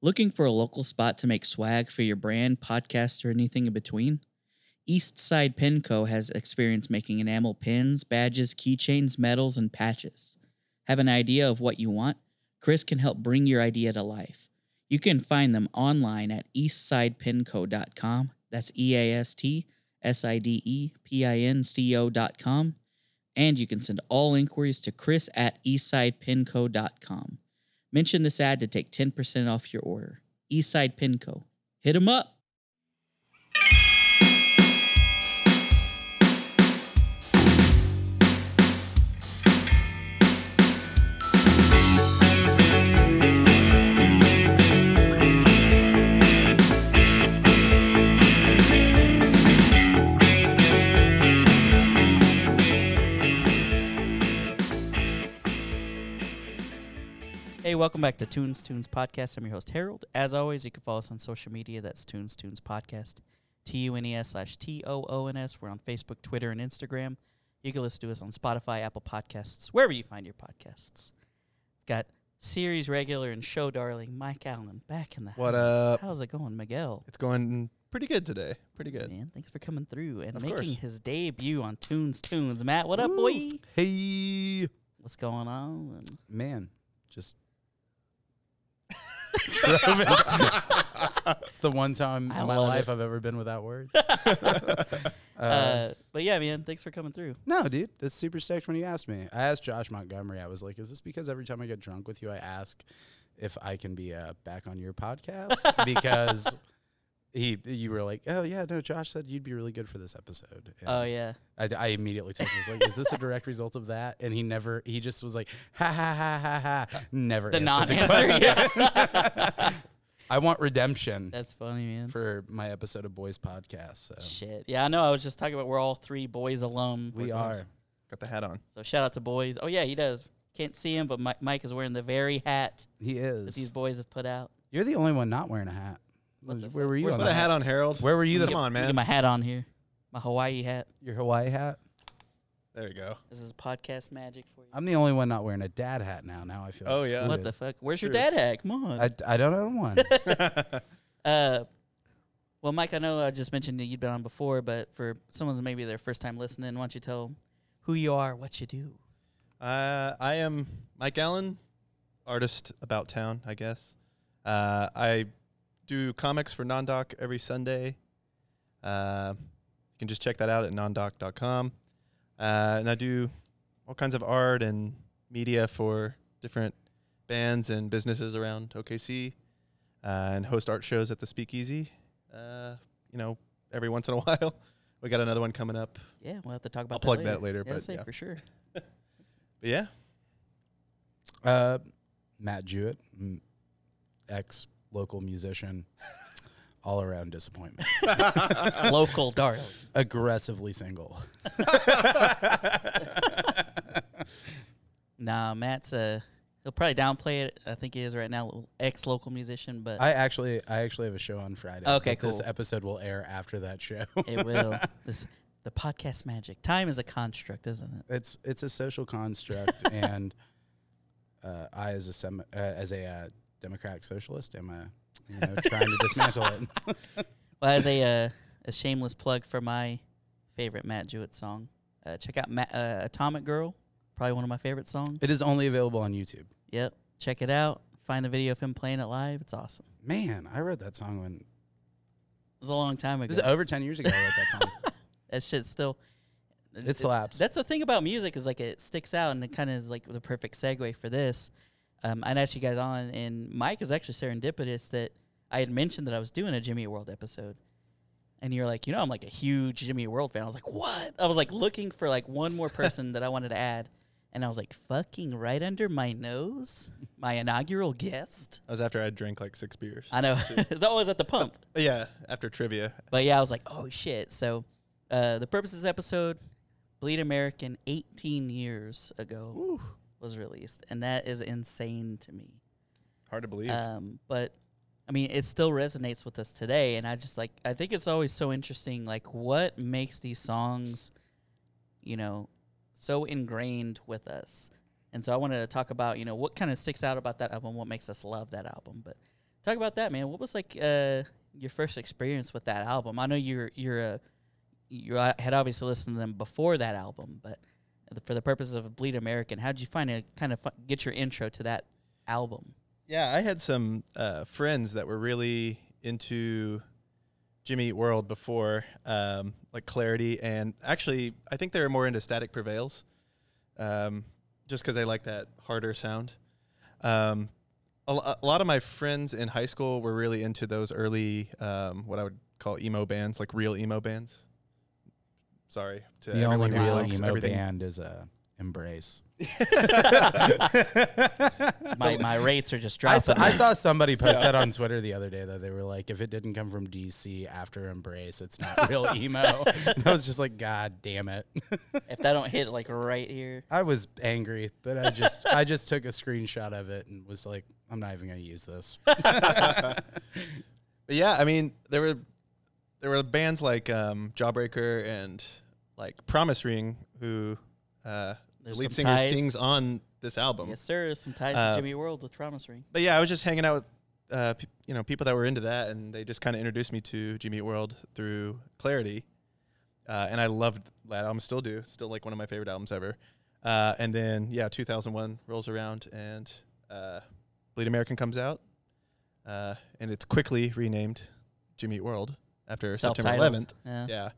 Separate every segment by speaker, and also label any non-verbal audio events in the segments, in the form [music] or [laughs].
Speaker 1: Looking for a local spot to make swag for your brand, podcast, or anything in between? Eastside Pin Co. has experience making enamel pins, badges, keychains, medals, and patches. Have an idea of what you want? Chris can help bring your idea to life. You can find them online at eastsidepinco.com. That's E A S T S I D E P I N C O.com. And you can send all inquiries to Chris at eastsidepinco.com. Mention this ad to take 10% off your order. Eastside Pinco. Hit 'em up. Hey, welcome back to Tunes Tunes Podcast. I'm your host, Harold. As always, you can follow us on social media. That's Tunes Tunes Podcast, T U N E S slash T O O N S. We're on Facebook, Twitter, and Instagram. You can listen to us on Spotify, Apple Podcasts, wherever you find your podcasts. Got series regular and show darling Mike Allen back in the
Speaker 2: What
Speaker 1: house.
Speaker 2: up?
Speaker 1: How's it going, Miguel?
Speaker 2: It's going pretty good today. Pretty good.
Speaker 1: Man, thanks for coming through and
Speaker 2: Of
Speaker 1: making
Speaker 2: course.
Speaker 1: his debut on Tunes Tunes. Matt, what up,
Speaker 3: Woo.
Speaker 1: boy?
Speaker 3: Hey,
Speaker 1: What's going on?
Speaker 3: man, just. Driving. it's the one time
Speaker 1: I
Speaker 3: in my
Speaker 1: love
Speaker 3: life I've ever been without words.
Speaker 1: [laughs] Uh, but yeah, man, thanks for coming through.
Speaker 3: no, dude, that's super stoked when you asked me. I asked Josh Montgomery. I was like, "Is this because every time I get drunk with you, I ask if I can be uh, back on
Speaker 1: [laughs]
Speaker 3: your podcast?" because he, you were like, "Oh yeah, no." Josh said you'd be really good for this episode. And
Speaker 1: Oh yeah.
Speaker 3: I, I immediately told him, I was like, is this a direct result of that? And he never, he just was like, ha ha ha ha ha, never
Speaker 1: the
Speaker 3: answered the
Speaker 1: non-answer.
Speaker 3: [laughs] question. I want redemption
Speaker 1: That's funny, man.
Speaker 3: for my episode of Boys Podcast. So
Speaker 1: Shit. Yeah, I know. I was just talking about we're all three boys alum.
Speaker 3: we
Speaker 2: Boys
Speaker 3: are.
Speaker 2: Alums. Got the hat on.
Speaker 1: So shout out to boys. Oh yeah, he does. Can't see him, but Mi- Mike is wearing the very hat
Speaker 3: He
Speaker 1: that these
Speaker 3: is.
Speaker 1: boys have put out.
Speaker 3: You're the only one not wearing a hat.
Speaker 1: What the
Speaker 3: Where
Speaker 1: fuck?
Speaker 3: were you
Speaker 2: Where's
Speaker 3: on
Speaker 2: put
Speaker 3: that?
Speaker 2: a hat on, Harold?
Speaker 3: Where were you the
Speaker 2: Come on,
Speaker 1: Look at
Speaker 2: man.
Speaker 1: my hat on here. My Hawaii hat.
Speaker 3: Your Hawaii hat?
Speaker 2: There you go.
Speaker 1: This is podcast magic for you.
Speaker 3: I'm the only one not wearing a dad hat now. Now I feel
Speaker 2: Oh, yeah.
Speaker 1: what
Speaker 3: excluded.
Speaker 1: the fuck? Where's your
Speaker 2: True.
Speaker 1: dad hat? Come on.
Speaker 3: I, I don't own one. [laughs]
Speaker 1: [laughs]
Speaker 2: [laughs]
Speaker 1: Uh, well, Mike, I know I just mentioned that you'd been on before, but for someone who's maybe their first time listening, why don't you tell who you are, what you do?
Speaker 2: Uh, I am Mike Allen, artist about town, I guess. Uh, I do comics for Nondoc every Sunday. Uh, you can just check that out at nondoc.com. Uh, and I do all kinds of art and media for different bands and businesses around OKC uh, and host art shows at the Speakeasy, uh, you know, every once in a [laughs] while. We got another one coming up.
Speaker 1: Yeah, we'll have to talk about.
Speaker 2: I'll
Speaker 1: that
Speaker 2: plug
Speaker 1: later.
Speaker 2: that later,
Speaker 1: Yeah,
Speaker 2: but
Speaker 1: say
Speaker 2: yeah.
Speaker 1: for
Speaker 2: [laughs]
Speaker 1: sure.
Speaker 2: But yeah,
Speaker 3: Uh, Matt Jewett, m- ex local musician, all
Speaker 1: [laughs]
Speaker 3: around disappointment.
Speaker 1: Local darling.
Speaker 3: Aggressively single.
Speaker 1: Nah, Matt's uh he'll probably downplay it. I think he is right now ex local musician, but
Speaker 3: I actually, I actually have a show on Friday.
Speaker 1: Okay,
Speaker 3: but This
Speaker 1: cool.
Speaker 3: episode will air after that show.
Speaker 1: [laughs]
Speaker 3: [laughs]
Speaker 1: it will. This the podcast magic. Time is a construct, isn't it?
Speaker 3: it's it's a
Speaker 1: [laughs]
Speaker 3: social construct, and uh, I, as a sem- uh, as a uh, democratic socialist, am uh you know, trying to dismantle
Speaker 1: [laughs]
Speaker 3: it.
Speaker 1: Well, as a uh, a shameless plug for my favorite Matt Jewett song, uh, check out Ma uh, Atomic Girl. Probably one of my favorite songs.
Speaker 3: It is only available on YouTube.
Speaker 1: Yep, check it out. Find the video of him playing it live. It's awesome.
Speaker 3: Man, I wrote that song when
Speaker 1: It was a long time
Speaker 3: it
Speaker 1: ago.
Speaker 3: was over ten years ago. I wrote that song.
Speaker 1: [laughs] that shit's still.
Speaker 3: It slaps.
Speaker 1: That's the thing about music is like it sticks out and it kind of is like the perfect segue for this. Um, I'd asked you guys on, and Mike was actually serendipitous that I had mentioned that I was doing a Jimmy Eat World episode, and you're like, you know, I'm like a huge Jimmy Eat World fan. I was like, what? I was like looking for like one more person that I wanted to add, and I was like, fucking right under my nose, my inaugural guest.
Speaker 2: that was after I drank like six beers.
Speaker 1: I know [laughs] it's always at the pump.
Speaker 2: Yeah, after trivia.
Speaker 1: But yeah, I was like, oh shit. So uh, the purpose of this episode, Bleed American 18 years ago was released. And that is insane to me.
Speaker 2: Hard to believe.
Speaker 1: Um, but I mean, it still resonates with us today. And I just like, I think it's always so interesting. Like, what makes these songs, you know, so ingrained with us? And so I wanted to talk about, you know, what kind of sticks out about that album, what makes us love that album. But Talk about that, man. What was like uh, your first experience with that album? I know you're you're a you o- had obviously listened to them before that album, but for the purposes of Bleed American, how did you find a kind of fu- get your intro to that album?
Speaker 2: Yeah, I had some uh, friends that were really into Jimmy Eat World before, um, like Clarity, and actually, I think they were more into Static Prevails, um, just because they like that harder sound. Um, a, lo- a lot of my friends in high school were really into those early, um, what I would call emo bands, like real emo bands. Sorry to
Speaker 3: The only
Speaker 2: everyone who
Speaker 3: real
Speaker 2: likes
Speaker 3: emo
Speaker 2: everything.
Speaker 3: band is uh, Embrace.
Speaker 2: [laughs]
Speaker 1: My my rates are just
Speaker 3: I
Speaker 1: dropping.
Speaker 3: saw, I
Speaker 1: right
Speaker 3: saw somebody post that on Twitter the other day that they were like, if it didn't come from DC after Embrace, it's not real emo. and I was just like, God damn it.
Speaker 1: if that don't hit like right here.
Speaker 3: I was angry, but I just I just took a screenshot of it and was like, I'm not even gonna use this.
Speaker 2: But yeah, I mean, there were there were bands like um, Jawbreaker and like Promise Ring, who uh, the
Speaker 1: There's
Speaker 2: lead
Speaker 1: some
Speaker 2: singer
Speaker 1: ties.
Speaker 2: sings on this album.
Speaker 1: Yes, sir. Some ties
Speaker 2: Oh. Uh,
Speaker 1: to Jimmy World with Promise Ring.
Speaker 2: But yeah, I was just hanging out with uh, pe- you know people that were into that, and they just kind of introduced me to Jimmy Eat World through Clarity, uh, and I loved that album. Still do, still like one of my favorite albums ever. Uh, and then yeah, 2001 rolls around, and uh, Bleed American comes out, uh, and it's quickly renamed Jimmy Eat World after September
Speaker 1: Self-titled.
Speaker 2: 11th.
Speaker 1: Yeah.
Speaker 2: Yeah.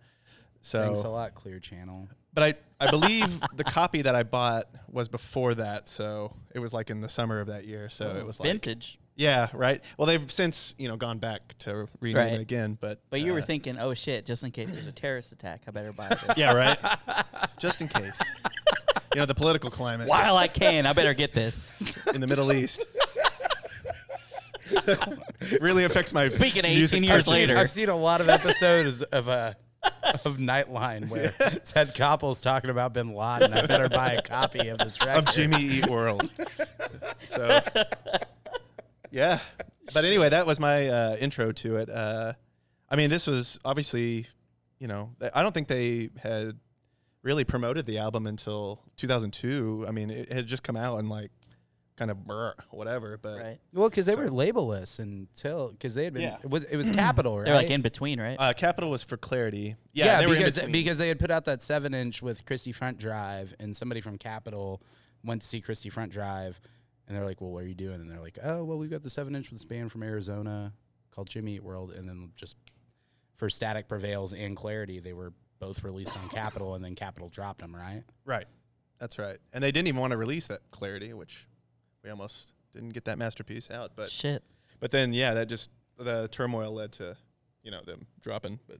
Speaker 3: Thanks a
Speaker 2: So,
Speaker 3: lot, Clear Channel.
Speaker 2: but I, I believe the copy that I bought was before that. So it was like in the summer of that year. So it was like,
Speaker 1: vintage.
Speaker 2: yeah, right. Well, they've since, you know, gone back to rename
Speaker 1: Right.
Speaker 2: it again, but,
Speaker 1: But you were
Speaker 2: uh,
Speaker 1: thinking, oh shit, just in case there's a terrorist attack, I better
Speaker 2: [laughs]
Speaker 1: buy this.
Speaker 2: yeah, right.
Speaker 1: [laughs]
Speaker 2: Just in case, you know, the political climate
Speaker 1: While I can, I better get
Speaker 2: [laughs]
Speaker 1: this.
Speaker 2: in the Middle
Speaker 1: [laughs]
Speaker 2: East really affects my
Speaker 1: Speaking of
Speaker 2: music
Speaker 1: 18 years
Speaker 2: purchasing.
Speaker 1: later.
Speaker 3: I've seen a lot of episodes of uh, of Nightline where Ted Koppel's talking about Bin Laden. I better buy a copy of this record.
Speaker 2: of Jimmy Eat World. so, yeah. But anyway, that was my uh, intro to it. Uh, I mean, this was obviously, you know, th- I don't think they had really promoted the album until 2002. I mean, it had just come out and like kind of brr, whatever. But
Speaker 1: Right.
Speaker 3: Well, because they were labelless until because they had been
Speaker 2: Yeah.
Speaker 3: it was it was Capital, right?
Speaker 1: They're like in between, right?
Speaker 2: uh, Capital was for clarity. Yeah,
Speaker 3: yeah,
Speaker 2: they were in
Speaker 3: because
Speaker 2: between.
Speaker 3: because they had put out that seven inch with Christy Front Drive, and somebody from Capitol went to see Christy Front Drive, and they're like, "Well, what are you doing?" And they're like, "Oh, well, we've got the seven inch with this band from Arizona called Jimmy Eat World," and then just for Static Prevails and Clarity, they were both released on Capitol, and then Capitol dropped them, right?
Speaker 2: right. That's right. And they didn't even want to release that clarity, which we almost didn't get that masterpiece out. But
Speaker 1: shit.
Speaker 2: But then, yeah, that just the turmoil led to, you know, them dropping. But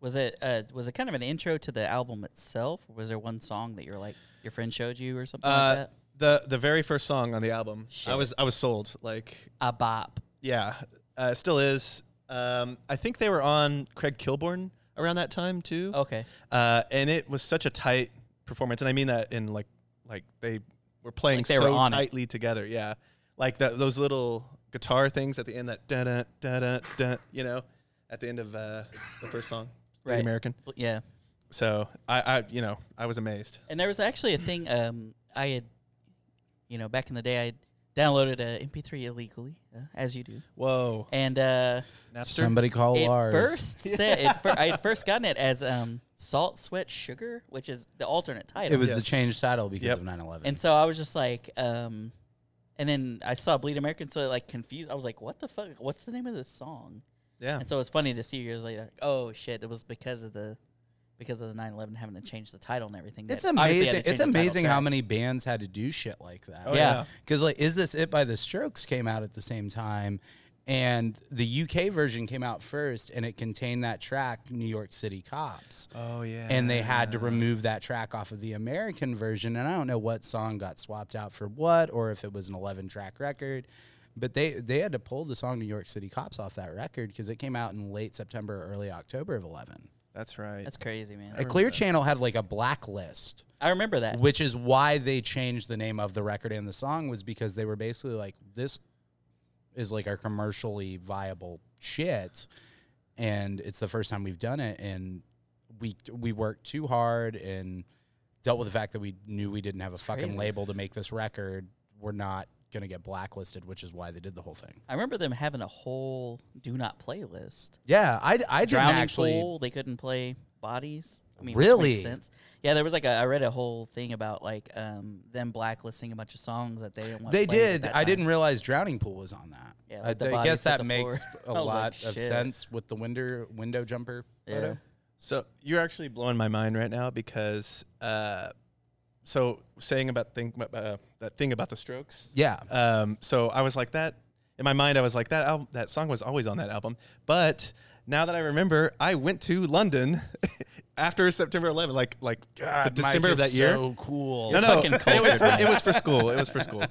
Speaker 1: Was it uh, was it kind of an intro to the album itself? Or was there one song that you're like your friend showed you or something like
Speaker 2: uh,
Speaker 1: that?
Speaker 2: the the very first song on the album, I
Speaker 1: Shit.
Speaker 2: was I was sold. Like,
Speaker 1: A bop.
Speaker 2: yeah, uh, still is. Um, I think they were on Craig Kilborn around that time too.
Speaker 1: Okay.
Speaker 2: Uh, and it was such a tight performance, and I mean that in like like they were playing
Speaker 1: Like they were
Speaker 2: so
Speaker 1: on it.
Speaker 2: tightly together. Yeah, like that those little guitar things at the end that da da da da da. You know, at the end of uh, the first song, Great
Speaker 1: Right.
Speaker 2: American.
Speaker 1: Well, Yeah.
Speaker 2: So I, I, you know, I was amazed.
Speaker 1: And there was actually a thing um, I had, you know, back in the day I had downloaded a MP3 illegally, uh, as you do,
Speaker 2: Whoa,
Speaker 1: and uh,
Speaker 3: Somebody call
Speaker 1: it
Speaker 3: Lars. [laughs]
Speaker 1: first said it fir- I had first gotten it as um, salt, sweat, sugar, which is the alternate title.
Speaker 3: It was the
Speaker 2: Yes.
Speaker 3: changed title because
Speaker 2: Yep.
Speaker 3: of 9/11.
Speaker 1: And so I was just like, um, and then I saw Bleed American, so like confused. I was like, what the fuck? What's the name of this song?
Speaker 2: yeah,
Speaker 1: And so it's funny to see years later, like, oh shit, it was because of the because of the 9/11 having to change the title and everything.
Speaker 3: it's
Speaker 1: that- obviously had to
Speaker 3: amazing. It's
Speaker 1: change the title
Speaker 3: amazing how
Speaker 1: track.
Speaker 3: many bands had to do shit like that.
Speaker 2: Oh,
Speaker 1: yeah.
Speaker 3: Because like, is this it by the Strokes came out at the same time, and the UK version came out first, and it contained that track New York City Cops,
Speaker 2: Oh yeah,
Speaker 3: and they had to
Speaker 1: Ah.
Speaker 3: remove that track off of the American version, and I don't know what song got swapped out for what, or if it was an eleven track record. But they, they had to pull the song New York City Cops off that record because it came out in late September, early October of 11.
Speaker 2: That's right.
Speaker 1: That's crazy, man.
Speaker 3: A Clear Channel had like a blacklist
Speaker 1: I remember that.
Speaker 3: which is why they changed the name of the record and the song was because they were basically like this is like our commercially viable shit and it's the first time we've done it and we we worked too hard and dealt with the fact that we knew we didn't have a fucking
Speaker 1: crazy.
Speaker 3: label to make this record we're not going to get blacklisted, which is why they did the whole thing.
Speaker 1: I remember them having a whole do not play list.
Speaker 3: Yeah, I, I didn't
Speaker 1: Drowning
Speaker 3: actually.
Speaker 1: pool, they couldn't play bodies. I mean, which makes
Speaker 3: Really?
Speaker 1: sense. Yeah, there was like a, I read a whole thing about like um, them blacklisting a bunch of songs that they didn't want.
Speaker 3: They
Speaker 1: played at
Speaker 3: did.
Speaker 1: that
Speaker 3: I
Speaker 1: time.
Speaker 3: didn't realize Drowning Pool was on that.
Speaker 1: Yeah,
Speaker 3: I
Speaker 1: let the
Speaker 3: d- I
Speaker 1: bodies
Speaker 3: guess
Speaker 1: hit
Speaker 3: that
Speaker 1: the
Speaker 3: makes a
Speaker 1: floor. [laughs] I was
Speaker 3: lot
Speaker 1: like,
Speaker 3: of
Speaker 1: "Shit."
Speaker 3: sense with the window window jumper.
Speaker 1: Yeah.
Speaker 3: photo.
Speaker 2: So you're actually blowing my mind right now because, uh, so saying about thing uh, that thing about the Strokes.
Speaker 3: yeah.
Speaker 2: Um, so I was like that in my mind. I was like that album. That song was always on that album. But now that I remember, I went to London [laughs] after September 11, like like
Speaker 3: God,
Speaker 2: the
Speaker 3: Mike
Speaker 2: December of
Speaker 3: is
Speaker 2: that year.
Speaker 3: So cool.
Speaker 2: no, no,
Speaker 1: fucking
Speaker 2: [laughs] it was
Speaker 1: cultured,
Speaker 2: for,
Speaker 1: man.
Speaker 2: it was for school. It was for
Speaker 3: [laughs]
Speaker 2: school.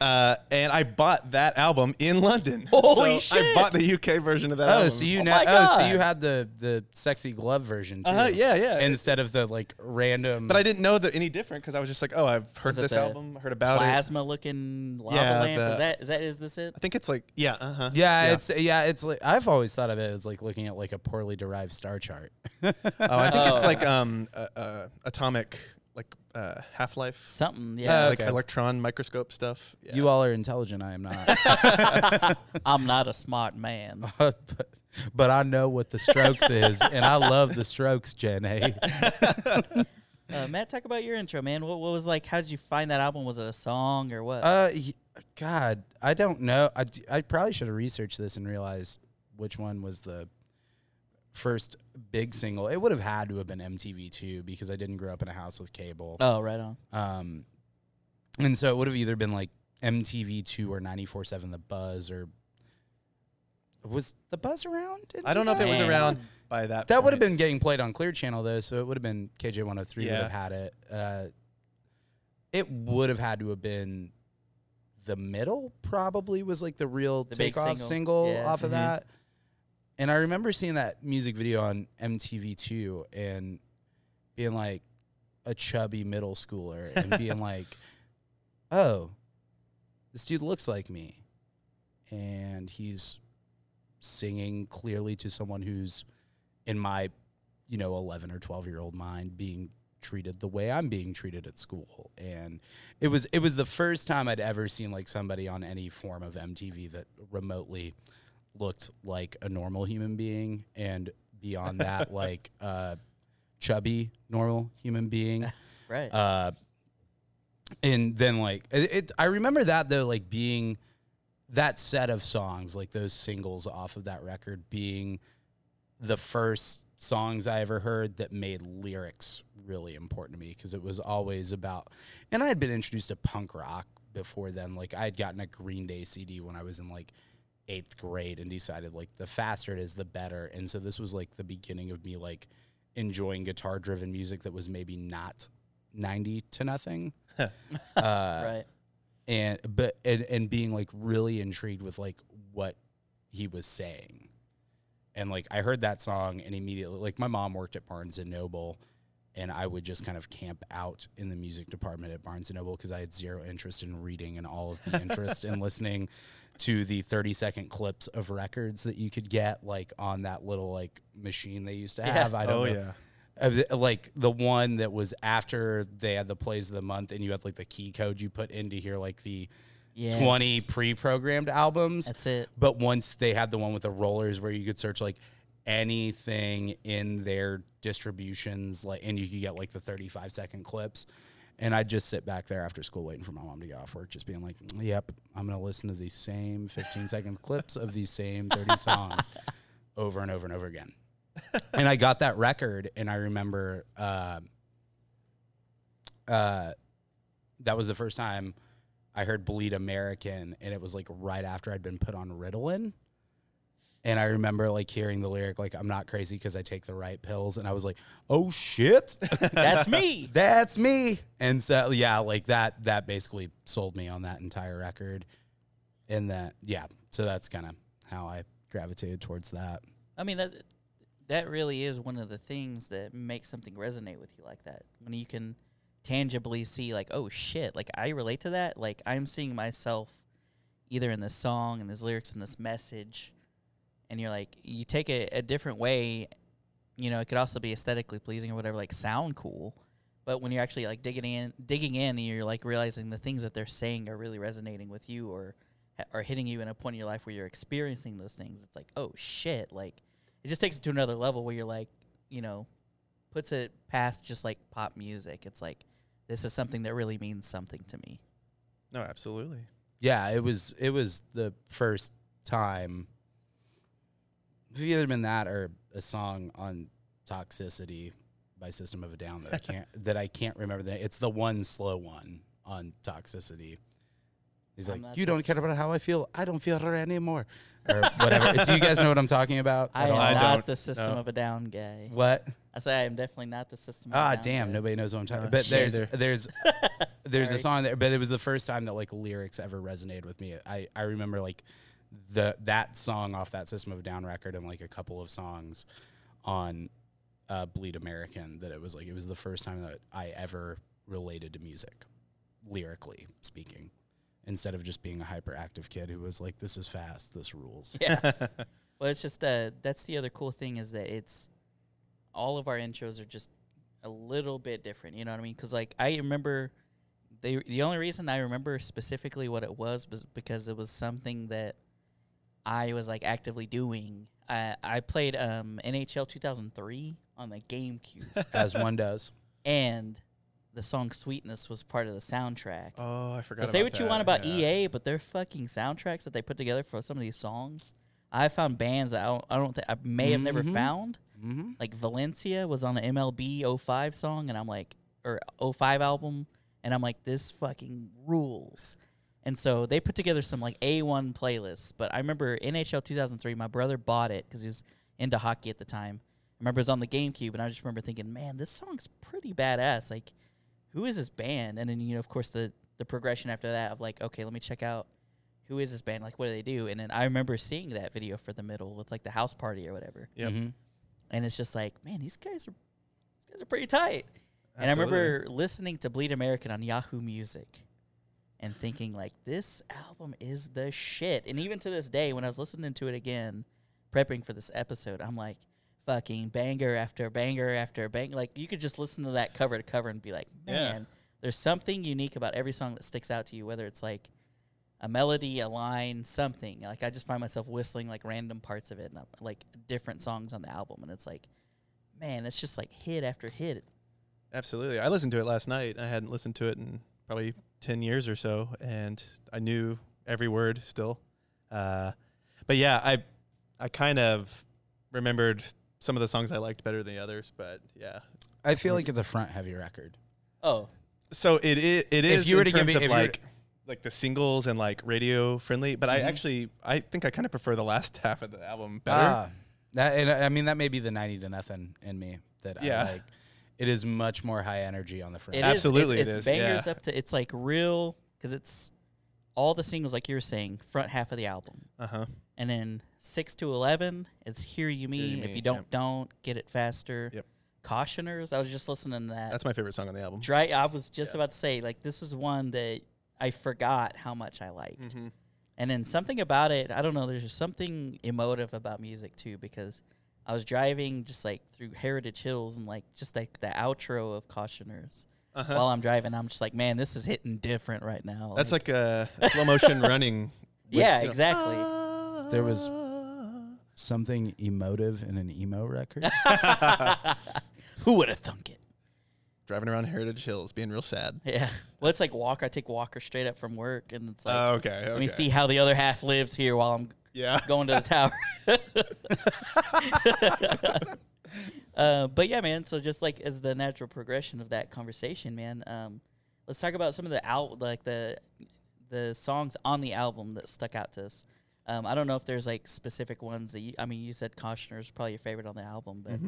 Speaker 2: Uh, and I bought that album in London.
Speaker 1: Holy
Speaker 2: So I
Speaker 1: shit.
Speaker 2: bought the UK version of that
Speaker 3: Oh,
Speaker 2: album.
Speaker 3: so you
Speaker 1: Oh
Speaker 3: know?
Speaker 1: my
Speaker 3: Oh, so you
Speaker 1: God.
Speaker 3: had the the sexy glove version too?
Speaker 2: Uh-huh, yeah, yeah.
Speaker 3: Instead of the like random.
Speaker 2: But I didn't know that any different because I was just like, oh, I've heard
Speaker 1: Was it
Speaker 2: this
Speaker 1: the
Speaker 2: album, heard about it.
Speaker 1: Plasma looking lava
Speaker 2: Yeah,
Speaker 1: lamp.
Speaker 2: the-
Speaker 1: is that is that is this it?
Speaker 2: I think it's like, yeah, uh huh.
Speaker 3: yeah, it's yeah, it's like I've always thought of it as like looking at like a poorly derived star chart.
Speaker 2: Oh, I think it's
Speaker 1: Oh.
Speaker 2: like um uh, uh, atomic like uh, Half Life,
Speaker 1: Something.
Speaker 3: Uh,
Speaker 1: Yeah,
Speaker 2: like
Speaker 3: okay.
Speaker 2: electron microscope stuff. Yeah.
Speaker 3: You all are intelligent. I am not, [laughs]
Speaker 1: I'm not a smart man.
Speaker 3: but, but I know what the Strokes is, and I love the Strokes, Jen. Hey,
Speaker 1: Uh, Matt, talk about your intro, man. What, what was like? How did you find that album? Was it a song or what?
Speaker 3: Uh, y- God, I don't know. I, d- I probably should have researched this and realized which one was the first big single. It would have had to have been MTV2 because I didn't grow up in a house with cable.
Speaker 1: oh, right on.
Speaker 3: Um, and so it would have either been like MTV2 or 94.7 The Buzz or was The Buzz around? in
Speaker 2: I don't know if it was
Speaker 1: 2000?
Speaker 3: 2001?
Speaker 2: around by that.
Speaker 3: That would have
Speaker 2: point.
Speaker 3: been getting played on Clear Channel though, so it would have been KJ one hundred three would
Speaker 2: Yeah.
Speaker 3: have had it. Uh, it would have had to have been the middle probably was like the real
Speaker 1: The big
Speaker 3: takeoff
Speaker 1: single.
Speaker 3: single,
Speaker 1: Yeah.
Speaker 3: off of
Speaker 1: Mhm.
Speaker 2: Mm-hmm.
Speaker 3: that. And I remember seeing that music video on MTV two and being like a chubby middle schooler and being like, Oh, this dude looks like me. And he's singing clearly to someone who's in my you know 11 or 12 year old mind being treated the way I'm being treated at school and it was it was the first time I'd ever seen like somebody on any form of MTV that remotely looked like a normal human being and beyond that like uh chubby normal human being
Speaker 1: Right.
Speaker 3: uh, and then like it, it, I remember that though, like being that set of songs, like those singles off of that record, being the first songs I ever heard that made lyrics really important to me because it was always about. And I had been introduced to punk rock before then. Like I had gotten a Green Day CD when I was in like eighth grade and decided like the faster it is the better and so this was like the beginning of me like enjoying guitar driven music that was maybe not 90 to nothing uh,
Speaker 1: right.
Speaker 3: and but and, and being like really intrigued with like what he was saying and like i heard that song and immediately like my mom worked at barnes and noble and i would just kind of camp out in the music department at barnes and noble because i had zero interest in reading and all of the interest in listening to the 30 second clips of records that you could get like on that little like machine they used to
Speaker 1: Yeah.
Speaker 3: have i don't
Speaker 2: Oh
Speaker 3: know
Speaker 2: yeah.
Speaker 3: of the- like the one that was after they had the plays of the month and you had like the key code you put in to hear like the
Speaker 1: Yes.
Speaker 3: 20 pre-programmed albums
Speaker 1: That's it.
Speaker 3: but once they had the one with the rollers where you could search like anything in their distributions like and you could get like the 35 second clips and I'd just sit back there after school waiting for my mom to get off work, just being like, yep, I'm going to listen to these same
Speaker 1: [laughs]
Speaker 3: 15 second clips of these same 30 songs over and over and over again. and I got that record, and I remember uh, uh, that was the first time I heard Bleed American, and it was like right after I'd been put on Ritalin. And I remember like hearing the lyric, like, I'm not crazy because I take the right pills. And I was like, oh shit.
Speaker 1: That's
Speaker 3: [laughs]
Speaker 1: me.
Speaker 3: That's me. And so yeah, like that that basically sold me on that entire record. And that yeah, so that's kind of how I gravitated towards that.
Speaker 1: I mean that that really is one of the things that makes something resonate with you like that. When you can tangibly see like, oh shit, like I relate to that. Like I'm seeing myself either in this song and these lyrics and this message and you're like you take it a different way, you know, it could also be aesthetically pleasing or whatever, like sound cool. But when you're actually like digging in, digging in, and you're like realizing the things that they're saying are really resonating with you, or ha- are hitting you in a point in your life where you're experiencing those things. It's like, oh shit! Like it just takes it to another level where you're like, you know, puts it past just like pop music. It's like this is something that really means something to me.
Speaker 2: No, absolutely.
Speaker 3: Yeah, it was it was the first time. It's either been that or a song on Toxicity by System of a Down that I can't that I can't remember. The, it's the one slow one on Toxicity. He's
Speaker 1: I'm
Speaker 3: like,
Speaker 1: not
Speaker 3: you don't care about how I feel. I don't feel her anymore,
Speaker 1: [laughs]
Speaker 3: or whatever. Do you guys know what I'm talking about?
Speaker 1: I
Speaker 3: at
Speaker 1: am
Speaker 3: all?
Speaker 2: I
Speaker 1: not
Speaker 2: don't,
Speaker 1: the System
Speaker 2: no.
Speaker 1: of a Down guy.
Speaker 3: What?
Speaker 1: I say I am definitely not the System. of a
Speaker 3: Ah,
Speaker 1: Down
Speaker 3: damn!
Speaker 1: guy.
Speaker 3: Nobody knows what I'm talking.
Speaker 2: Oh,
Speaker 3: But
Speaker 2: shit.
Speaker 3: there's there's there's a
Speaker 1: Sorry.
Speaker 3: song there, but it was the first time that like lyrics ever resonated with me. I I remember like the that song off that System of a Down record and like a couple of songs on uh, Bleed American that it was like it was the first time that I ever related to music lyrically speaking, instead of just being a hyperactive kid who was like, "This is fast, this rules."
Speaker 1: Yeah. Well, it's just uh, that's the other cool thing is that it's all of our intros are just a little bit different. You know what I mean? Because like I remember they the only reason I remember specifically what it was was because it was something that I was like actively doing. I I played um, NHL 2003 on the
Speaker 3: [laughs]
Speaker 1: GameCube,
Speaker 3: As one does.
Speaker 1: and the song "Sweetness" was part of the soundtrack.
Speaker 2: [laughs] Oh, I
Speaker 1: So
Speaker 2: forgot.
Speaker 1: say
Speaker 2: about
Speaker 1: what you want
Speaker 2: that,
Speaker 1: about E EA, but their fucking soundtracks that they put together for some of these songs, I found bands that I don't, I don't think I may have never
Speaker 3: Mhm.
Speaker 2: Mm-hmm.
Speaker 1: found.
Speaker 3: hmm
Speaker 1: Like Valencia was on the MLB 05 song, and I'm like, or 05 album, and I'm like, this fucking rules. And so they put together some like A1 playlists. But I remember NHL 2003, my brother bought it because he was into hockey at the time. I remember it was on the GameCube, and I just remember thinking, man, this song's pretty badass. Like, who is this band? And then you know, of course, the the progression after that of like, okay, let me check out who is this band. Like, what do they do? And then I remember seeing that video for the middle with like the house party or whatever.
Speaker 3: Mm-hmm.
Speaker 2: Yep.
Speaker 1: And it's just like, man, these guys are these guys are pretty tight. And I remember listening to Bleed American on Yahoo Music and thinking like this album is the shit. And even to this day when I was listening to it again prepping for this episode, I'm like fucking banger after banger after bang like you could just listen to that cover to cover and be like,
Speaker 2: Yeah.
Speaker 1: "Man, there's something unique about every song that sticks out to you whether it's like a melody, a line, something. Like I just find myself whistling like random parts of it and uh, like different songs on the album and it's like man, it's just like hit after hit.
Speaker 2: Absolutely. I listened to it last night. I hadn't listened to it in probably 10 years or so, and I knew every word still. Uh, but yeah, I I kind of remembered some of the songs I liked better than the others, but yeah.
Speaker 3: I feel like it's a front heavy record.
Speaker 1: Oh,
Speaker 2: So it is it is
Speaker 3: you were
Speaker 2: in
Speaker 3: to give
Speaker 2: terms
Speaker 3: me-
Speaker 2: of
Speaker 3: if you were
Speaker 2: like like the singles and like radio friendly, but
Speaker 3: Mm-hmm.
Speaker 2: I actually I think I kind of prefer the last [laughs] half of the album better.
Speaker 3: Ah, that and I I mean that may be the ninety to nothing in me that
Speaker 2: Yeah.
Speaker 3: I like. It is much more high energy on the front.
Speaker 1: It is.
Speaker 3: end.
Speaker 2: Absolutely
Speaker 1: it's, it's
Speaker 2: it is,
Speaker 1: bangers
Speaker 2: yeah.
Speaker 1: up to. It's like real because it's all the singles like you were saying, front half of the album,
Speaker 2: Uh-huh.
Speaker 1: and then six to eleven. It's here you me.
Speaker 2: You
Speaker 1: if
Speaker 2: Me,
Speaker 1: you don't,
Speaker 2: yep.
Speaker 1: don't get it faster.
Speaker 2: Yep.
Speaker 1: Cautioners. I was just listening to that.
Speaker 2: That's my favorite song on the album.
Speaker 1: Dry. I was just about to say like this is one that I forgot how much I liked.
Speaker 2: Mhm.
Speaker 1: And then something about it, I don't know, there's just something emotive about music too because I was driving just like through Heritage Hills and like just like the outro of Cautioners. While I'm driving, I'm just like, man, this is hitting different right now.
Speaker 2: Uh-huh. That's like a, a slow motion [laughs] running. with,
Speaker 1: Yeah,
Speaker 2: you know, Ah.
Speaker 1: exactly.
Speaker 3: There was- Something emotive in an emo record.
Speaker 1: who would have thunk it?
Speaker 2: driving around Heritage Hills, being real sad.
Speaker 1: Yeah. Well, it's like Walker. I take Walker straight up from work, and it's like,
Speaker 2: Oh, okay,
Speaker 1: let me
Speaker 2: okay.
Speaker 1: see how the other half lives here while I'm
Speaker 2: Yeah.
Speaker 1: going to the tower. [laughs] uh, but yeah, man. So just like as the natural progression of that conversation, man. Um, let's talk about some of the out like the the songs on the album that stuck out to us. Um, I don't know if there's like specific ones that you, I mean, you said Cautioner is probably your favorite on the album, but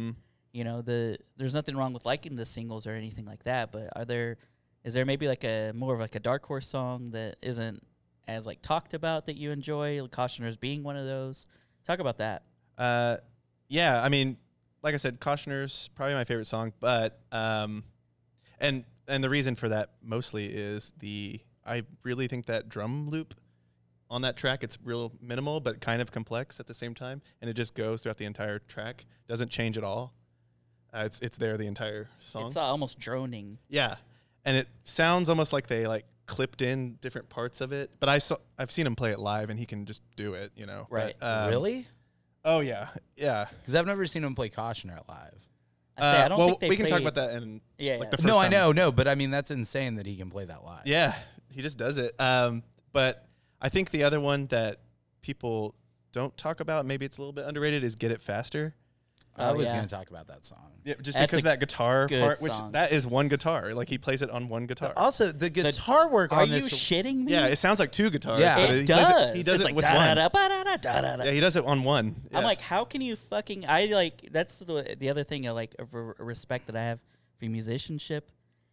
Speaker 1: you know the there's nothing wrong with liking the singles or anything like that. But are there is there maybe like a more of like a dark horse song that isn't as like talked about that you enjoy? Cautioners being one of those. Talk about that.
Speaker 2: Uh, yeah, I mean, like I said, Cautioner's probably my favorite song, but um, and and the reason for that mostly is the I really think that drum loop on that track it's real minimal but kind of complex at the same time, and it just goes throughout the entire track, doesn't change at all. Uh, it's it's there the entire song.
Speaker 1: It's uh, almost droning.
Speaker 2: yeah, and it sounds almost like they like clipped in different parts of it. But I saw I've seen him play it live, and he can just do it. You know, But,
Speaker 1: Right.
Speaker 2: um,
Speaker 3: really?
Speaker 2: Oh yeah, yeah.
Speaker 3: Because I've never seen him play Cautioner live.
Speaker 1: I say,
Speaker 2: Uh,
Speaker 1: I don't
Speaker 2: well,
Speaker 1: think they
Speaker 2: we can talk
Speaker 1: played-
Speaker 2: about that in
Speaker 1: Yeah,
Speaker 2: like
Speaker 1: yeah.
Speaker 2: the first
Speaker 3: No, I
Speaker 2: time.
Speaker 3: know, no, but I mean that's insane that he can play that live.
Speaker 2: Yeah, he just does it. Um, but I think the other one that people don't talk about, maybe it's a little bit underrated, is "Get It Faster."
Speaker 3: I
Speaker 1: Oh,
Speaker 3: was
Speaker 1: yeah.
Speaker 3: gonna talk about that song.
Speaker 2: Yeah, just
Speaker 1: That's
Speaker 2: because
Speaker 1: a
Speaker 2: that guitar
Speaker 1: good
Speaker 2: part, which
Speaker 1: song.
Speaker 2: that is one guitar, like he plays it on one guitar.
Speaker 3: Also, the guitar work
Speaker 1: Are
Speaker 3: on
Speaker 1: you
Speaker 3: this.
Speaker 1: shitting me?
Speaker 2: yeah, it sounds like two guitars.
Speaker 3: Yeah.
Speaker 2: but
Speaker 1: it,
Speaker 2: he
Speaker 1: does.
Speaker 2: Plays it, he does
Speaker 1: it's like
Speaker 2: it with
Speaker 1: da,
Speaker 2: one.
Speaker 1: da, da, da, da, da, da, da.
Speaker 2: Yeah, he does it on one. Yeah.
Speaker 1: I'm like, how can you fucking? I like that's the the other thing I like of re- respect that I have for musicianship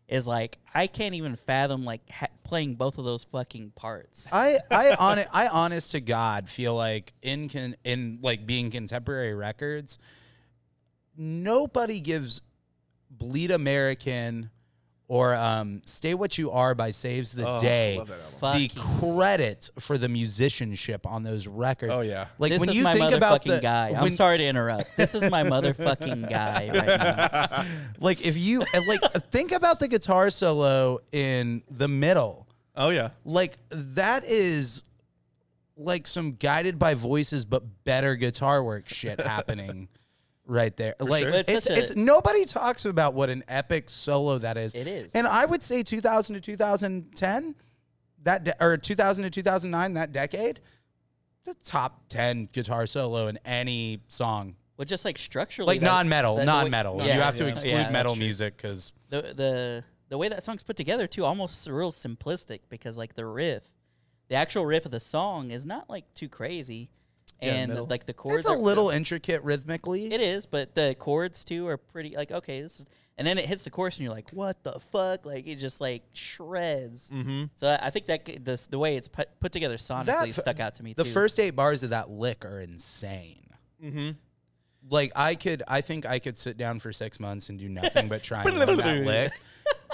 Speaker 1: is like I can't even fathom like ha- playing both of those fucking parts.
Speaker 3: I I on I honest to God feel like in con, in like being contemporary records, nobody gives "Bleed American" or um, "Stay What You Are" by Saves the
Speaker 2: Oh,
Speaker 3: Day.
Speaker 2: love that album.
Speaker 3: The
Speaker 1: Fucking
Speaker 3: credit for the musicianship on those records.
Speaker 2: Oh yeah,
Speaker 3: Like
Speaker 1: this
Speaker 3: when
Speaker 1: is
Speaker 3: you
Speaker 1: my
Speaker 3: think
Speaker 1: motherfucking
Speaker 3: about the
Speaker 1: guy. I'm
Speaker 3: when-
Speaker 1: sorry to interrupt. This is my motherfucking guy right now.
Speaker 3: [laughs] like if you and, like think about the guitar solo in the middle.
Speaker 2: oh yeah.
Speaker 3: like that is like some guided by voices but better guitar work
Speaker 1: [laughs]
Speaker 3: shit happening right there like
Speaker 2: sure.
Speaker 1: But
Speaker 3: it's,
Speaker 1: it's
Speaker 3: it's,
Speaker 1: such a-
Speaker 3: nobody talks about what an epic solo that is
Speaker 1: It is.
Speaker 3: and i would say 2000 to 2010 that de- or 2000 to 2009 that decade the top 10 guitar solo in any song
Speaker 1: Well, just like structurally,
Speaker 3: like
Speaker 1: that-
Speaker 3: non-metal
Speaker 1: that- the way-
Speaker 3: non-metal
Speaker 1: yeah,
Speaker 3: you have to
Speaker 1: yeah.
Speaker 3: exclude
Speaker 1: Yeah, that's
Speaker 3: metal
Speaker 1: true.
Speaker 3: music because
Speaker 1: the the the way that song's put together too almost real simplistic because like the riff the actual riff of the song is not like too crazy
Speaker 2: Yeah,
Speaker 1: and
Speaker 2: middle.
Speaker 1: like the chords
Speaker 3: it's a
Speaker 1: are-
Speaker 3: little intricate rhythmically
Speaker 1: it is but the chords too are pretty like okay this is, and then it hits the chorus and you're like what the fuck like it just like shreds
Speaker 2: Mm-hmm.
Speaker 1: so I- I think that g- this the way it's put, put together sonically
Speaker 3: f-
Speaker 1: stuck out to me
Speaker 3: the
Speaker 1: too.
Speaker 3: first eight bars of that lick are insane.
Speaker 2: Mm-hmm.
Speaker 3: Like I could, I think I could sit down for six months and do nothing but
Speaker 2: [laughs]
Speaker 3: try and learn that lick,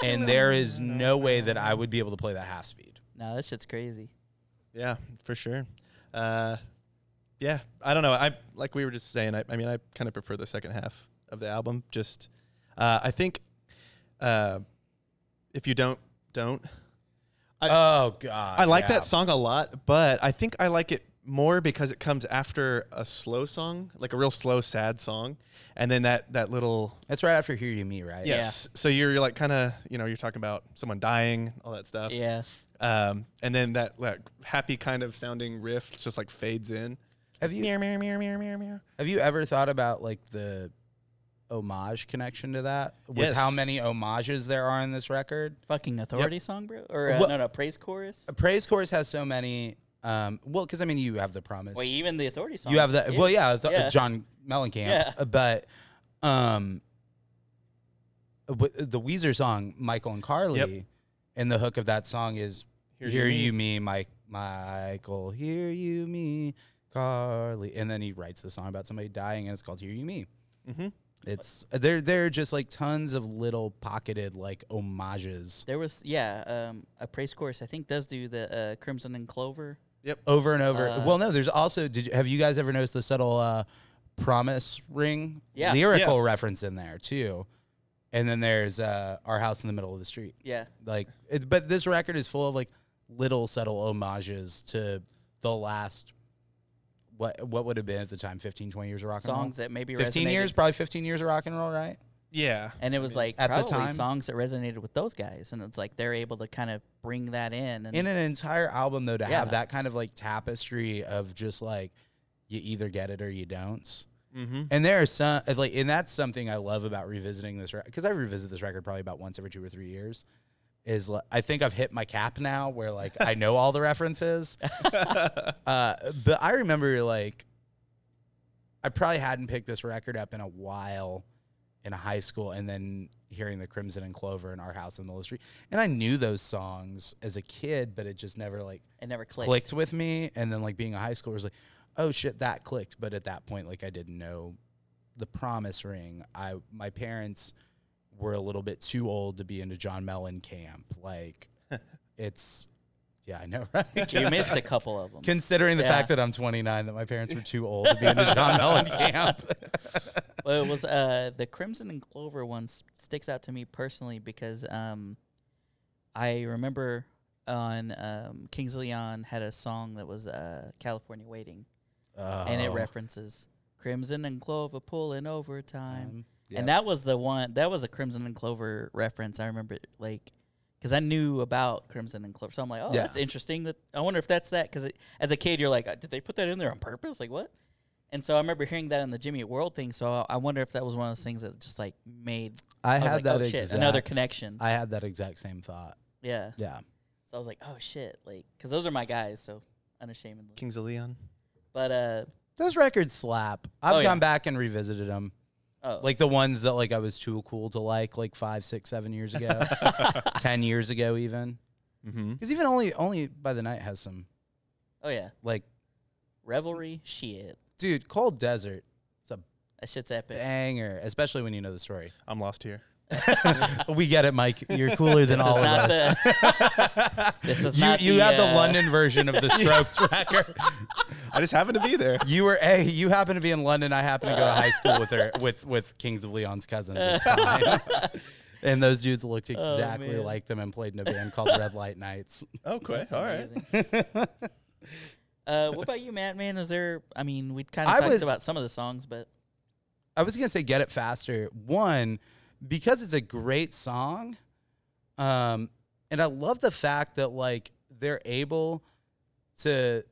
Speaker 3: and there is no way that I would be able to play that half speed.
Speaker 1: no that shit's crazy
Speaker 2: Yeah, for sure. Uh, yeah, I don't know. I like we were just saying. I, I mean, I kind of prefer the second half of the album. Just, uh, I think, uh, if you don't, don't. I-
Speaker 3: oh god,
Speaker 2: I like
Speaker 3: yeah.
Speaker 2: that song a lot, but I think I like it more because it comes after a slow song, like a real slow, sad song, and then that that little
Speaker 3: That's right after "Hear You Me," right?
Speaker 1: Yeah.
Speaker 2: yes. So you're, you're like kind of you know you're talking about someone dying, all that stuff.
Speaker 1: yeah
Speaker 2: Um, and then that like happy kind of sounding riff just like fades in.
Speaker 3: Have you
Speaker 2: Meow, meow, meow, meow, meow, meow.
Speaker 3: have you ever thought about like the homage connection to that? With
Speaker 2: Yes.
Speaker 3: how many homages there are in this record?
Speaker 1: fucking authority song bro or uh,
Speaker 3: Well-
Speaker 1: no no praise chorus
Speaker 3: A praise chorus has so many. Um, well, because I mean, you have the promise.
Speaker 1: well even the authority song
Speaker 3: You have that. Well,
Speaker 1: is-
Speaker 3: yeah, th-
Speaker 1: yeah.
Speaker 3: John Mellencamp.
Speaker 1: Yeah.
Speaker 3: Uh, But um, but the Weezer song "Michael and Carly" and the hook of that song is "Hear, you, me. Mike Michael, hear you me, Carly," and then he writes the song about somebody dying, and it's called "Hear You Me."
Speaker 2: Mhm.
Speaker 3: It's there. There are just like tons of little pocketed like homages
Speaker 1: There was yeah, um, a praise chorus. I think does do the uh, crimson and clover.
Speaker 3: over and over.
Speaker 1: Uh,
Speaker 3: well, no, there's also. Did you, have you guys ever noticed the subtle uh, promise ring
Speaker 1: Yeah.
Speaker 3: lyrical reference in there too? And then there's uh, our house in the middle of the street.
Speaker 1: Yeah,
Speaker 3: Like, it, but this record is full of like little subtle homages to the last what what would have been at the time 15, 20 years of rock
Speaker 1: songs that maybe
Speaker 3: and roll. 15
Speaker 1: resonated.
Speaker 3: years, probably 15 years of rock and roll, right?
Speaker 2: Yeah.
Speaker 1: and it was like
Speaker 3: at the
Speaker 1: probably
Speaker 3: time.
Speaker 1: songs that resonated with those guys, and it's like they're able to kind of bring that in. And
Speaker 3: in an entire album though to
Speaker 1: Yeah.
Speaker 3: have that kind of like tapestry of just like you either get it or you don't
Speaker 2: Mm-hmm.
Speaker 3: and there are some it's like and that's something i love about revisiting this because i revisit this record probably about once every two or three years is like, i think i've hit my cap now where like i know all the references uh, but i remember like i probably hadn't picked this record up in a while in high school and then hearing the crimson and clover in our house in the Little street and i knew those songs as a kid but it just never like
Speaker 1: it never clicked.
Speaker 3: clicked. with me and then like being a high schooler was like oh shit that clicked but at that point like i didn't know the promise ring i my parents [laughs] were a little bit too old to be into john mellencamp like it's Yeah, I know, [laughs] right?
Speaker 1: You missed a couple of them.
Speaker 3: Considering the
Speaker 1: Yeah.
Speaker 3: fact that I'm 29, that my parents were too old to be in the John [laughs] Mellon camp.
Speaker 1: well, it was uh, the Crimson and Clover one s- sticks out to me personally because um, I remember on um, Kings of Leon had a song that was uh, California Waiting, and it
Speaker 3: Oh.
Speaker 1: references Crimson and Clover pulling overtime.
Speaker 3: Mm-hmm. Yep.
Speaker 1: And that was the one that was a Crimson and Clover reference. I remember it, like because I knew about Crimson and Clover, so I'm like, oh,
Speaker 3: Yeah.
Speaker 1: that's interesting. That I wonder if that's that because as a kid you're like, uh, did they put that in there on purpose? Like what? And so I remember hearing that in the Jimmy Eat World thing. So I- I wonder if that was one of those things that just like made
Speaker 3: I,
Speaker 1: was
Speaker 3: had
Speaker 1: like,
Speaker 3: that
Speaker 1: oh,
Speaker 3: exact,
Speaker 1: shit, another connection.
Speaker 3: I had that exact same thought.
Speaker 1: yeah.
Speaker 3: Yeah.
Speaker 1: So I was like, oh shit, like because those are my guys. So unashamedly.
Speaker 2: Kings of Leon.
Speaker 1: But uh
Speaker 3: Those records slap. I've
Speaker 1: Oh, yeah.
Speaker 3: gone back and revisited them.
Speaker 1: oh
Speaker 3: Like the ones that like I was too cool to like like five, six, seven years
Speaker 1: [laughs]
Speaker 3: ago, ten years ago even.
Speaker 2: Mm-hmm.
Speaker 3: Because even only only by the night has some
Speaker 1: oh yeah,
Speaker 3: like
Speaker 1: Revelry shit.
Speaker 3: dude, Cold Desert. It's a
Speaker 1: That shit's epic.
Speaker 3: banger, especially when you know the story. [laughs]
Speaker 2: I'm lost here.
Speaker 3: we get it, Mike. You're cooler than
Speaker 1: This
Speaker 3: all
Speaker 1: is
Speaker 3: of
Speaker 1: not
Speaker 3: us.
Speaker 1: the
Speaker 3: [laughs]
Speaker 1: This is
Speaker 3: you
Speaker 1: not
Speaker 3: you
Speaker 1: the,
Speaker 3: had the
Speaker 1: uh, [laughs]
Speaker 3: London version of the Strokes record.
Speaker 2: I just happened to be there.
Speaker 3: You were a. You happen to be in London. I happen to go to high school with her with with Kings of Leon's cousins.
Speaker 1: [laughs]
Speaker 3: It's fine. and those dudes looked exactly
Speaker 1: Oh, man.
Speaker 3: like them and played in a band called Red Light Nights.
Speaker 2: Oh, Okay, all right. [laughs]
Speaker 1: amazing. uh, what about you, Matt? Man, is there? I mean, we kind of
Speaker 3: I
Speaker 1: talked
Speaker 3: was-
Speaker 1: about some of the songs, but
Speaker 3: I was gonna say Get It Faster. One, because it's a great song. Um, and I love the fact that like they're able to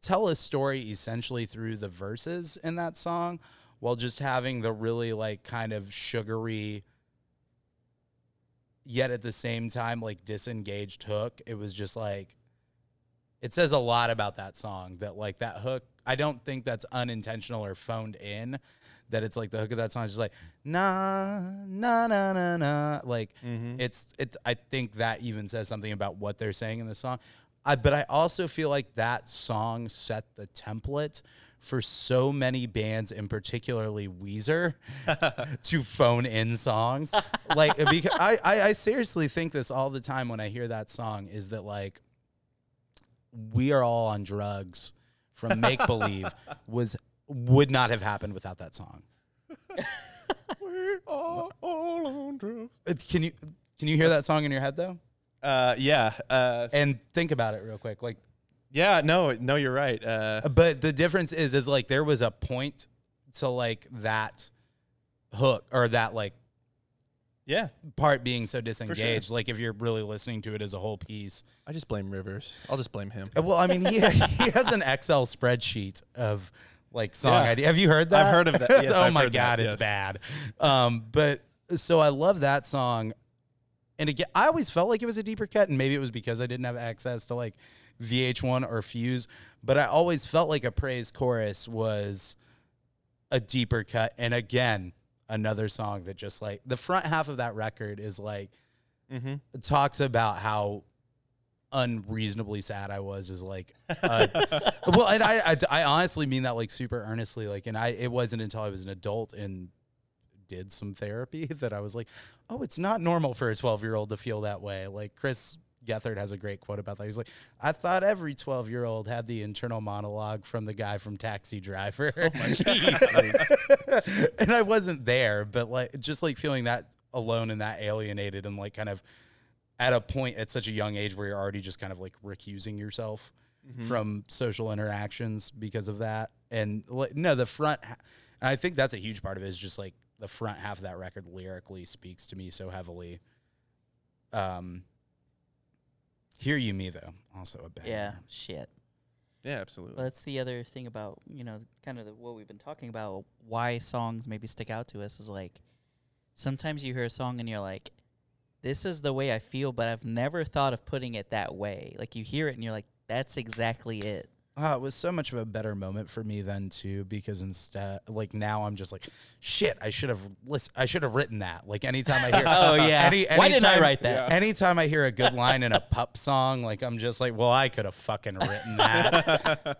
Speaker 3: tell a story essentially through the verses in that song while just having the really like kind of sugary yet at the same time like disengaged hook. It was just like it says a lot about that song that like that hook I don't think that's unintentional or phoned in that it's like the hook of that song is just like na na na na na like
Speaker 2: Mm-hmm.
Speaker 3: it's it's I think that even says something about what they're saying in the song. I but I also feel like that song set the template for so many bands and particularly Weezer to phone in songs. like because I, I I seriously think this all the time when I hear that song is that like we are all on drugs from make believe was would not have happened without that song.
Speaker 2: We're all, all on drugs.
Speaker 3: Uh, Can you can you hear that song in your head though?
Speaker 2: Uh, yeah, uh,
Speaker 3: And think about it real quick. Like
Speaker 2: yeah. No, no, you're right. Uh,
Speaker 3: But the difference is, is like there was a point to like that hook or that like
Speaker 2: yeah,
Speaker 3: part being so disengaged. Like if you're really listening to it as a whole piece.
Speaker 2: I just blame Rivers. I'll just blame him.
Speaker 3: Uh, Well, I mean, he, [laughs] he has an Excel spreadsheet of like song
Speaker 2: Yeah.
Speaker 3: idea. Have you heard that?
Speaker 2: I've heard of that. Yes,
Speaker 3: [laughs] oh
Speaker 2: I've
Speaker 3: my
Speaker 2: heard that,
Speaker 3: god, it's
Speaker 2: yes.
Speaker 3: bad. Um, but so I love that song. And again, I always felt like it was a deeper cut, and maybe it was because I didn't have access to like VH1 or Fuse, but I always felt like a praise chorus was a deeper cut. And again, another song that just like the front half of that record is like
Speaker 2: Mm-hmm. [laughs]
Speaker 3: talks about how unreasonably sad I was is like, uh, well, and I, I, I honestly mean that like super earnestly. Like, and I, it wasn't until I was an adult and did some therapy [laughs] that I was like, oh, it's not normal for a 12 year old to feel that way. Like Chris Gethard has a great quote about that. He's like, I thought every 12 year old had the internal monologue from the guy from Taxi Driver. [laughs] and I wasn't there, but like, just like feeling that alone and that alienated and like kind of at a point at such a young age where you're already just kind of like recusing yourself
Speaker 2: Hmm. Mm-hmm.
Speaker 3: from social interactions because of that. And like, no, the front, ha- and I think that's a huge part of it is just like the front half of that record lyrically speaks to me so heavily. Um, Hear You Me, though, also a banger.
Speaker 1: yeah, shit.
Speaker 2: Yeah, absolutely.
Speaker 1: But that's the other thing about you know, kind of the, what we've been talking about. Why songs maybe stick out to us is like sometimes you hear a song and you're like, "This is the way I feel," but I've never thought of putting it that way. Like you hear it and you're like, "That's exactly it."
Speaker 3: Oh, it was so much of a better moment for me then too, because instead, like now, I'm just like, shit, I should have list, I should have written that. Like anytime I
Speaker 1: [laughs]
Speaker 3: hear,
Speaker 1: Oh, yeah. Why didn't I
Speaker 3: anytime-
Speaker 1: write that?
Speaker 3: Anytime I hear a good line in a pup song, like I'm just like, well, I could have fucking written that. Uh,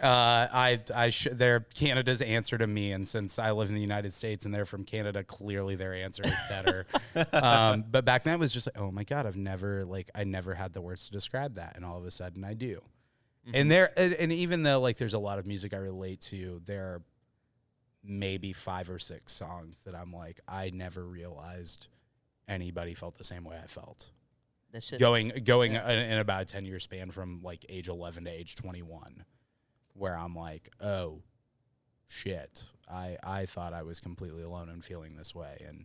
Speaker 3: I, I sh- their Canada's answer to me, and since I live in the United States and they're from Canada, clearly their answer is better.
Speaker 2: [laughs]
Speaker 3: um, but back then it was just like, oh my god, I've never like I never had the words to describe that, and all of a sudden I do.
Speaker 2: Mm-hmm.
Speaker 1: Mm-hmm.
Speaker 3: And there, and, and even though like there's a lot of music I relate to, there are maybe five or six songs that I'm like I never realized anybody felt the same way I felt
Speaker 1: That shit.
Speaker 3: going going
Speaker 1: Yeah.
Speaker 3: in, in about a 10 year span from like age 11 to age 21 where i'm like oh shit i i thought i was completely alone and feeling this way and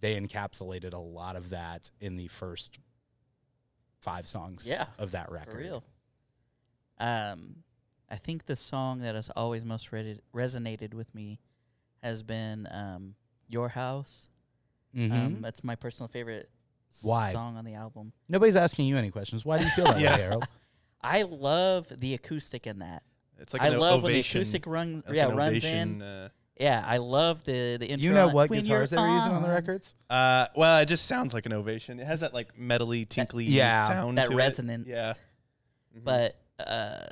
Speaker 3: they encapsulated a lot of that in the first five songs
Speaker 1: Yeah,
Speaker 3: of that
Speaker 1: for
Speaker 3: record
Speaker 1: real. Um, I think the song that has always most re- resonated with me has been um, "Your House."
Speaker 3: Mhm.
Speaker 1: Um, that's my personal favorite
Speaker 3: Why?
Speaker 1: song on the album.
Speaker 3: nobody's asking you any questions why do you feel
Speaker 1: [laughs]
Speaker 3: that
Speaker 2: Yeah.
Speaker 3: way [laughs] Errol?
Speaker 1: I love the acoustic in that.
Speaker 2: It's like
Speaker 1: I
Speaker 2: an
Speaker 1: love when the
Speaker 2: ovation,
Speaker 1: acoustic run,
Speaker 2: like
Speaker 1: yeah,
Speaker 2: an
Speaker 1: runs
Speaker 2: ovation,
Speaker 1: in.
Speaker 2: uh,
Speaker 1: Yeah, I love the the intro.
Speaker 3: you know
Speaker 1: on-
Speaker 3: what
Speaker 1: when
Speaker 3: guitars they
Speaker 1: you're
Speaker 3: were using on the
Speaker 1: on.
Speaker 3: records
Speaker 2: Uh, well, it just sounds like an ovation. It has that like metally, tinkly
Speaker 3: yeah,
Speaker 2: sound
Speaker 1: that
Speaker 2: to it.
Speaker 1: resonance. Mm-hmm.
Speaker 2: Yeah, Mhm.
Speaker 1: but uh,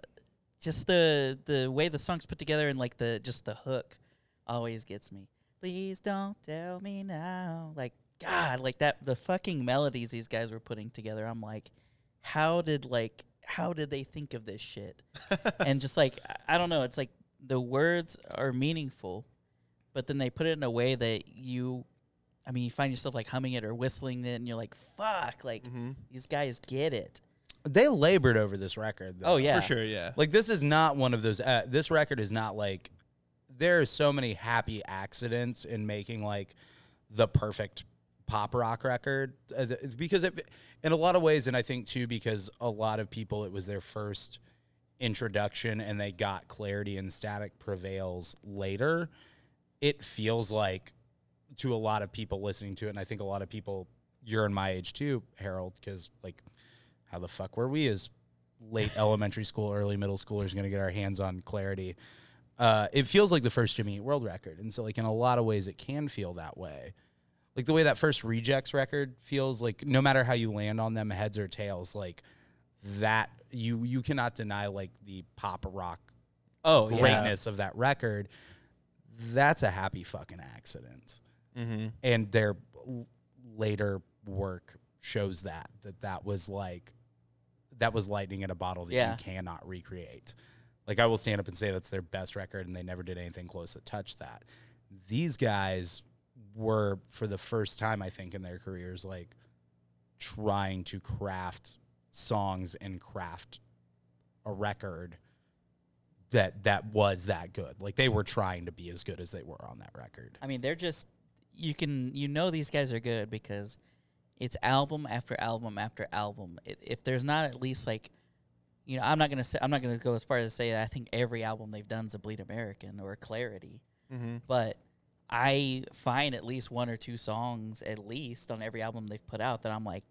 Speaker 1: just the the way the song's put together and like the just the hook always gets me. Please don't tell me now, like God, like that the fucking melodies these guys were putting together. I'm like, how did like how did they think of this [laughs] shit? and just like I- I don't know, it's like the words are meaningful, but then they put it in a way that you. I mean, you find yourself like humming it or whistling it, and you're like, "Fuck!" Like
Speaker 2: Mhm.
Speaker 1: these guys get it.
Speaker 3: they labored over this record though.
Speaker 1: Oh yeah,
Speaker 2: for sure, yeah.
Speaker 3: Like this is not one of those. Uh, this record is not like there are so many happy accidents in making like the perfect pop rock record uh, th- it's because it, in a lot of ways, and I think too because a lot of people it was their first introduction and they got clarity and static prevails later. It feels like to a lot of people listening to it, and I think a lot of people you're in my age too, Harold, because like how the fuck were we as late elementary school, early middle schoolers going to get our hands on clarity. Uh, it feels like the first Jimmy Eat World record, and so like in a lot of ways, it can feel that way. Like the way that first Rejects record feels like, no matter how you land on them, heads or tails, like that you you cannot deny like the pop rock
Speaker 1: oh yeah.
Speaker 3: greatness of that record. That's a happy fucking accident
Speaker 2: Mm-hmm.
Speaker 3: and their l- later work shows that that that was like that was lightning in a bottle that
Speaker 1: Yeah.
Speaker 3: you cannot recreate. Like I will stand up and say that's their best record, and they never did anything close that touched that. These guys were for the first time, I think, in their careers, like trying to craft songs and craft a record that that was that good. Like they were trying to be as good as they were on that record.
Speaker 1: I mean, they're just you can you know these guys are good because it's album after album after album. I- If there's not at least like you know, I'm not gonna say I'm not gonna go as far as to say that I think every album they've done is a Bleed American or Clarity,
Speaker 2: Mm-hmm.
Speaker 1: but I find at least one or two songs at least on every album they've put out that I'm like,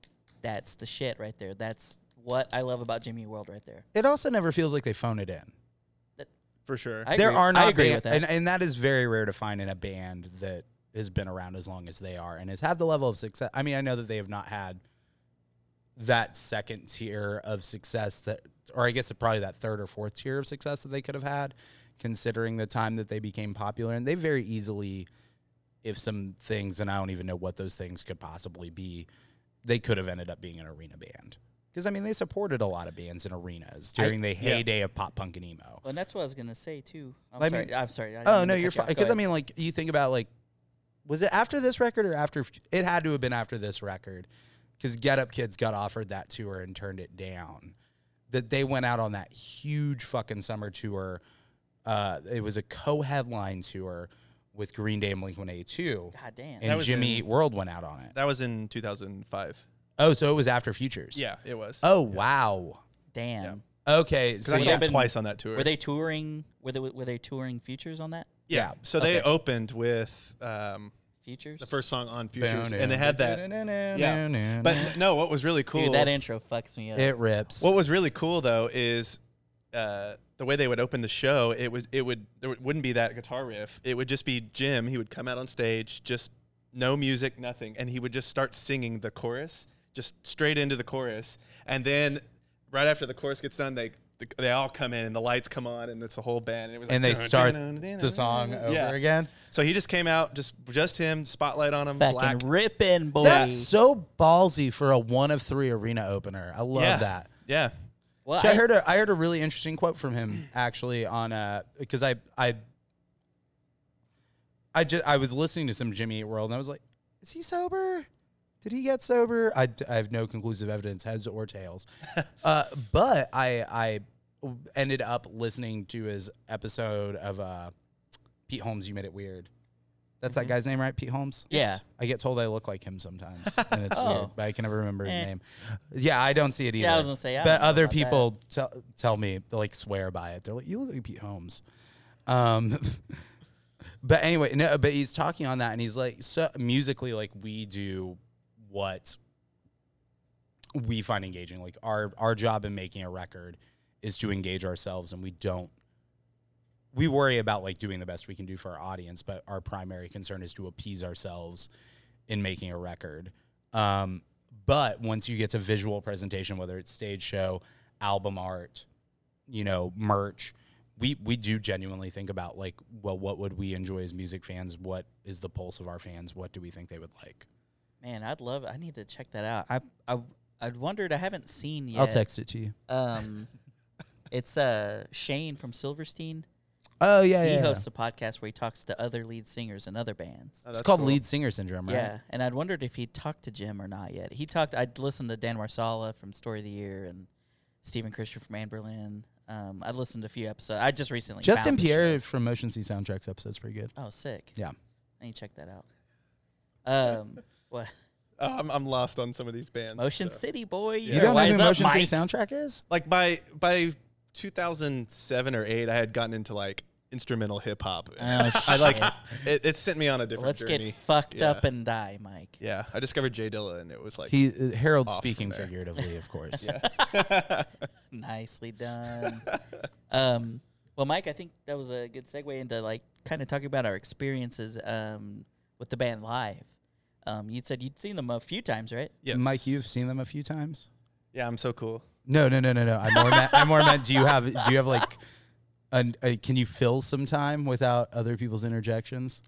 Speaker 1: that's the shit right there. That's what I love about Jimmy Eat World right there.
Speaker 3: it also never feels like they phone it in.
Speaker 2: For sure.
Speaker 1: I
Speaker 3: there
Speaker 1: agree.
Speaker 3: are not
Speaker 1: I agree
Speaker 3: ban-
Speaker 1: with that.
Speaker 3: And, and that is very rare to find in a band that has been around as long as they are and has had the level of success. I mean, I know that they have not had that second tier of success that, or I guess probably that third or fourth tier of success that they could have had, considering the time that they became popular. And they very easily, if some things, and I don't even know what those things could possibly be, they could have ended up being an arena band. Because I mean, they supported a lot of bands in arenas during the
Speaker 2: yeah.
Speaker 3: heyday of pop punk and emo.
Speaker 1: Well, and that's what I was gonna say too. I'm
Speaker 3: I
Speaker 1: sorry.
Speaker 3: mean-
Speaker 1: I'm sorry. I didn't
Speaker 3: Oh
Speaker 1: mean
Speaker 3: no,
Speaker 1: to
Speaker 3: you're
Speaker 1: cut you
Speaker 3: fine.
Speaker 1: off. Go
Speaker 3: Because I
Speaker 1: ahead.
Speaker 3: mean, like you think about like, was it after this record or after? It had to have been after this record, because Get Up Kids got offered that tour and turned it down. That they went out on that huge fucking summer tour. Uh, it was a co-headline tour with Green Day and Blink One Eighty Two,
Speaker 1: God damn.
Speaker 2: That
Speaker 3: and
Speaker 2: was
Speaker 3: Jimmy
Speaker 2: in-
Speaker 3: Eat World went out on it.
Speaker 2: That was in 2005.
Speaker 3: Oh, so it was after Futures.
Speaker 2: Yeah, it was.
Speaker 3: Oh wow.
Speaker 1: Damn.
Speaker 3: Okay. So
Speaker 2: Because I saw
Speaker 1: they
Speaker 2: them
Speaker 1: been-
Speaker 2: twice on that tour.
Speaker 1: Were they touring? Were they were they touring features on that
Speaker 2: yeah. So they opened with um,
Speaker 1: features?
Speaker 2: the first song on Futures, and they had that. Yeah. But n- no, what was really cool?
Speaker 1: Dude, that intro fucks me up.
Speaker 3: it rips.
Speaker 2: What was really cool though is uh, the way they would open the show. It would it would there wouldn't be that guitar riff. It would just be Jim. He would come out on stage, just no music, nothing, and he would just start singing the chorus, just straight into the chorus, and then right after the chorus gets done, they the, they all come in and the lights come on and it's the whole band and it was like,
Speaker 3: And they
Speaker 2: dun,
Speaker 3: start
Speaker 2: dun, dun,
Speaker 3: the song
Speaker 2: dun,
Speaker 3: over
Speaker 2: yeah.
Speaker 3: again.
Speaker 2: So he just came out, just just him, spotlight on him, black.
Speaker 1: Fucking ripping, boy.
Speaker 3: That's so ballsy for a one of three arena opener. I love
Speaker 2: yeah,
Speaker 3: that.
Speaker 2: Yeah, Oh,
Speaker 1: Well,
Speaker 3: I heard a I heard a really interesting quote from him actually on uh because I I I just I was listening to some Jimmy Eat World and I was like, is he sober? Did he get sober? I, I have no conclusive evidence, heads or tails. uh, but I I w- ended up listening to his episode of uh, Pete Holmes. You made it weird. That's that guy's name, right? Pete Holmes.
Speaker 1: Mm-hmm. Yeah.
Speaker 3: I get told I look like him sometimes, and
Speaker 1: [laughs]
Speaker 3: it's
Speaker 1: Oh.
Speaker 3: weird, but I can never remember his
Speaker 1: Eh.
Speaker 3: name. Yeah, I don't see it either.
Speaker 1: Yeah, I was gonna say, I
Speaker 3: but
Speaker 1: don't know
Speaker 3: other
Speaker 1: about that.
Speaker 3: people tell tell me they like swear by it. They're like, "You look like Pete Holmes." Um, [laughs] but anyway, no. But he's talking on that, and he's like, so musically, like we do what we find engaging. Like our our job in making a record is to engage ourselves, and we don't. We worry about like doing the best we can do for our audience, but our primary concern is to appease ourselves in making a record. Um, but once you get to visual presentation, whether it's stage show, album art, you know, merch, we we do genuinely think about like, well, what would we enjoy as music fans? What is the pulse of our fans? What do we think they would like?
Speaker 1: man, I'd love. I need to check that out. I I I'd wondered. I haven't seen yet.
Speaker 3: it to you.
Speaker 1: Um, [laughs] it's uh Shane from Silverstein.
Speaker 3: Oh yeah,
Speaker 1: he hosts a podcast where he talks to other lead singers and other bands.
Speaker 2: Oh,
Speaker 3: It's
Speaker 2: that's
Speaker 3: called
Speaker 2: cool.
Speaker 3: lead singer syndrome, right?
Speaker 1: Yeah, and I'd wondered if he talked to Jim or not yet. He talked. I'd listened to Dan Marsala from Story of the Year and Stephen Christian from Anne Berlin. Um, I listened to a few episodes. I just recently
Speaker 3: Justin
Speaker 1: found the show.
Speaker 3: Pierre from Motion Sea Soundtracks episode's pretty good.
Speaker 1: Oh, sick.
Speaker 3: Yeah.
Speaker 1: I need to check that out. Um, [laughs] what
Speaker 2: Oh, I'm, I'm lost on some of these bands.
Speaker 1: Motion
Speaker 2: so.
Speaker 1: City boy? You
Speaker 3: You don't know
Speaker 1: wise
Speaker 3: who
Speaker 1: up,
Speaker 3: Motion City
Speaker 1: Mike.
Speaker 3: Soundtrack is?
Speaker 2: Like by by 2007 or eight, I had gotten into like instrumental hip hop.
Speaker 1: [laughs] Oh,
Speaker 2: I like
Speaker 1: shit.
Speaker 2: [laughs] it, it. sent me on a different
Speaker 1: Let's
Speaker 2: journey.
Speaker 1: get fucked
Speaker 2: Yeah.
Speaker 1: up and die, Mike.
Speaker 2: yeah, I discovered Jay Dilla, and it was like
Speaker 3: He uh, Harold
Speaker 2: Off from
Speaker 3: speaking
Speaker 2: there.
Speaker 3: figuratively,
Speaker 2: [laughs]
Speaker 3: of course.
Speaker 1: Nicely done. [laughs] um, well, Mike, I think that was a good segue into like kind of talking about our experiences um, with the band live. Um, you said you'd seen them a few times, right?
Speaker 2: yes.
Speaker 3: Mike, you've seen them a few times.
Speaker 2: yeah, I'm so cool.
Speaker 3: No, no, no, no, no. I more meant. I more meant. Do you have? Do you have like? An, a, can you fill some time without other
Speaker 2: [laughs]
Speaker 3: people's interjections?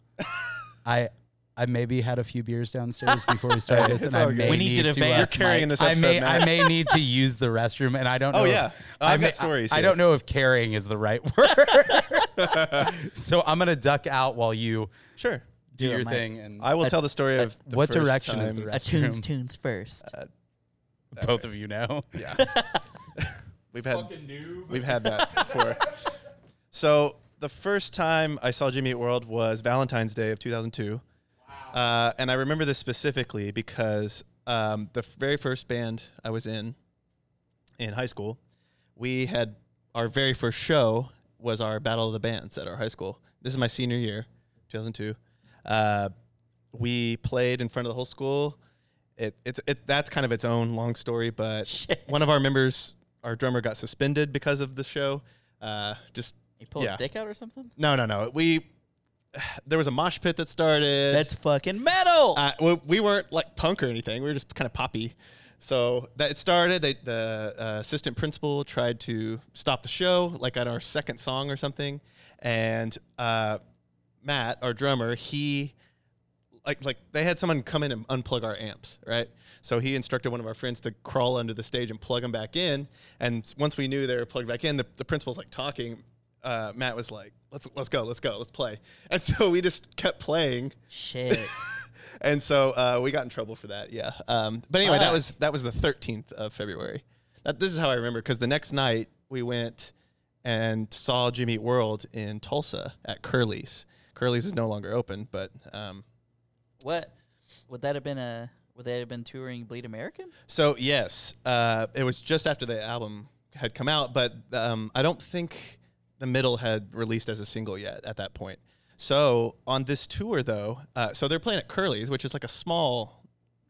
Speaker 3: I, I maybe had a few beers downstairs before we started this,
Speaker 2: It's
Speaker 3: and I
Speaker 2: all good.
Speaker 3: may
Speaker 1: We need you to vamp.
Speaker 3: uh,
Speaker 2: You're carrying
Speaker 1: Mike,
Speaker 2: this
Speaker 3: I
Speaker 2: episode
Speaker 3: may,
Speaker 2: now.
Speaker 3: I may need to use the restroom, and I don't.
Speaker 2: [laughs] Oh,
Speaker 3: know
Speaker 2: yeah.
Speaker 3: if,
Speaker 2: Oh,
Speaker 3: I
Speaker 2: I've
Speaker 3: may-
Speaker 2: got stories
Speaker 3: I, I
Speaker 2: here.
Speaker 3: don't know if carrying is the right [laughs]
Speaker 2: [laughs]
Speaker 3: word. so I'm gonna duck out while you
Speaker 2: sure.
Speaker 3: do
Speaker 1: it,
Speaker 3: your
Speaker 1: Mike.
Speaker 3: thing, and
Speaker 2: I will tell the story of the
Speaker 3: what
Speaker 2: first
Speaker 3: direction is the
Speaker 2: time-
Speaker 1: A tunes,
Speaker 3: restroom? Uh,
Speaker 1: tunes first.
Speaker 3: both of you know. [laughs]
Speaker 2: Yeah. we've had we've had that before. so the first time I saw Jimmy Eat World was Valentine's Day of 2002, uh, and I remember this specifically because um, the very first band I was in in high school, we had our very first show was our Battle of the Bands at our high school. This is my senior year, 2002. Uh, we played in front of the whole school. It, it's it, that's kind of its own long story, but
Speaker 1: Shit.
Speaker 2: one of our members, our drummer, got suspended because of the show. Uh, just
Speaker 1: He pulled
Speaker 2: yeah.
Speaker 1: his dick out or something?
Speaker 2: No, no, no. We [sighs] there was a mosh pit that started.
Speaker 1: That's fucking metal.
Speaker 2: Uh, we, we weren't like punk or anything. We were just kind of poppy. So that it started. They, the uh, assistant principal tried to stop the show, like at our second song or something. And uh, Matt, our drummer, he like like they had someone come in and unplug our amps, right? So he instructed one of our friends to crawl under the stage and plug them back in. And s- once we knew they were plugged back in, the, the principal's like talking. Uh, Matt was like, "Let's let's go, let's go, let's play." And so we just kept playing
Speaker 3: [laughs]
Speaker 1: Shit.
Speaker 2: and so uh, we got in trouble for that. Yeah. Um, but anyway,
Speaker 1: Fuck.
Speaker 2: that was that was the 13th of February. That, this is how I remember because the next night we went and saw Jimmy Eat World in Tulsa at Curly's. Curly's is no longer open, but um,
Speaker 1: what? Would that have been a. Would they have been touring Bleed American?
Speaker 3: [laughs]
Speaker 2: so yes, uh, it was just after the album had come out, but um, I don't think the middle had released as a single yet at that point. So on this tour though, uh, so they're playing at Curly's, which is like a small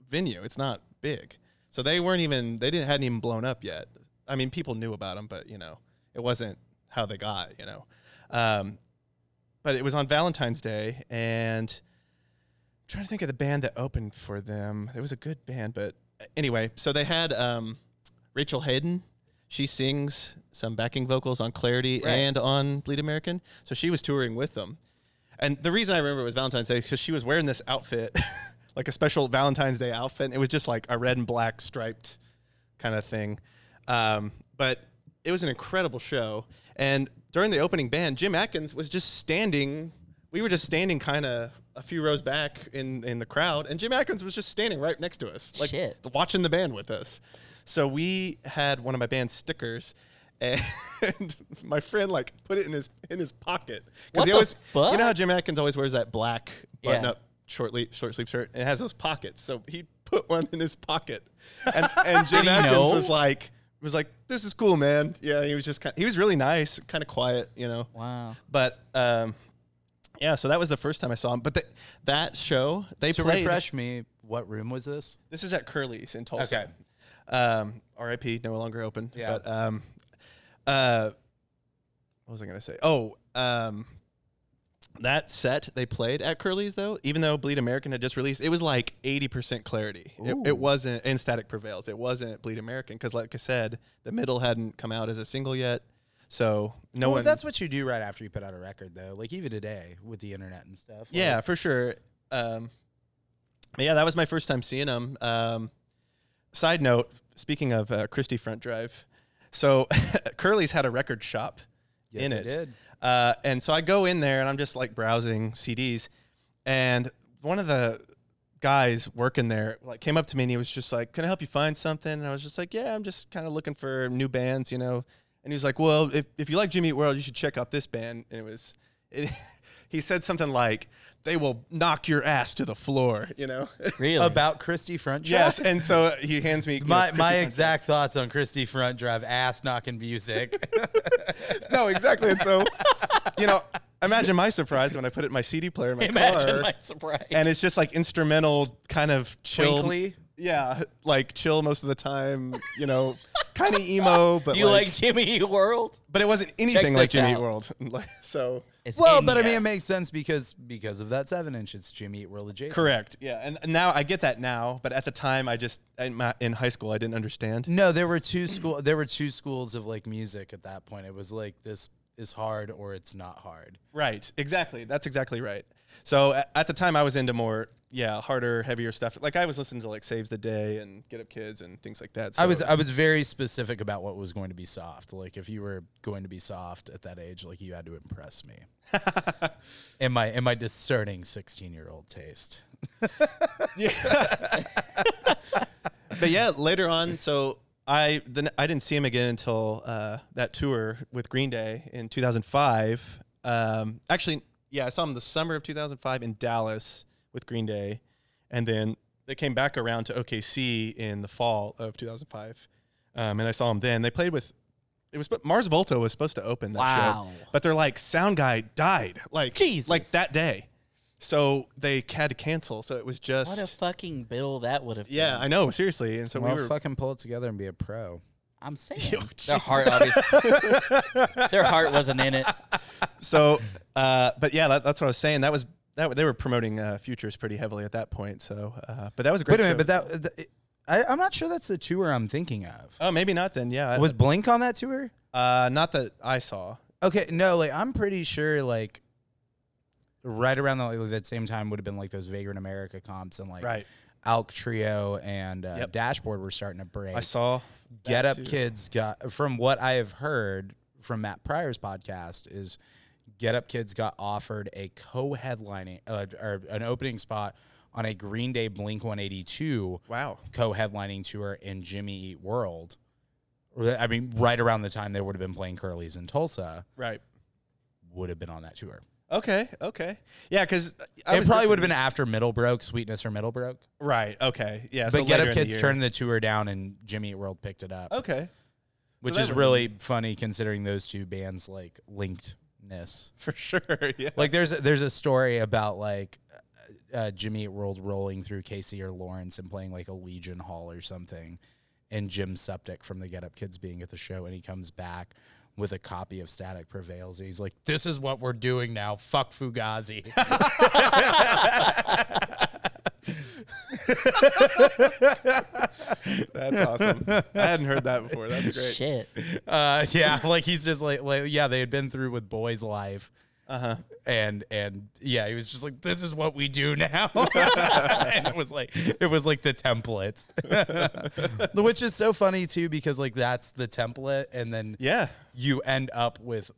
Speaker 2: venue. It's not big, so they weren't even they didn't hadn't even blown up yet. I mean, people knew about them, but you know, it wasn't how they got. You know, um, but it was on Valentine's Day, and I'm trying to think of the band that opened for them. It was a good band, but anyway, so they had um, Rachel Hayden. She sings some backing vocals on Clarity
Speaker 1: Right.
Speaker 2: and on Bleed American. So she was touring with them. And the reason I remember it was Valentine's Day because she was wearing this outfit, [laughs] like a special Valentine's Day outfit. And it was just like a red and black striped kind of thing. Um, but it was an incredible show. And during the opening band, Jim Atkins was just standing. We were just standing kind of a few rows back in, in the crowd, and Jim Atkins was just standing right next to us, like
Speaker 1: Shit.
Speaker 2: watching the band with us. So we had one of my band's stickers. [laughs] And my friend like put it in his in his pocket
Speaker 1: What
Speaker 2: he
Speaker 1: the
Speaker 2: always
Speaker 1: fuck?
Speaker 2: you know how Jim Atkins always wears that black
Speaker 1: Yeah.
Speaker 2: button up short sleeve short sleeve shirt and it has those pockets. So he put one in his pocket, and,
Speaker 1: [laughs]
Speaker 2: and Jim
Speaker 1: he
Speaker 2: Atkins
Speaker 1: know?
Speaker 2: was like was like this is cool, man. Yeah, he was just kind he was really nice, kind of quiet, you know.
Speaker 1: Wow.
Speaker 2: But um, yeah, so that was the first time I saw him. But the, that show they
Speaker 3: to
Speaker 2: played.
Speaker 3: refresh me, what room was this?
Speaker 2: This is at Curly's in Tulsa.
Speaker 3: Okay.
Speaker 2: Um, R.I.P. No longer open.
Speaker 3: Yeah.
Speaker 2: But um, uh, what was I gonna say? Oh, um, that set they played at Curly's though, even though Bleed American had just released, it was like eighty percent clarity. It,
Speaker 3: Ooh.
Speaker 2: it wasn't and Static Prevails. It wasn't Bleed American because, like I said, the middle hadn't come out as a single yet. So no
Speaker 3: well,
Speaker 2: one.
Speaker 3: that's what you do right after you put out a record, though. Like even today with the internet and stuff. like-
Speaker 2: Yeah, for sure. Um, but yeah, that was my first time seeing him. Um, side note: speaking of uh, Christie Front Drive, so [laughs] Curly's had a record shop
Speaker 3: Yes,
Speaker 2: in
Speaker 3: I
Speaker 2: it,
Speaker 3: did.
Speaker 2: Uh, and so I go in there and I'm just like browsing CDs, and one of the guys working there like came up to me and he was just like, "Can I help you find something?" And I was just like, "Yeah, I'm just kind of looking for new bands, you know." And he was like, "Well, if, if you like Jimmy Eat World, you should check out this band." And it was, [laughs] it, he said something like, "They will knock your ass to the floor," you know. [laughs]
Speaker 1: Really?
Speaker 3: about Christy Front Drive.
Speaker 2: yes, and so he hands me you know,
Speaker 3: [laughs] My,
Speaker 2: Christy
Speaker 3: my
Speaker 2: Front-
Speaker 3: exact thoughts on Christy Front Drive ass
Speaker 2: [laughs]
Speaker 3: knocking music.
Speaker 2: no exactly, and so you know, imagine my surprise when I put it in my CD player in my car.
Speaker 1: Imagine my surprise.
Speaker 2: and it's just like instrumental kind of chill
Speaker 3: Twinkly.
Speaker 2: yeah like chill most of the time you know kind of emo but
Speaker 1: you
Speaker 2: like,
Speaker 1: like, Jimmy Eat World?
Speaker 2: but it wasn't anything like
Speaker 1: this
Speaker 2: jimmy Eat
Speaker 1: out.
Speaker 2: world [laughs] Like, so
Speaker 1: It's
Speaker 3: Well,
Speaker 1: in
Speaker 3: but I mean,
Speaker 1: ya.
Speaker 3: it makes sense because because of that seven inch. It's Jimmy Eat World adjacent.
Speaker 2: correct yeah and, and now i get that now but at the time i just in, my, in high school i didn't understand
Speaker 3: No, there were two school. There were two schools of like music at that point. It was like this is hard or it's not hard.
Speaker 2: right exactly that's exactly right so at, at the time i was into more yeah harder heavier stuff like i was listening to like saves the day and get up kids and things like that so
Speaker 3: I was I was very specific about what was going to be soft. Like if you were going to be soft at that age, like you had to
Speaker 2: [laughs]
Speaker 3: impress me. in my in my discerning sixteen year old taste.
Speaker 2: but yeah, later on, so I then I didn't see him again until uh, that tour with Green Day in 2005. Um, actually, yeah, I saw him the summer of 2005 in Dallas with Green Day, and then they came back around to OKC in the fall of 2005, um, and I saw him then. They played with. It was but Mars Volta was supposed to open that
Speaker 1: Wow.
Speaker 2: show, but they're like sound guy died like like
Speaker 1: Jesus.
Speaker 2: that day, so they had to cancel. So it was just
Speaker 1: What a fucking bill that would have
Speaker 2: yeah, I know seriously. And so
Speaker 3: well,
Speaker 2: we were
Speaker 3: fucking pull it together and be a pro.
Speaker 1: I'm saying.
Speaker 2: Yo,
Speaker 1: their
Speaker 2: Jesus.
Speaker 1: heart obviously
Speaker 3: [laughs]
Speaker 1: Their heart wasn't in it.
Speaker 2: so uh, but yeah that, that's what i was saying that was that they were promoting uh, futures pretty heavily at that point so uh, but that was a great
Speaker 3: Wait a minute,
Speaker 2: show.
Speaker 3: but that th- I, I'm not sure that's the tour I'm thinking of.
Speaker 2: oh maybe not then yeah I-
Speaker 3: Was Blink on that tour?
Speaker 2: uh, not that i saw
Speaker 3: Okay, no, like I'm pretty sure like right around the, like, that same time would have been like those Vagrant America comps and like
Speaker 2: Right.
Speaker 3: Alk Trio and uh,
Speaker 2: Yep.
Speaker 3: Dashboard were starting to break.
Speaker 2: i saw
Speaker 3: Get
Speaker 2: that
Speaker 3: Up
Speaker 2: too.
Speaker 3: Kids got from what I have heard from Matt Pryor's podcast is Get Up Kids got offered a co-headlining uh, or an opening spot on a Green Day Blink 182
Speaker 2: wow
Speaker 3: co-headlining tour in Jimmy Eat World. I mean, right around the time they would have been playing Curly's in Tulsa
Speaker 2: right
Speaker 3: would have been on that tour.
Speaker 2: okay okay yeah because
Speaker 3: it probably would have been after Middlebroke, Sweetness or Middlebroke.
Speaker 2: right okay yeah
Speaker 3: but
Speaker 2: so
Speaker 3: Get
Speaker 2: later in
Speaker 3: Up
Speaker 2: the
Speaker 3: Kids
Speaker 2: year.
Speaker 3: turned the tour down and Jimmy Eat World picked it up,
Speaker 2: okay [laughs]
Speaker 3: which
Speaker 2: that
Speaker 3: is
Speaker 2: would've
Speaker 3: really funny considering those two bands like linkedness.
Speaker 2: for sure [laughs] yeah
Speaker 3: Like there's a, there's a story about like uh, uh, Jimmy Eat World rolling through Casey or Lawrence and playing like a Legion Hall or something, and Jim Septic from the Get Up Kids being at the show, and he comes back with a copy of Static Prevails. And he's like, "This is what we're doing now. Fuck Fugazi."
Speaker 2: That's
Speaker 3: [laughs]
Speaker 2: awesome. I hadn't heard that before. That's great.
Speaker 1: Shit.
Speaker 3: Uh, yeah, like he's just like, like yeah, they had been through with boys live.
Speaker 2: Uh
Speaker 3: [laughs]
Speaker 2: huh.
Speaker 3: and and yeah, he was just like, "This is what we do now," [laughs] and it was like it was like the template, [laughs] which is so funny too because like that's the template, and then
Speaker 2: Yeah.
Speaker 3: you end up with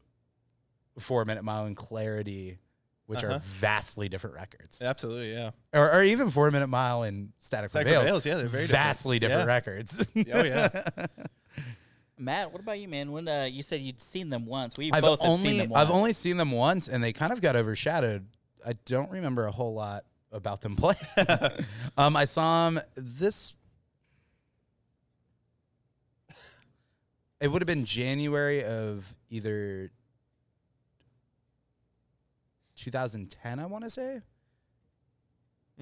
Speaker 3: Four Minute Mile and Clarity, which
Speaker 2: Uh-huh.
Speaker 3: are vastly different records,
Speaker 2: Absolutely. Yeah.
Speaker 3: or, or even Four Minute Mile and Static,
Speaker 2: Static
Speaker 3: Prevails,
Speaker 2: Prevails, yeah, they're very different.
Speaker 3: vastly different,
Speaker 2: Yeah.
Speaker 3: records. [laughs]
Speaker 2: Oh yeah.
Speaker 1: Matt, what about you, man? When uh, you said you'd seen them once, we
Speaker 3: I've
Speaker 1: both have
Speaker 3: only
Speaker 1: seen them once.
Speaker 3: I've only seen them once, and they kind of got overshadowed. I don't remember a whole lot about them [laughs] playing. um, I saw them this. It would have been January of either 2010, I want to say,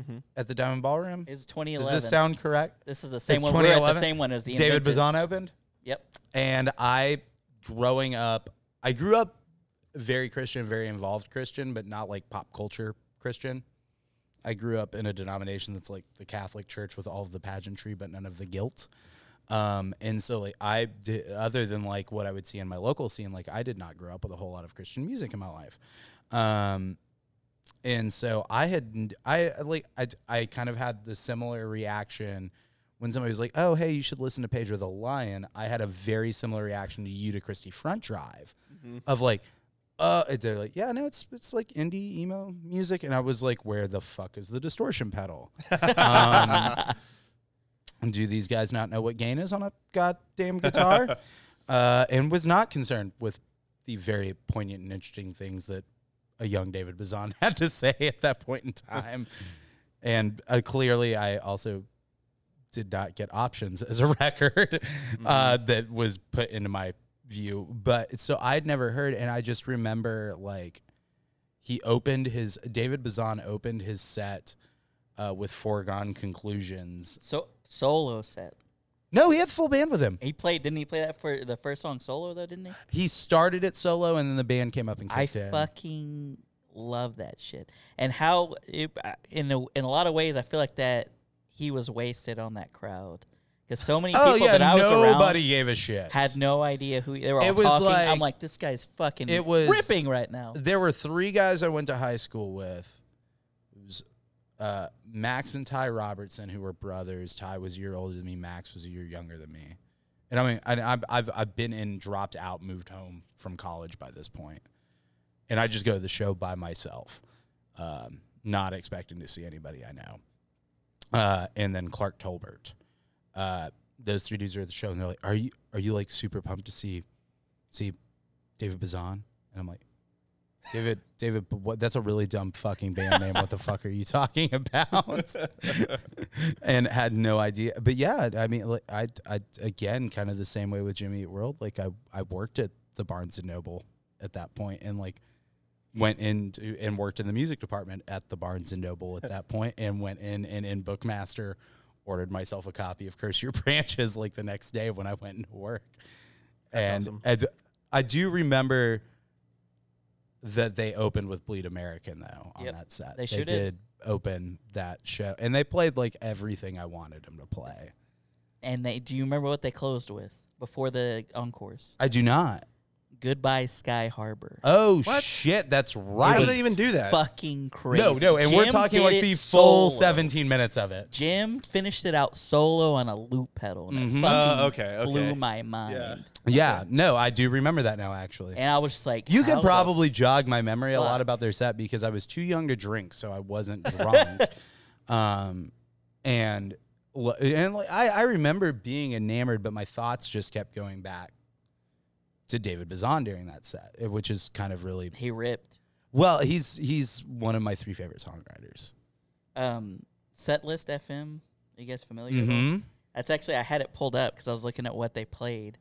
Speaker 2: hmm
Speaker 3: at the Diamond Ballroom.
Speaker 1: It's
Speaker 3: Does
Speaker 1: 2011.
Speaker 3: this sound correct?
Speaker 1: This is the same
Speaker 3: It's
Speaker 1: one. We're at the
Speaker 3: 2011?
Speaker 1: same one as the
Speaker 3: David
Speaker 1: Invictus.
Speaker 3: Bazan opened.
Speaker 1: Yep.
Speaker 3: And I, growing up, I grew up very Christian, very involved Christian, but not like pop culture Christian. I grew up in a denomination that's like the Catholic Church with all of the pageantry, but none of the guilt. Um, and so, like, I did, other than like what I would see in my local scene, like, I did not grow up with a whole lot of Christian music in my life. Um, and so I had, I like, I, I kind of had the similar reaction when somebody was like, "Oh, hey, you should listen to Pedro the Lion," I had a very similar reaction to you to Christy Front Drive, of like, "Uh," they're like, "Yeah, no, it's it's like indie emo music," and I was like, "Where the fuck is the distortion pedal?" um, do these guys not know what gain is on a goddamn guitar? uh, and was not concerned with the very poignant and interesting things that a young David Bazan [laughs] had to say at that point in time. and uh, clearly, I also did not get options as a [laughs] record uh, that was put into my view. But so I'd never heard, and I just remember like he opened his David Bazan opened his set uh, with foregone conclusions.
Speaker 1: So solo set.
Speaker 3: No, he had full band with him.
Speaker 1: He played. Didn't he play that for the first song solo though? Didn't he?
Speaker 3: He started it solo, and then the band came up and
Speaker 1: I
Speaker 3: kicked in.
Speaker 1: fucking love that shit. And how it, I- in a, in a lot of ways, I feel like that he was wasted on that crowd because so many
Speaker 3: oh
Speaker 1: people
Speaker 3: yeah,
Speaker 1: that I was
Speaker 3: nobody
Speaker 1: around
Speaker 3: gave a shit.
Speaker 1: had no idea who they were all
Speaker 3: It was
Speaker 1: talking. I'm
Speaker 3: like-
Speaker 1: like, this guy's fucking
Speaker 3: It was-
Speaker 1: ripping right now.
Speaker 3: there were three guys I went to high school with. It was uh, Max and Ty Robertson, who were brothers. Ty was a year older than me. Max was a year younger than me. And I mean, I, I've- I've I've been in, dropped out, moved home from college by this point, and I just go to the show by myself, um, not expecting to see anybody I know. Uh, and then Clark Tolbert. Uh, those three dudes are at the show, and they're like, "Are you are you like super pumped to see see David Bazan?" And I'm like. David, David, but what, that's a really dumb fucking band name. What the fuck are you talking [laughs] about? and had no idea. But yeah, I mean, like, I, I, again, kind of the same way with Jimmy Eat World. Like, I, I worked at the Barnes and Noble at that point, and like, went into and worked in the music department at the Barnes and Noble at that point, and went in and in Bookmaster, ordered myself a copy of Curse Your [laughs] Branches like the next day when I went into work. and
Speaker 2: awesome.
Speaker 3: I d- I do remember that they opened with Bleed American though on
Speaker 1: Yep.
Speaker 3: that set.
Speaker 1: They sure did.
Speaker 3: open that show, and they played like everything I wanted them to play.
Speaker 1: And they, do you remember what they closed with before the encores?
Speaker 3: I do not.
Speaker 1: Goodbye, Sky Harbor.
Speaker 3: Oh
Speaker 2: What?
Speaker 3: shit, that's
Speaker 2: Why
Speaker 3: right.
Speaker 2: would they even do that?
Speaker 1: Fucking crazy.
Speaker 3: no, no, and we're
Speaker 1: Jim
Speaker 3: talking
Speaker 1: did
Speaker 3: like
Speaker 1: it
Speaker 3: the full
Speaker 1: solo.
Speaker 3: seventeen minutes of it.
Speaker 1: Jim finished it out solo on a loop pedal, and it
Speaker 3: Mhm.
Speaker 1: fucking
Speaker 2: Oh, okay, okay.
Speaker 1: blew my mind.
Speaker 2: Yeah.
Speaker 3: Yeah, no, I do remember that now. Actually,
Speaker 1: And I was just like,
Speaker 3: You
Speaker 1: how
Speaker 3: could
Speaker 1: the
Speaker 3: probably jog my memory a
Speaker 1: fuck?
Speaker 3: lot about their set because I was too young to drink, so I wasn't
Speaker 1: [laughs]
Speaker 3: drunk. um, and l- and like I, I remember being enamored, but my thoughts just kept going back to David Bazan during that set, eh, which is kind of really
Speaker 1: he ripped.
Speaker 3: well. He's he's one of my three favorite songwriters.
Speaker 1: Um, Setlist FM. Are you guys familiar?
Speaker 3: Mm-hmm.
Speaker 1: with that? That's actually I had it pulled up because I was looking at what they played,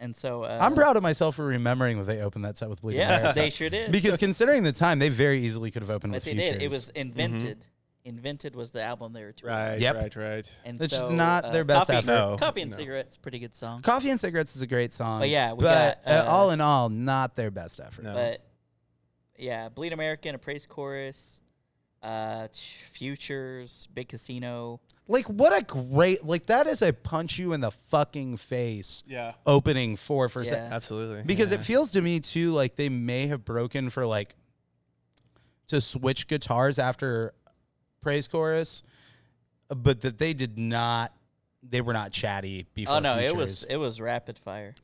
Speaker 1: and so uh,
Speaker 3: I'm proud of myself for remembering that they opened that set with Bleeding
Speaker 1: Yeah,
Speaker 3: America. [laughs]
Speaker 1: they sure did.
Speaker 3: because considering the time, they very easily could have opened
Speaker 1: but
Speaker 3: with
Speaker 1: they
Speaker 3: Futures.
Speaker 1: did. It was invented. Invented was the album they were touring.
Speaker 2: Right.
Speaker 3: Yep.
Speaker 2: Right. Right.
Speaker 1: And
Speaker 3: It's
Speaker 1: so,
Speaker 3: not
Speaker 1: uh,
Speaker 3: their best
Speaker 1: coffee,
Speaker 3: effort.
Speaker 2: No,
Speaker 1: Coffee and
Speaker 2: no.
Speaker 1: cigarettes, pretty good song.
Speaker 3: Coffee and Cigarettes is a great song.
Speaker 1: But yeah, we
Speaker 3: but
Speaker 1: got,
Speaker 3: uh,
Speaker 1: uh,
Speaker 3: all in all, not their best effort.
Speaker 2: No.
Speaker 1: But yeah, Bleed American, a praise chorus, uh, ch- Futures, Big Casino.
Speaker 3: Like what a great like that is a punch you in the fucking face
Speaker 2: Yeah.
Speaker 3: opening for for a sec-
Speaker 1: Yeah.
Speaker 2: Absolutely.
Speaker 3: because
Speaker 2: Yeah.
Speaker 3: it feels to me too like they may have broken for like to switch guitars after praise chorus, but that they did not they were not chatty before.
Speaker 1: Oh no, it
Speaker 3: Futures.
Speaker 1: was it was rapid fire.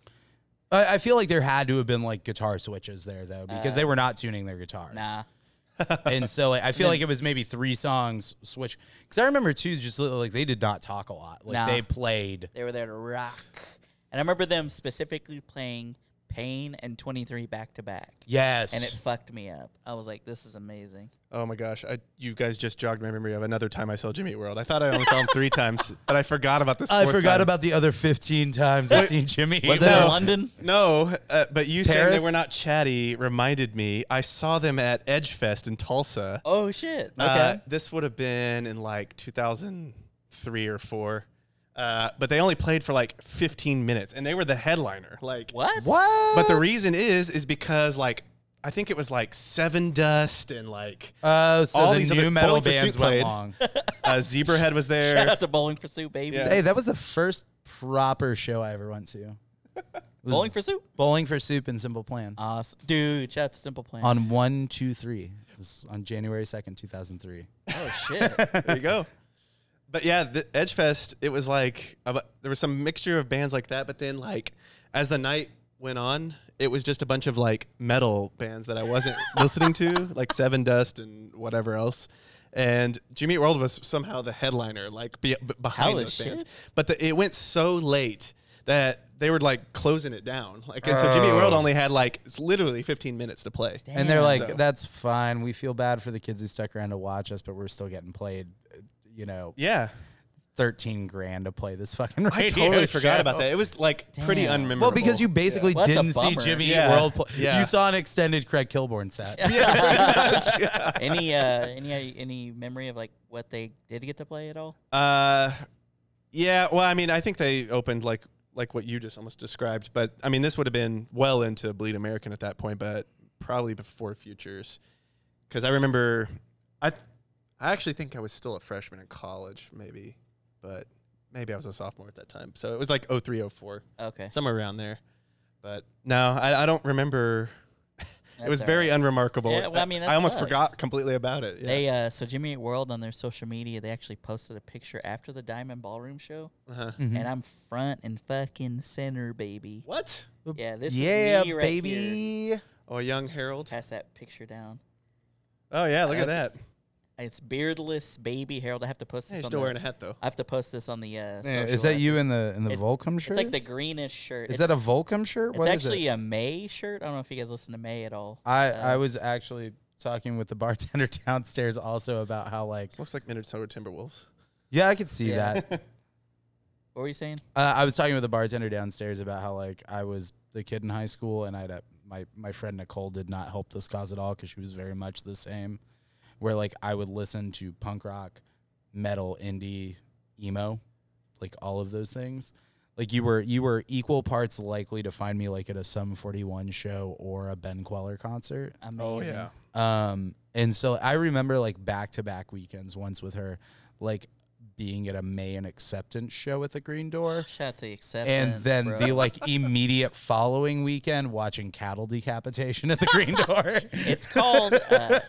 Speaker 3: I, I feel like there had to have been like guitar switches there though because they were not tuning their guitars.
Speaker 1: Uh, Nah,
Speaker 3: and so like, I feel like it was maybe three songs switch because I remember too just li- like they did not talk a lot. Like
Speaker 1: Nah.
Speaker 3: they played.
Speaker 1: they were there to rock. And I remember them specifically playing Pain and 23 back to back.
Speaker 3: Yes,
Speaker 1: And it fucked me up. I was like, this is amazing.
Speaker 2: Oh my gosh, I, you guys just jogged my memory of another time I saw Jimmy Eat World. I thought I only saw him three [laughs] times, but I forgot about this.
Speaker 3: I
Speaker 2: fourth
Speaker 3: forgot
Speaker 2: time.
Speaker 3: about the other fifteen times I've seen Jimmy.
Speaker 1: Was
Speaker 3: Eat
Speaker 1: it
Speaker 3: World.
Speaker 1: in
Speaker 2: No.
Speaker 1: London?
Speaker 2: [laughs] No, uh, but you saying they
Speaker 3: Paris?
Speaker 2: were not chatty reminded me. I saw them at Edgefest in Tulsa.
Speaker 1: Oh shit.
Speaker 2: Uh, this would have been in like 2003 or four, uh, but they only played for like 15 minutes, and they were the headliner. Like
Speaker 1: what?
Speaker 3: What?
Speaker 2: But the reason is, is because like I think it was like Seven Dust and like
Speaker 3: oh, so
Speaker 2: all
Speaker 3: the
Speaker 2: these
Speaker 3: new
Speaker 2: other-
Speaker 3: metal
Speaker 2: Bowling Pursuit
Speaker 3: bands went
Speaker 2: played.
Speaker 3: long.
Speaker 2: uh, Zebrahead was there.
Speaker 1: Shout out to Bowling for Soup, baby.
Speaker 2: Yeah.
Speaker 3: [laughs] hey, that was the first proper show I ever went to. It was
Speaker 1: Bowling for Soup.
Speaker 3: Bowling for Soup and Simple Plan
Speaker 1: Awesome, dude. Shout out to Simple Plan.
Speaker 3: Uh, on one two three It was on January second two thousand three.
Speaker 2: [laughs]
Speaker 1: oh shit.
Speaker 2: there you go. But yeah, the Edgefest, it was like ab- there was some mixture of bands like that, but then like as the night went on, it was just a bunch of like metal bands that I wasn't listening to, like Seven Dust and whatever else. And Jimmy Eat World was somehow the headliner, like be, b- behind
Speaker 1: Hella
Speaker 2: those
Speaker 1: shit.
Speaker 2: bands. But the, it went so late that they were like closing it down. Like and so Jimmy Eat World only had like s- literally 15 minutes to play.
Speaker 3: And they're like,
Speaker 2: So-
Speaker 3: that's fine. We feel bad for the kids who stuck around to watch us, but we're still getting played, uh, you know,
Speaker 2: Yeah,
Speaker 3: 13 grand to play this [laughs] fucking radio
Speaker 2: I totally forgot
Speaker 3: show.
Speaker 2: about that. It was like pretty
Speaker 1: Damn.
Speaker 2: unmemorable.
Speaker 3: Oh. Well,
Speaker 2: [laughs]
Speaker 3: because you [laughs] basically
Speaker 1: Well, that's a
Speaker 3: didn't see
Speaker 1: bummer.
Speaker 3: Jimmy Eat
Speaker 2: Yeah.
Speaker 3: World play.
Speaker 2: Yeah.
Speaker 3: You saw an extended Craig Kilborn [laughs] set.
Speaker 1: [laughs] any uh any any memory of like what they did get to play at all?
Speaker 2: Uh, yeah. Well, I mean, I think they opened like like what you just almost described, but I mean, this would have been well into Bleed American at that point, but probably before Futures, because I remember, I, I actually think I was still a freshman in college, maybe, but maybe I was a sophomore at that time, so it was like 03, 04,
Speaker 1: Okay.
Speaker 2: somewhere around there. But no, I, I don't remember. it
Speaker 1: That's
Speaker 2: was
Speaker 1: all
Speaker 2: very
Speaker 1: right.
Speaker 2: unremarkable.
Speaker 1: Yeah, well, I mean, that
Speaker 2: I almost
Speaker 1: sucks.
Speaker 2: forgot completely about it. Yeah.
Speaker 1: They uh so Jimmy Eat World on their social media they actually posted a picture after the Diamond Ballroom show
Speaker 2: uh-huh.
Speaker 3: Mhm.
Speaker 1: and I'm front and fucking center baby.
Speaker 2: What?
Speaker 1: Yeah, this
Speaker 3: yeah,
Speaker 1: is me right here.
Speaker 3: baby.
Speaker 2: Oh, young Harold.
Speaker 1: Pass that picture down.
Speaker 2: Oh yeah, look
Speaker 1: Uh,
Speaker 2: at that.
Speaker 1: It's beardless baby Harold. I have to post this
Speaker 2: Yeah, he's
Speaker 1: on
Speaker 2: still
Speaker 1: the,
Speaker 2: wearing a hat though.
Speaker 1: I have to post this on the uh
Speaker 3: Yeah,
Speaker 1: social
Speaker 3: is that
Speaker 1: app.
Speaker 3: you in the in the
Speaker 1: It-
Speaker 3: Volcom
Speaker 1: It's
Speaker 3: shirt?
Speaker 1: like the greenish shirt.
Speaker 3: is
Speaker 1: It's-
Speaker 3: that a Volcom shirt?
Speaker 1: it's
Speaker 3: What is
Speaker 1: actually
Speaker 3: it?
Speaker 1: a May shirt. I don't know if you guys listen to May at all.
Speaker 3: I
Speaker 1: uh,
Speaker 3: I was actually talking with the bartender [laughs] downstairs also about how like
Speaker 2: Looks like
Speaker 1: [laughs]
Speaker 2: Minnesota Timberwolves.
Speaker 3: yeah I could see
Speaker 1: Yeah.
Speaker 3: that
Speaker 1: What were you saying?
Speaker 3: Uh, I was talking with a bartender downstairs about how like I was the kid in high school, and I had a, my my friend Nicole did not help this cause at all because she was very much the same. Where like I would listen to punk rock, metal, indie, emo, like all of those things. Like you were you were equal parts likely to find me like at a Sum Forty One show or a Ben Queller concert.
Speaker 1: Amazing.
Speaker 2: Oh [laughs] yeah.
Speaker 3: Um, and so I remember like back to back weekends once with her, like being at a May and acceptance show at the Green Door
Speaker 1: Shout out to the acceptance.
Speaker 3: and then
Speaker 1: bro.
Speaker 3: the like immediate following weekend watching cattle decapitation at
Speaker 1: [laughs]
Speaker 3: the green door
Speaker 1: It's called
Speaker 3: [laughs]
Speaker 1: uh,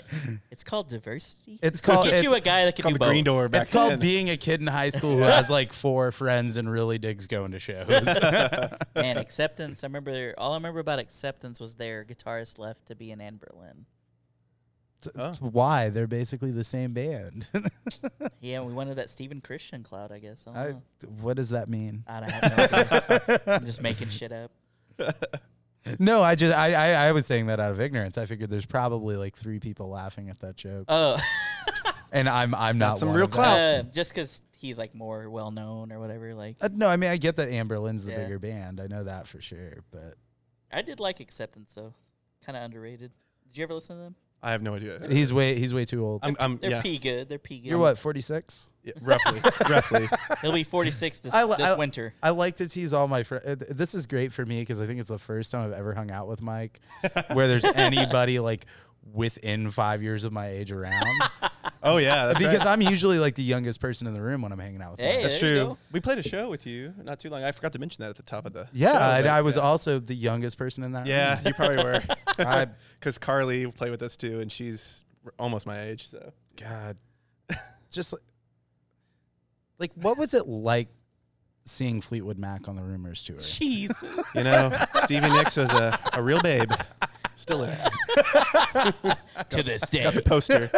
Speaker 1: it's called diversity.
Speaker 3: It's called-
Speaker 1: get
Speaker 3: it's
Speaker 1: you a guy that can
Speaker 2: Called
Speaker 1: do
Speaker 2: the Green
Speaker 1: both.
Speaker 2: Door back
Speaker 3: it's called
Speaker 2: then.
Speaker 3: being a kid in high school who has like four friends and really digs going to shows [laughs]
Speaker 1: And acceptance. I remember all I remember about acceptance was their guitarist left to be in Anne Berlin.
Speaker 2: Oh.
Speaker 3: why they're basically the same band [laughs]
Speaker 1: Oh. Yeah, we wanted that Stephen Christian cloud. I guess. I don't
Speaker 3: I,
Speaker 1: know.
Speaker 3: what does that mean
Speaker 1: I don't have no idea. [laughs] I'm just making shit up. [laughs]
Speaker 3: no i just I, I i was saying that out of ignorance i figured there's probably like three people laughing at that joke
Speaker 1: Oh, [laughs]
Speaker 3: and i'm i'm not
Speaker 2: some
Speaker 3: one
Speaker 2: real
Speaker 3: of them.
Speaker 2: clout.
Speaker 1: uh, just because he's like more well known or whatever. Like
Speaker 3: Uh, no i mean i get that amber lynn's the
Speaker 1: Yeah.
Speaker 3: bigger band i know that for sure but
Speaker 1: I did like acceptance though. Kind of underrated. Did you ever listen to them?
Speaker 2: [laughs] I have no idea.
Speaker 3: he's way he's way too old
Speaker 2: I'm, I'm
Speaker 1: They're
Speaker 2: yeah,
Speaker 1: pee good. They're pee good.
Speaker 3: you're what 46
Speaker 2: yeah,
Speaker 1: [laughs]
Speaker 2: roughly, roughly.
Speaker 1: He'll be
Speaker 3: [laughs]
Speaker 1: 46 this,
Speaker 3: I li-
Speaker 1: this
Speaker 3: I-
Speaker 1: winter.
Speaker 3: I like to tease all my friends. This is great for me because I think it's the first time I've ever hung out with [laughs] [laughs] Mike where there's anybody like within five years of my age around.
Speaker 1: [laughs]
Speaker 2: Oh yeah, that's
Speaker 3: because
Speaker 2: right.
Speaker 3: I'm usually like the youngest person in the room when I'm hanging out with.
Speaker 1: Hey,
Speaker 3: them.
Speaker 2: that's
Speaker 1: there you
Speaker 2: true.
Speaker 1: go.
Speaker 2: We played a show with you not too long. I forgot to mention that at the top of the.
Speaker 3: Yeah,
Speaker 2: show,
Speaker 3: and
Speaker 2: but
Speaker 3: I was
Speaker 2: yeah.
Speaker 3: also the youngest person in
Speaker 2: [laughs]
Speaker 3: that.
Speaker 2: Yeah,
Speaker 3: [laughs] room.
Speaker 2: you
Speaker 1: [laughs]
Speaker 2: probably were.
Speaker 3: I,
Speaker 2: [laughs] Because Carly played with us too, and she's r- almost my age. So
Speaker 3: God, just like, like what was it like seeing Fleetwood Mac on the Rumors tour?
Speaker 1: Jesus.
Speaker 2: you know, Stevie Nicks was a, a real babe. Still is.
Speaker 1: to this
Speaker 3: [laughs]
Speaker 1: day.
Speaker 2: Got the poster.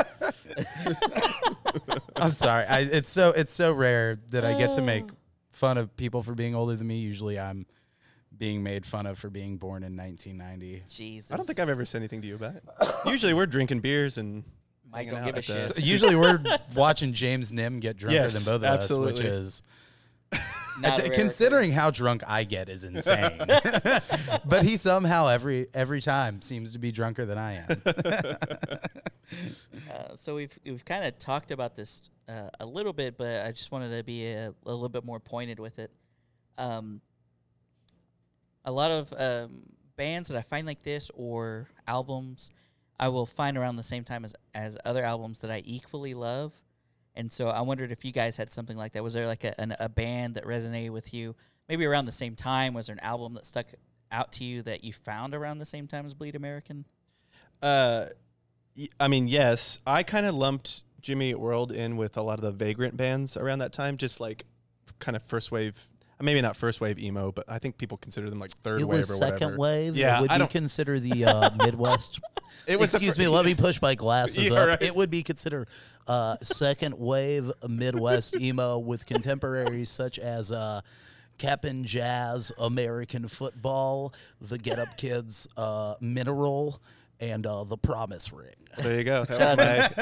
Speaker 3: I'm sorry. I, it's so it's so rare that I get to make
Speaker 1: Oh.
Speaker 3: fun of people for being older than me. Usually, I'm being made fun of for being born in 1990.
Speaker 1: Jesus.
Speaker 2: I don't think I've ever said anything to you about it. Usually we're drinking beers and.
Speaker 1: Mike,
Speaker 2: hanging
Speaker 1: don't
Speaker 2: out
Speaker 1: give a
Speaker 2: at the-
Speaker 1: shit.
Speaker 3: So
Speaker 2: [laughs]
Speaker 3: usually, we're watching James Nim get drunker
Speaker 2: Yes,
Speaker 3: than both of us,
Speaker 2: absolutely.
Speaker 3: which is
Speaker 1: Not a
Speaker 3: Th-
Speaker 1: rare
Speaker 3: considering how drunk I get
Speaker 1: [laughs]
Speaker 3: is insane. [laughs] but he somehow every every time seems to be drunker than I am.
Speaker 1: occurrence. Uh, so we've we've kind of talked about this uh, a little bit, but I just wanted to be a, a little bit more pointed with it. Um, a lot of um, bands that I find like this or albums, I will find around the same time as as other albums that I equally love. And so I wondered if you guys had something like that. Was there like a, an, a band that resonated with you? Maybe around the same time. Was there an album that stuck out to you that you found around the same time as Bleed American?
Speaker 2: Uh, y- I mean, yes, I kind of lumped Jimmy Eat World in with a lot of the vagrant bands around that time, just like kind of first wave. Maybe not first wave emo, but I think people consider them like third wave or whatever.
Speaker 4: wave.
Speaker 2: Yeah,
Speaker 4: would
Speaker 2: I
Speaker 4: you
Speaker 2: don't-
Speaker 4: consider
Speaker 2: [laughs]
Speaker 4: the uh, Midwest?
Speaker 2: It was the
Speaker 4: Excuse
Speaker 2: fir-
Speaker 4: me. Let me push my glasses
Speaker 2: [laughs] Yeah,
Speaker 4: up.
Speaker 2: right.
Speaker 4: It would be considered uh, second wave Midwest emo with contemporaries such as uh, Cap and Jazz, American Football, The Get Up Kids, uh, Mineral, and uh, The Promise
Speaker 2: [laughs]
Speaker 4: Ring.
Speaker 2: There you
Speaker 4: [laughs]
Speaker 2: go. That was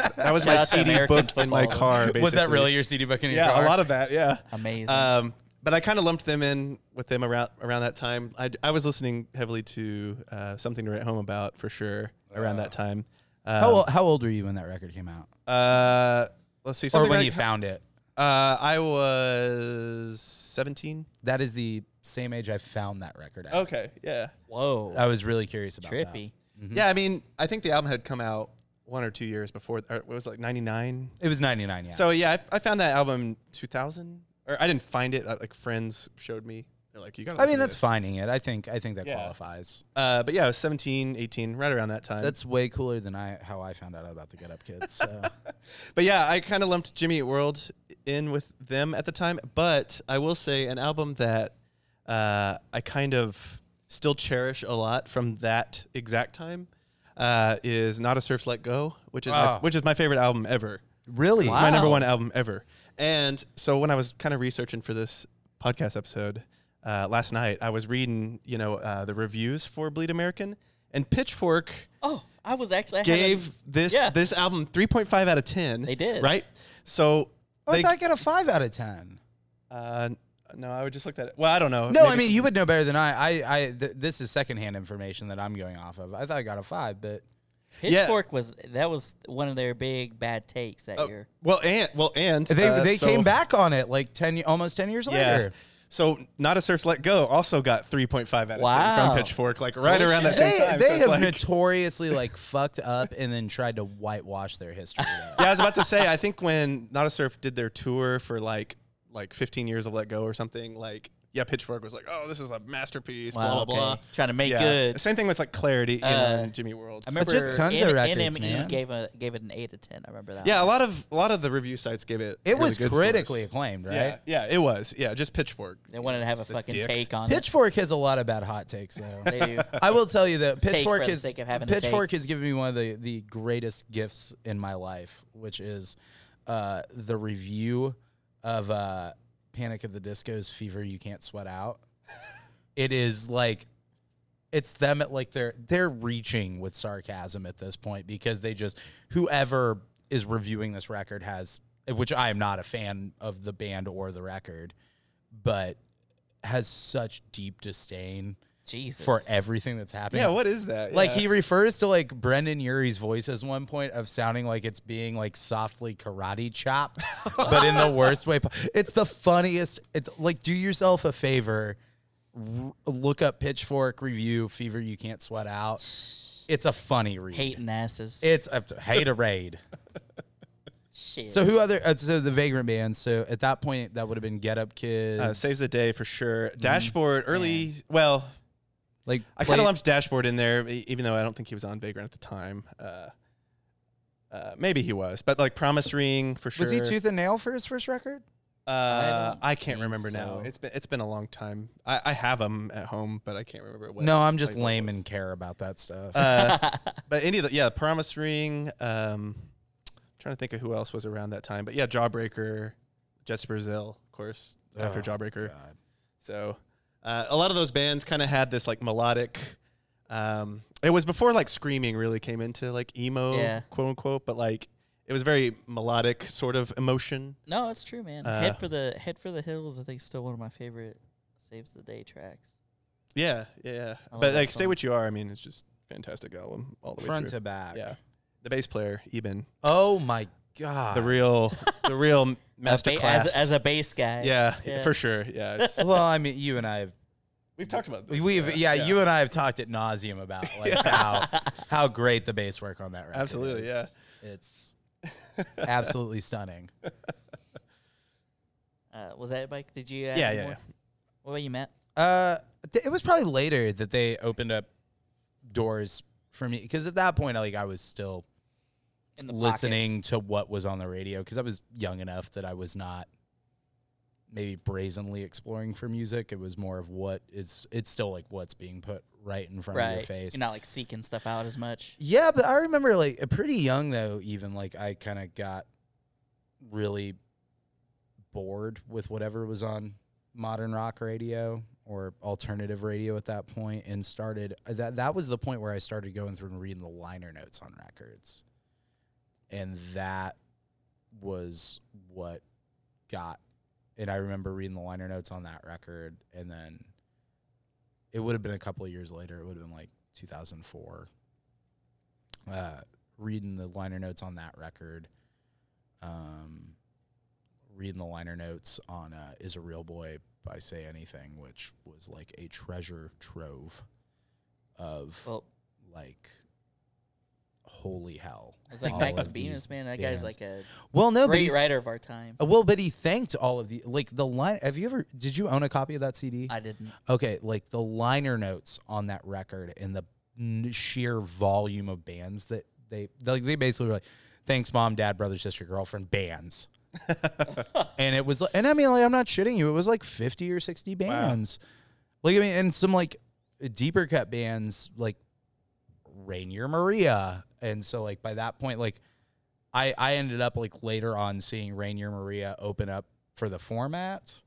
Speaker 2: my, that was my
Speaker 1: Shout out to
Speaker 2: CD
Speaker 1: American
Speaker 2: book in my
Speaker 1: football.
Speaker 2: car. Basically.
Speaker 3: Was that really your CD book in your
Speaker 2: Yeah,
Speaker 3: car?
Speaker 2: a lot of that. Yeah.
Speaker 1: Amazing.
Speaker 2: Um, but I kind of lumped them in with them around around that time. I, I was listening heavily to uh, something to write home about for sure around that time. Um,
Speaker 3: How, ol- how old were you when that record came out,
Speaker 2: Uh, let's see.
Speaker 3: or
Speaker 2: Something
Speaker 3: when
Speaker 2: like-
Speaker 3: you found it?
Speaker 2: Uh, I was 17.
Speaker 3: That is the same age I found that record. At.
Speaker 2: Okay, yeah.
Speaker 1: Whoa.
Speaker 3: I was really curious about that.
Speaker 1: trippy.
Speaker 2: Mm-hmm. Yeah, I mean, I think the album had come out one or two years before, or it was like 99.
Speaker 3: It was 99. Yeah.
Speaker 2: So, yeah, I, I found that album 2000, or I didn't find it. uh, Like, friends showed me. They're like, you got
Speaker 3: I mean, that's finding it. I think I think that
Speaker 2: Yeah.
Speaker 3: qualifies.
Speaker 2: Uh, but yeah, I was 17, 18, right around that time.
Speaker 3: That's way cooler than I how I found out about the Get Up Kids.
Speaker 2: [laughs]
Speaker 3: So.
Speaker 2: But yeah, I kind of lumped Jimmy Eat World in with them at the time. But I will say, an album that uh, I kind of still cherish a lot from that exact time uh, is "Not a Surf's Let Go," which is my,
Speaker 3: Wow.
Speaker 2: which is my favorite album ever.
Speaker 3: really?
Speaker 2: It's my number
Speaker 1: Wow.
Speaker 2: one album ever. And so when I was kind of researching for this podcast episode uh, last night, I was reading, you know, uh, the reviews for Bleed American, and Pitchfork
Speaker 1: Oh, I was actually I haven't-
Speaker 2: gave this
Speaker 1: yeah.
Speaker 2: this album 3.5 out of 10.
Speaker 1: They did.
Speaker 2: Right? So
Speaker 3: Oh, I
Speaker 2: they,
Speaker 3: thought I got a five out of ten.
Speaker 2: uh, no, I would just look at it. Well, I don't know.
Speaker 3: No,
Speaker 2: Uh, Maybe
Speaker 3: I mean
Speaker 2: some-
Speaker 3: you would know better than I. I, I th- this is secondhand information that I'm going off of. I thought I got a five, but
Speaker 2: Yeah.
Speaker 1: Pitchfork was that was one of their big bad takes that
Speaker 2: Oh,
Speaker 1: year.
Speaker 2: Well, and well, and
Speaker 3: they
Speaker 2: uh,
Speaker 3: they
Speaker 2: so-
Speaker 3: came back on it like ten y- almost ten years
Speaker 2: Yeah.
Speaker 3: later.
Speaker 2: So, not a surf's let go also got 3.5 out of 10
Speaker 1: Wow.
Speaker 2: from Pitchfork, like right
Speaker 1: Holy
Speaker 2: around
Speaker 1: shit.
Speaker 2: that
Speaker 3: They
Speaker 2: same time.
Speaker 3: they
Speaker 2: So it's
Speaker 3: have
Speaker 2: like-
Speaker 3: notoriously like fucked up and then tried to whitewash
Speaker 2: [laughs]
Speaker 3: their history. though.
Speaker 2: [laughs] yeah, I was about to say. I think when Not a Surf did their tour for like like 15 years of Let Go or something, like yeah, Pitchfork was like, oh, this is a masterpiece, blah blah blah.
Speaker 1: Trying to make
Speaker 2: yeah.
Speaker 1: good.
Speaker 2: Same thing with like Clarity you know,
Speaker 1: Uh,
Speaker 2: and Jimmy World.
Speaker 1: I remember
Speaker 3: just tons of
Speaker 1: N-
Speaker 3: records,
Speaker 1: NME
Speaker 3: man.
Speaker 1: gave a gave it an eight to ten. I remember that.
Speaker 2: yeah, a
Speaker 1: one.
Speaker 2: lot of a lot of the review sites gave it.
Speaker 3: It
Speaker 2: really
Speaker 3: was
Speaker 2: good
Speaker 3: critically
Speaker 2: scores.
Speaker 3: acclaimed, right?
Speaker 2: Yeah, yeah, it was. Yeah, just Pitchfork.
Speaker 1: they wanted to have a fucking
Speaker 2: dicks.
Speaker 1: take on
Speaker 3: Pitchfork has a lot of bad hot takes though.
Speaker 1: it. They do.
Speaker 3: [laughs] I will tell you that
Speaker 1: Take for
Speaker 3: Pitchfork
Speaker 1: the
Speaker 3: is
Speaker 1: sake of having a take.
Speaker 3: Pitchfork has given me one of the the greatest gifts in my life, which is uh, the review of uh, Panic of the Disco's "Fever You Can't Sweat
Speaker 1: [laughs]
Speaker 3: Out." it is like it's them at like they're they're reaching with sarcasm at this point because they just whoever is reviewing this record has which I am not a fan of the band or the record, but has such deep disdain
Speaker 1: Jesus.
Speaker 3: for everything that's
Speaker 2: [laughs]
Speaker 3: happening.
Speaker 2: Yeah, what is that?
Speaker 3: Like
Speaker 2: Yeah. Uh,
Speaker 3: he refers to like Brendan Urie's voice as one point of sounding like it's being like softly karate [laughs] chopped, but in the worst way. po- It's the funniest. It's like do yourself a favor, r- look up Pitchfork review Fever You Can't Sweat Out. It's a funny read.
Speaker 1: hating asses.
Speaker 3: It's a hate a raid.
Speaker 1: Shit. [laughs]
Speaker 3: So who other? Uh, so the Vagrant Band. So at that point, that would have been Get Up Kids.
Speaker 2: Uh, saves the day for sure.
Speaker 1: Mm-hmm.
Speaker 2: Dashboard early. Well,
Speaker 3: like
Speaker 2: I kind
Speaker 3: play-
Speaker 2: of lumped Dashboard in there, e- even though I don't think he was on Vagrant at the time. Uh, uh, maybe he was, but like Promise Ring for sure.
Speaker 3: Was he Tooth and Nail for his first record?
Speaker 2: Uh,
Speaker 1: don't
Speaker 2: I, can't
Speaker 1: think
Speaker 2: remember
Speaker 1: so.
Speaker 2: now. It's been it's been a long time. I, I have them at home, but I can't remember what.
Speaker 3: no, I'm just
Speaker 2: label it
Speaker 3: lame
Speaker 2: was.
Speaker 3: and care about that
Speaker 1: [laughs]
Speaker 3: stuff.
Speaker 2: Uh, but any of the yeah, Promise Ring. Um, trying to think of who else was around that time, but yeah, Jawbreaker, Jets Brazil, of course, after
Speaker 3: Oh,
Speaker 2: Jawbreaker.
Speaker 3: God.
Speaker 2: So uh, a lot of those bands kind of had this like melodic. Um, it was before like screaming really came into like emo,
Speaker 1: Yeah.
Speaker 2: quote unquote, but like it was very melodic sort of emotion.
Speaker 1: no, it's true, man.
Speaker 2: uh,
Speaker 1: head for the Head for the Hills. I think is still one of my favorite Saves the Day tracks.
Speaker 2: Yeah, yeah.
Speaker 1: I love
Speaker 2: but
Speaker 1: that
Speaker 2: like, stay
Speaker 1: song.
Speaker 2: what you are. I mean, it's just fantastic album all the
Speaker 3: Front
Speaker 2: way through.
Speaker 3: to back.
Speaker 2: Yeah, the bass player Eben,
Speaker 3: Oh my god.
Speaker 2: the real, the real
Speaker 1: [laughs] A
Speaker 2: master
Speaker 1: ba- as,
Speaker 2: class.
Speaker 1: a- as a bass guy.
Speaker 2: yeah,
Speaker 1: Yeah.
Speaker 2: for sure. Yeah, it's-
Speaker 3: well, I mean, you and I have
Speaker 2: we've talked about this.
Speaker 3: we've yeah, you and I have talked at nauseum about like
Speaker 2: [laughs]
Speaker 3: how how great the bass work on that record.
Speaker 2: Absolutely,
Speaker 3: is.
Speaker 2: yeah.
Speaker 3: It's absolutely stunning.
Speaker 1: Uh, was that it, Mike? Did you? Add
Speaker 2: Yeah,
Speaker 1: any
Speaker 2: yeah,
Speaker 1: more?
Speaker 2: yeah.
Speaker 1: What about you, Matt?
Speaker 3: Uh, th- it was probably later that they opened up doors for me because at that point, like I was still
Speaker 1: In the pocket.
Speaker 3: listening to what was on the radio because I was young enough that I was not maybe brazenly exploring for music. It was more of what is it's still like what's being put right in front of your
Speaker 1: right?
Speaker 3: face.
Speaker 1: You're not like seeking stuff out as much.
Speaker 3: Yeah, but I remember like uh, pretty young though, even like I kind of got really bored with whatever was on modern rock radio or alternative radio at that point and started uh, that that was the point where I started going through and reading the liner notes on records. And that was what got and I remember reading the liner notes on that record and then it would have been a couple of years later, it would have been like 2004 uh, reading the liner notes on that record, um, reading the liner notes on uh, "Is a Real Boy" by Say Anything, which was like a treasure trove of
Speaker 1: Well,
Speaker 3: like holy hell.
Speaker 1: it's like
Speaker 3: [laughs] all
Speaker 1: Max
Speaker 3: of these
Speaker 1: Bemis, man. That
Speaker 3: bands.
Speaker 1: guy's like a
Speaker 3: well, no, but
Speaker 1: great
Speaker 3: he,
Speaker 1: writer of our time.
Speaker 3: uh, well, but he thanked all of the like the line. Have you ever? Did you own a copy of that CD?
Speaker 1: I didn't.
Speaker 3: Okay, like the liner notes on that record and the n- sheer volume of bands that they like they basically were like, "Thanks, mom, dad, brother, sister, girlfriend, bands." and it was, like, and I mean, like, I'm not shitting you. It was like 50 or 60 bands. Like I mean, and some like deeper cut bands like Rainier Maria, and so like by that point, like I I ended up like later on seeing Rainier Maria open up for the format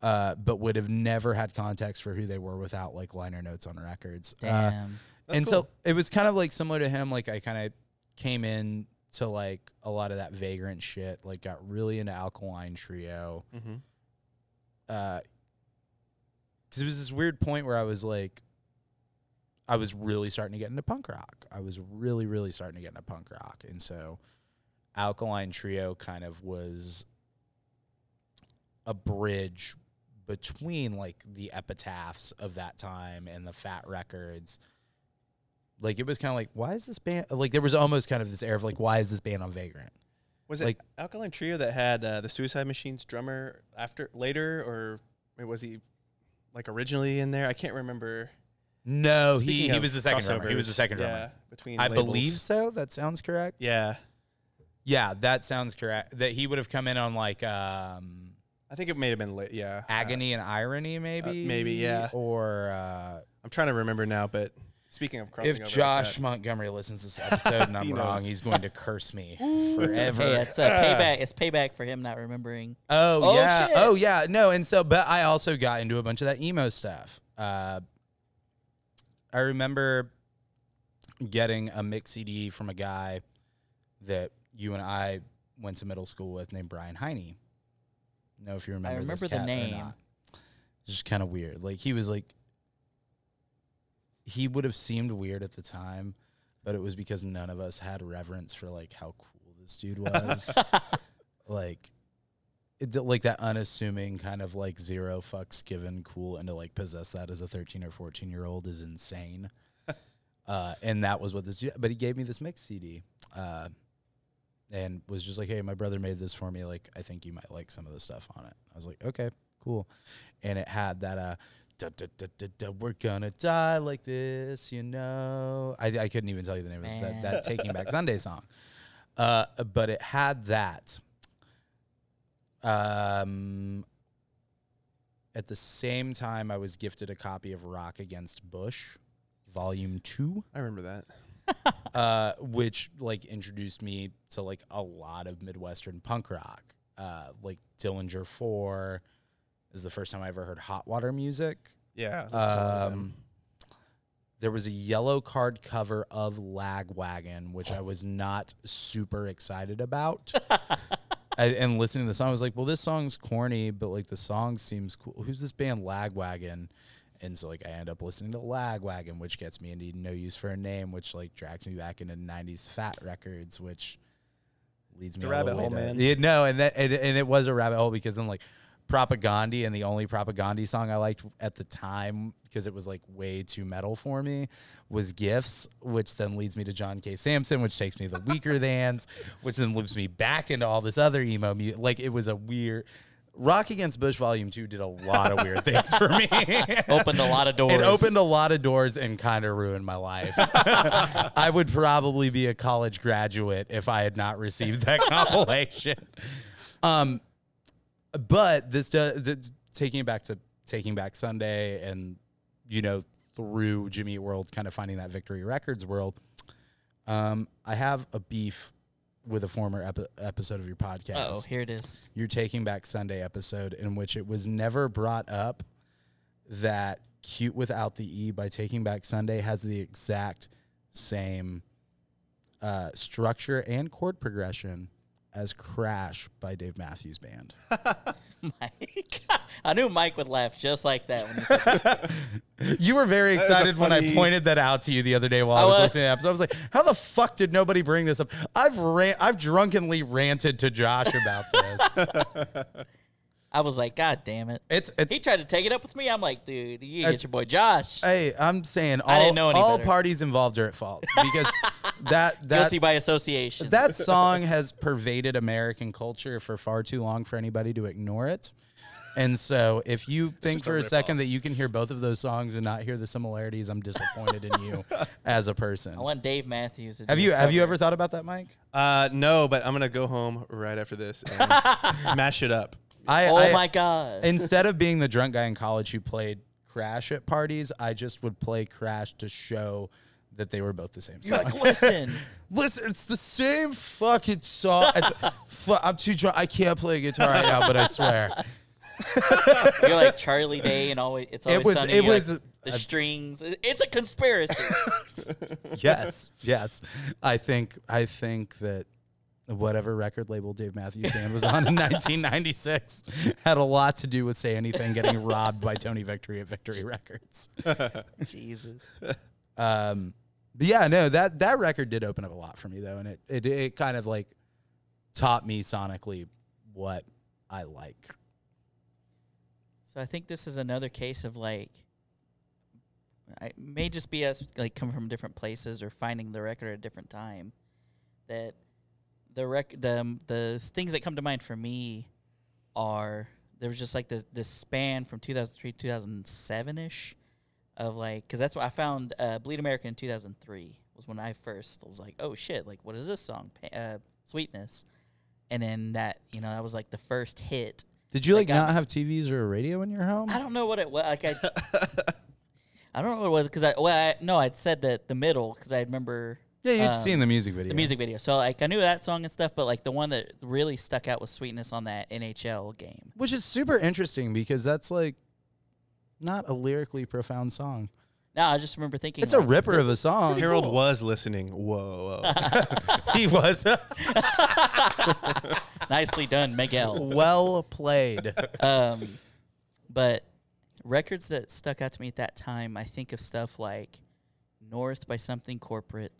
Speaker 3: uh, but would have never had context for who they were without like liner notes on records. Uh,
Speaker 1: Damn.
Speaker 2: That's
Speaker 3: and so
Speaker 2: cool.
Speaker 3: it was kind of like similar to him. Like I kind of came in to like a lot of that vagrant shit. Like got really into Alkaline Trio
Speaker 2: Mhm.
Speaker 3: because uh, it was this weird point where I was like, I was really starting to get into punk rock. I was really, really starting to get into punk rock, and so Alkaline Trio kind of was a bridge between like the epitaphs of that time and the Fat Records. Like it was kind of like, why is this band like? There was almost kind of this air of like, why is this band on Vagrant?
Speaker 2: Was it
Speaker 3: Like-
Speaker 2: Alkaline Trio that had uh, the Suicide Machines drummer after later, or wait, was he like originally in there? I can't remember.
Speaker 3: No, he,
Speaker 2: Speaking
Speaker 3: he
Speaker 2: of
Speaker 3: was the second drummer. He was the
Speaker 2: crossovers,
Speaker 3: second drummer.
Speaker 2: yeah, between
Speaker 3: I
Speaker 2: labels.
Speaker 3: believe so. That sounds correct.
Speaker 2: Yeah,
Speaker 3: Yeah, that sounds correct. That he would have come in on like um
Speaker 2: I think it may have been late. Yeah, Uh,
Speaker 3: agony and irony, maybe.
Speaker 2: maybe, yeah.
Speaker 3: Or uh,
Speaker 2: I'm trying to remember now, but speaking of crossing
Speaker 3: if
Speaker 2: over like
Speaker 3: Josh
Speaker 2: that-
Speaker 3: Montgomery listens to this episode and
Speaker 2: [laughs]
Speaker 3: I'm
Speaker 2: He
Speaker 3: wrong,
Speaker 2: knows.
Speaker 3: he's going to
Speaker 2: [laughs]
Speaker 3: curse me forever.
Speaker 1: Hey,
Speaker 3: [laughs]
Speaker 1: it's a payback. It's payback for him not remembering. [laughs]
Speaker 3: Oh,
Speaker 1: Oh,
Speaker 3: yeah.
Speaker 1: shit.
Speaker 3: Oh yeah. No, and so but I also got into a bunch of that emo stuff. Uh I remember getting a mix CD from a guy that you and I went to middle school with named Brian Heine. Know if you remember, this
Speaker 1: remember the
Speaker 3: cat or
Speaker 1: name.
Speaker 3: not. It's just kind of weird. Like he was like he would have seemed weird at the time, but it was because none of us had reverence for like how cool this
Speaker 1: [laughs]
Speaker 3: dude was. like it, d- like that unassuming kind of like zero fucks given cool and to like possess that as a 13 or 14 year old is insane uh, and that was what this dude- but he gave me this mix cd uh, and was just like, "Hey, my brother made this for me. Like, I think you might like some of the stuff on it." I was like, "Okay, cool," and it had that uh. duh, duh, duh, duh, duh, we're gonna die like this, you know. I, I couldn't even tell you the name of that, that Taking Back Sunday song, uh, but it had that. Um, at the same time, I was gifted a copy of Rock Against Bush, Volume Two
Speaker 2: I remember that.
Speaker 3: uh, which like introduced me to like a lot of Midwestern punk rock. Uh, like Dillinger Four is the first time I ever heard hot water music.
Speaker 2: Yeah. that's totally them.
Speaker 3: Um, there was a yellow card cover of Lagwagon, which I was not super excited about. I, and listening to the song, I was like, "Well, this song's corny, but like the song seems cool. Who's this band Lagwagon?" And so like I end up listening to Lagwagon, which gets me into No Use for a Name, which like drags me back into '90s Fat Records, which leads me
Speaker 2: a
Speaker 3: all the
Speaker 2: rabbit
Speaker 3: way
Speaker 2: hole,
Speaker 3: to-
Speaker 2: man.
Speaker 3: Yeah, no, and that and, and it was a rabbit hole because then like propaganda and the only propaganda song I liked at the time because it was like way too metal for me was Gifts, which then leads me to John K. Samson, which takes me to the weaker thans, which then loops me back into all this other emo music. Like it was a weird Rock Against Bush Volume Two did a lot of weird things for me.
Speaker 1: Opened a lot of doors.
Speaker 3: It opened a lot of doors and kind of ruined my life. I would probably be a college graduate if I had not received that compilation. Um, but this does th- taking it back to taking back Sunday and you know through Jimmy Eat World, kind of finding that Victory Records world. Um, I have a beef with a former epi- episode of your podcast
Speaker 1: Oh, here it is. [laughs]
Speaker 3: your Taking Back Sunday episode in which it was never brought up that Cute Without the E by Taking Back Sunday has the exact same uh, structure and chord progression as Crash by Dave Matthews
Speaker 2: [laughs]
Speaker 3: Band.
Speaker 1: Mike. [laughs] I knew Mike would laugh just like that when he said [laughs]
Speaker 3: you were very
Speaker 2: That is a
Speaker 3: excited when I
Speaker 2: funny-
Speaker 3: pointed that out to you the other day while I,
Speaker 1: I
Speaker 3: was,
Speaker 1: was.
Speaker 3: listening to the episode. I was like, how the fuck did nobody bring this up? I've ran- I've drunkenly ranted to Josh about
Speaker 2: [laughs]
Speaker 3: this.
Speaker 1: I was like, God damn it.
Speaker 3: it's it's
Speaker 1: He tried to take it up with me. I'm like, dude, you
Speaker 3: Uh,
Speaker 1: get your boy Josh.
Speaker 3: Hey, I'm saying all,
Speaker 1: I didn't know any
Speaker 3: all
Speaker 1: better.
Speaker 3: parties involved are
Speaker 1: [laughs]
Speaker 3: at fault because that that
Speaker 1: Guilty by association. [laughs]
Speaker 3: [laughs] that song has pervaded American culture for far too long for anybody to ignore it. And so, if you think
Speaker 2: just a
Speaker 3: for a
Speaker 2: rip-off.
Speaker 3: second that you can hear both of those songs and not hear the similarities, I'm disappointed
Speaker 1: [laughs]
Speaker 3: in you as a person.
Speaker 1: I want Dave Matthews. to
Speaker 3: Have
Speaker 1: do
Speaker 3: you
Speaker 1: a
Speaker 3: have you
Speaker 1: cover.
Speaker 3: ever thought about that, Mike?
Speaker 2: Uh, no, but I'm gonna go home right after this and mash it up. [laughs]
Speaker 3: I,
Speaker 1: Oh
Speaker 3: I-
Speaker 1: my God.
Speaker 3: Instead
Speaker 1: [laughs]
Speaker 3: of being the drunk guy in college who played Crash at parties, I just would play Crash to show that they were both the same. song. [laughs]
Speaker 1: Listen,
Speaker 3: Listen, it's the same fucking song. It's- [laughs] fu- I'm too drunk. I can't play guitar right now, but I swear.
Speaker 1: you're like Charlie Day, and always it's always
Speaker 3: was-
Speaker 1: sunny.
Speaker 3: it
Speaker 1: You're
Speaker 3: was-
Speaker 1: like, the
Speaker 3: I-
Speaker 1: strings. It- It's a conspiracy.
Speaker 3: [laughs] [laughs] Yes, yes. I think I think that whatever record label Dave Matthews Band was on in [laughs] 1996 had a lot to do with say anything [laughs] getting robbed by Tony Victory at Victory Records.
Speaker 1: Jesus.
Speaker 3: Um, but yeah, no that that record did open up a lot for me though, and it it, it kind of like taught me sonically what I like.
Speaker 1: So I think this is another case of like, I it may just be us like coming from different places or finding the record at a different time. That the rec the um, the things that come to mind for me are there was just like this this span from 2003 2007 ish of like because that's what I found uh, Bleed America in 2003 was when I first was like oh shit like what is this song Pa- uh, Sweetness and then that you know that was like the first hit
Speaker 3: Did you
Speaker 1: That
Speaker 3: like
Speaker 1: got
Speaker 3: not have TVs or a radio in your home?
Speaker 1: I don't know what it was. Like
Speaker 3: [laughs]
Speaker 1: I, I don't know what it was because I well I, no I'd said that the middle because I remember
Speaker 3: Yeah, you'd
Speaker 1: um,
Speaker 3: seen the music video.
Speaker 1: the music video. So like I knew that song and stuff, but like the one that really stuck out was "Sweetness" on that NHL game.
Speaker 3: which is super interesting because that's like not a lyrically profound song.
Speaker 1: Now I just remember thinking
Speaker 3: It's a
Speaker 1: like,
Speaker 3: ripper of a song.
Speaker 2: Harold was listening. Whoa, whoa. [laughs]
Speaker 3: he was
Speaker 1: Nicely done,
Speaker 3: [laughs]
Speaker 1: Miguel.
Speaker 3: well played.
Speaker 1: um, but records that stuck out to me at that time, I think of stuff like "North" by Something Corporate.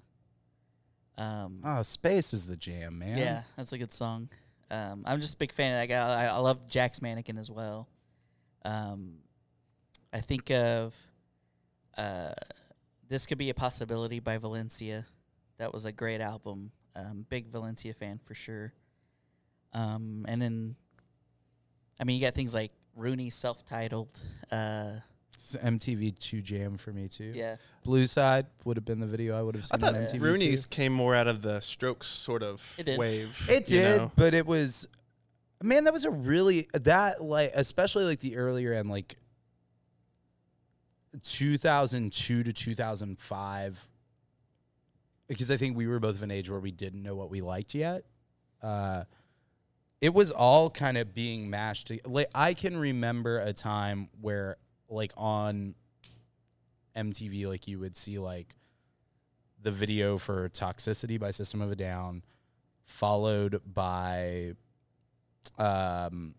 Speaker 1: Um,
Speaker 3: [laughs] Oh, space is the jam, man.
Speaker 1: Yeah, that's a good song. Um, I'm just a big fan of that guy. I, I love Jack's Mannequin as well. Um, I think of uh, This Could Be a Possibility by Valencia. That was a great album. Um, big Valencia fan for sure. Um, and then, I mean, you got things like Rooney self-titled. Uh,
Speaker 3: It's MTV Two Jam for me too.
Speaker 1: yeah,
Speaker 3: Blue Side would have been the video I would have
Speaker 2: I
Speaker 3: seen
Speaker 2: thought
Speaker 3: on MTV.
Speaker 2: Rooney's
Speaker 3: too.
Speaker 2: came more out of the Strokes sort of
Speaker 1: It did.
Speaker 2: wave.
Speaker 3: It
Speaker 2: you
Speaker 3: did,
Speaker 2: know?
Speaker 3: but it was, man, that was a really that like especially like the earlier end like 2002 to 2005 because I think we were both of an age where we didn't know what we liked yet. Uh, it was all kind of being mashed. to- Like I can remember a time where like on MTV, like you would see like the video for Toxicity by System of a Down, followed by um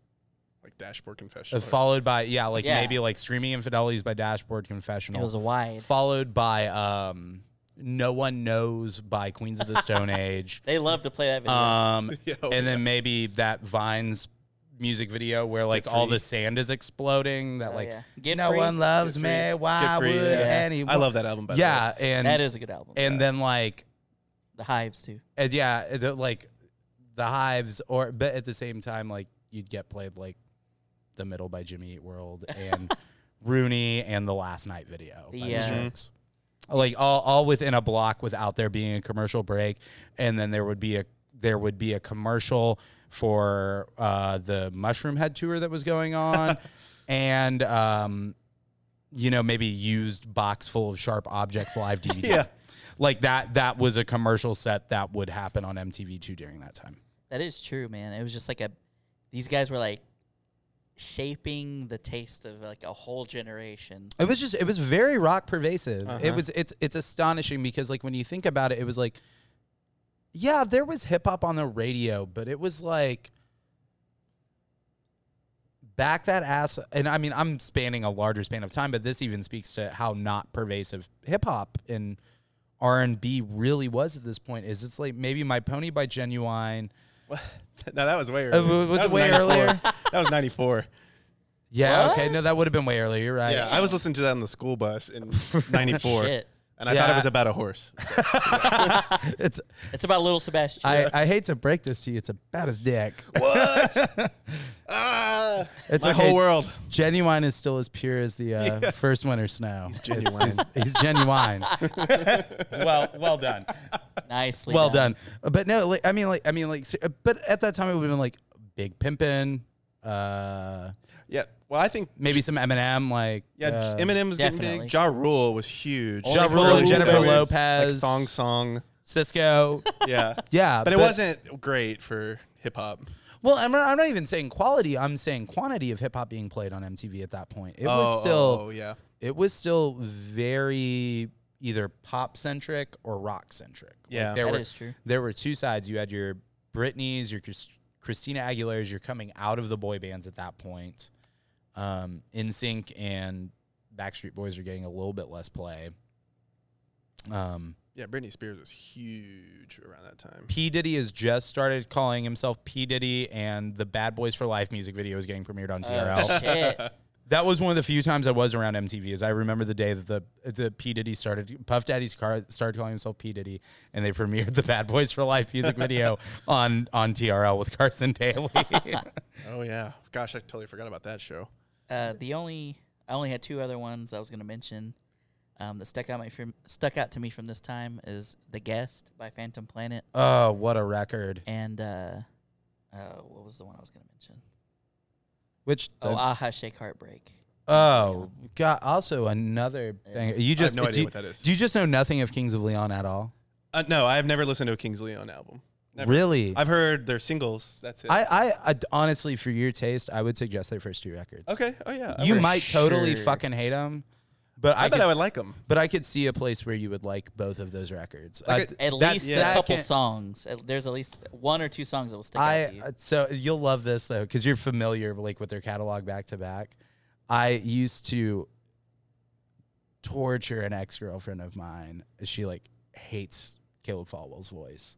Speaker 2: like Dashboard Confession.
Speaker 3: followed by yeah like
Speaker 1: Yeah.
Speaker 3: maybe like streaming infidelities by dashboard confessional
Speaker 1: it was a wide.
Speaker 3: followed by um no one knows by queens of
Speaker 1: [laughs]
Speaker 3: the stone age
Speaker 1: They love to play that video.
Speaker 3: um
Speaker 2: [laughs] Yeah, oh
Speaker 3: and then maybe that vines music video where like all the sand is exploding that
Speaker 1: Oh,
Speaker 3: like
Speaker 1: yeah. Get
Speaker 3: no
Speaker 1: free,
Speaker 3: one loves
Speaker 2: Get
Speaker 3: me
Speaker 2: Free, Get
Speaker 3: why
Speaker 2: Free,
Speaker 3: would
Speaker 2: yeah.
Speaker 3: anyone
Speaker 2: I love that album. By the way.
Speaker 3: [laughs] yeah and
Speaker 1: that is a good album.
Speaker 3: and then like
Speaker 1: the Hives too.
Speaker 3: and yeah, the, like the hives, or but at the same time, like you'd get played like the middle by Jimmy Eat World and Rooney and the last night video. by The
Speaker 1: Yeah. Mhm.
Speaker 3: Strokes. Like all, all within a block without there being a commercial break, and then there would be a there would be a commercial for uh, the Mushroom Head tour that was going on, and um, you know maybe used box full of sharp objects live DVD
Speaker 2: Yeah. [laughs]
Speaker 3: like that that was a commercial set that would happen on MTV2 during that time.
Speaker 1: That is true, man. It was just like a these guys were like shaping the taste of like a whole generation.
Speaker 3: It was just it was very rock pervasive. It was it's it's astonishing because like when you think about it it was like yeah, there was hip hop on the radio, but it was like back that ass and I mean I'm spanning a larger span of time, but this even speaks to how not pervasive hip hop and R&B really was at this point is it's like maybe My Pony by Genuine
Speaker 2: no, that was way earlier.
Speaker 3: Uh, was
Speaker 2: That
Speaker 3: it way
Speaker 2: 94.
Speaker 3: earlier?
Speaker 2: that was '94.
Speaker 3: Yeah,
Speaker 1: What?
Speaker 3: okay. No, that would have been way earlier, [laughs] right?
Speaker 2: Yeah, I was listening to that on the school bus in
Speaker 3: [laughs]
Speaker 2: '94,
Speaker 1: Shit.
Speaker 2: and I thought
Speaker 3: Yeah.
Speaker 2: it was about a horse.
Speaker 3: [laughs] It's
Speaker 1: It's about little Sebastian.
Speaker 3: I, I hate to break this to you. It's about his dick.
Speaker 2: what? ah,
Speaker 3: It's
Speaker 2: my
Speaker 3: okay.
Speaker 2: whole world.
Speaker 3: Genuine is still as pure as
Speaker 2: [laughs]
Speaker 3: the uh, first winter snow. He's
Speaker 2: genuine.
Speaker 3: he's, he's
Speaker 2: [laughs]
Speaker 3: genuine. well, well done.
Speaker 1: [laughs] Nicely.
Speaker 3: Well done. Uh, But no, like, I mean, like, I mean, like, ser- uh, but at that time it would have been like Big Pimpin', uh,
Speaker 2: Yeah. Well, I think
Speaker 3: maybe some Eminem, like
Speaker 2: yeah,
Speaker 3: uh,
Speaker 2: Eminem was getting
Speaker 1: definitely.
Speaker 2: big. Ja Rule was huge.
Speaker 3: Ja
Speaker 1: Only Rule and Jennifer
Speaker 2: That was,
Speaker 3: Lopez.
Speaker 2: Like thong song.
Speaker 3: [laughs]
Speaker 2: [laughs]
Speaker 3: Cisco.
Speaker 2: Yeah.
Speaker 3: Yeah,
Speaker 2: But, it wasn't great for hip hop.
Speaker 3: Well, I'm not, I'm not even saying quality. I'm saying quantity of hip hop being played on MTV at that point. It was still
Speaker 2: oh, yeah.
Speaker 3: it was still very either pop centric or rock centric.
Speaker 2: Yeah.
Speaker 3: there
Speaker 1: That
Speaker 3: were
Speaker 1: is
Speaker 3: [laughs]
Speaker 1: true.
Speaker 3: there were two sides. You had your Britney's, your Chris- Christina Aguilera's. You're coming out of the boy bands at that point. Um, NSYNC and Backstreet Boys are getting a little bit less play. Um,
Speaker 2: Yeah, Britney Spears was huge around that time.
Speaker 3: P Diddy has just started calling himself P Diddy, and the Bad Boys for Life music video is getting premiered on TRL.
Speaker 1: [laughs] Oh, shit.
Speaker 3: [laughs] That was one of the few times I was around MTV. Is I remember the day that the the P Diddy started Puff Daddy's car started calling himself P Diddy, and they premiered the Bad Boys for Life
Speaker 2: [laughs]
Speaker 3: music video on on TRL with Carson Daly.
Speaker 2: Oh yeah. Gosh, I totally forgot about that show.
Speaker 1: Uh, the only I only had two other ones I was gonna mention um, that stuck out my from, stuck out to me from this time is the guest by Phantom Planet
Speaker 3: oh, what a record!
Speaker 1: and uh, uh, what was the one I was gonna mention?
Speaker 3: Which
Speaker 1: Oh,
Speaker 3: oh,
Speaker 1: Aha Shake Heartbreak.
Speaker 3: god, also another thing. You just
Speaker 2: no
Speaker 3: do,
Speaker 2: idea
Speaker 3: you-
Speaker 2: what that is.
Speaker 3: Do you just know nothing of Kings of Leon at all?
Speaker 2: Uh, no, I've never listened to a Kings Leon album. Never.
Speaker 3: Really?
Speaker 2: I've heard their singles. That's it.
Speaker 3: I, I I honestly, for your taste, I would suggest their first two records.
Speaker 2: okay. Oh yeah. I
Speaker 3: you
Speaker 2: would-
Speaker 3: might totally
Speaker 1: sure.
Speaker 3: fucking hate them, but I,
Speaker 2: I bet
Speaker 3: could
Speaker 2: I
Speaker 3: s-
Speaker 2: would like
Speaker 3: [laughs]
Speaker 2: them.
Speaker 3: But I could see a place where you would like both of those records.
Speaker 2: Like
Speaker 3: I-
Speaker 1: At
Speaker 3: that
Speaker 1: least a
Speaker 3: second-
Speaker 1: couple songs. At- There's at least one or two songs that will stick out
Speaker 3: I
Speaker 1: to you.
Speaker 3: uh, so you'll love this though because you're familiar like with their catalog back to back. I used to torture an ex girlfriend of mine. She like hates Caleb Falwell's voice,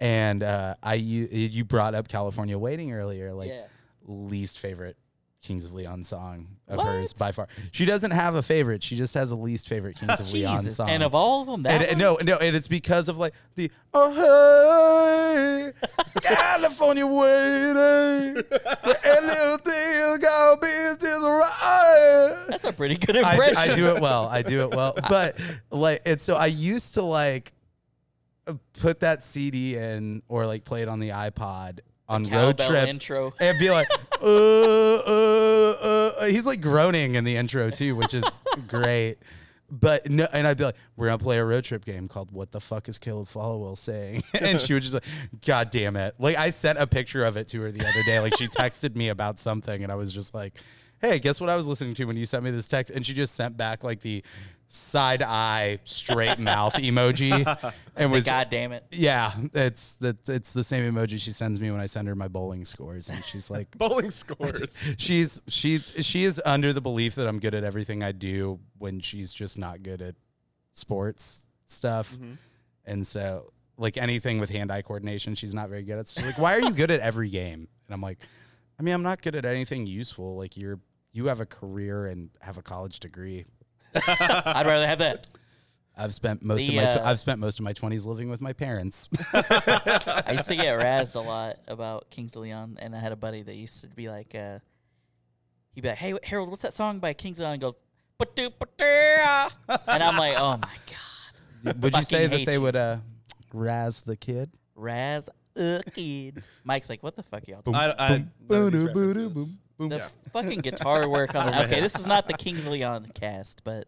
Speaker 3: and uh, I you you brought up California Waiting earlier, like
Speaker 1: yeah.
Speaker 3: least favorite Kings of Leon song of hers by far. She doesn't have a favorite. She just has a least favorite Kings of
Speaker 1: [laughs]
Speaker 3: Leon
Speaker 1: Jesus.
Speaker 3: song.
Speaker 1: And of all of them, that
Speaker 3: and, and uh,
Speaker 1: one?
Speaker 3: no, no, and it's because of like the oh hey, California waiting, little thing gonna be just right.
Speaker 1: that's a pretty good
Speaker 3: [laughs] I,
Speaker 1: impression.
Speaker 3: I do it well. I do it
Speaker 1: [laughs]
Speaker 3: well. But like, and so I used to like put that CD in or like play it on the iPod on road
Speaker 1: Cowbell
Speaker 3: trips
Speaker 1: intro.
Speaker 3: and be like, uh, uh, uh. he's like groaning in the intro too, which is great. But no, and I'd be like, we're gonna play a road trip game called "What the fuck is Caleb Followell saying?" [laughs] and she would just be like, "God damn it!" Like I sent a picture of it to her the other day. Like she texted me about something, and I was just like, "Hey, guess what I was listening to when you sent me this text?" And she just sent back like the side eye, straight mouth emoji, and was
Speaker 1: God damn it.
Speaker 3: yeah, it's the it's the same emoji she sends me when I send her my bowling scores, and she's like,
Speaker 1: [laughs]
Speaker 2: Bowling scores.
Speaker 3: she's she she is under the belief that I'm good at everything I do when she's just not good at sports stuff,
Speaker 1: Mm-hmm.
Speaker 3: and so like anything with hand eye coordination, she's not very good at. So she's like, why are you good at every game? And I'm like, I mean, I'm not good at anything useful. Like you're you have a career and have a college degree.
Speaker 1: I'd rather have that.
Speaker 3: I've spent most
Speaker 1: The,
Speaker 3: of my tw-
Speaker 1: uh,
Speaker 3: I've spent most of my 20s living with my parents.
Speaker 1: I used to get razzed a lot about Kings of Leon, and I had a buddy that used to be like, uh, he'd be like, "Hey, Harold, what's that song by Kings of Leon?" And go, "Ba-doo, ba-doo," and I'm like, "Oh my god,
Speaker 3: would you say
Speaker 1: fucking
Speaker 3: that
Speaker 1: hate
Speaker 3: they
Speaker 1: you.
Speaker 3: would uh razz the kid
Speaker 1: razz a kid." Mike's like, "What the fuck, y'all?"
Speaker 2: I, I, none of these references.
Speaker 1: The fucking guitar
Speaker 3: [laughs]
Speaker 1: work on okay, this is not the Kings of Leon cast, but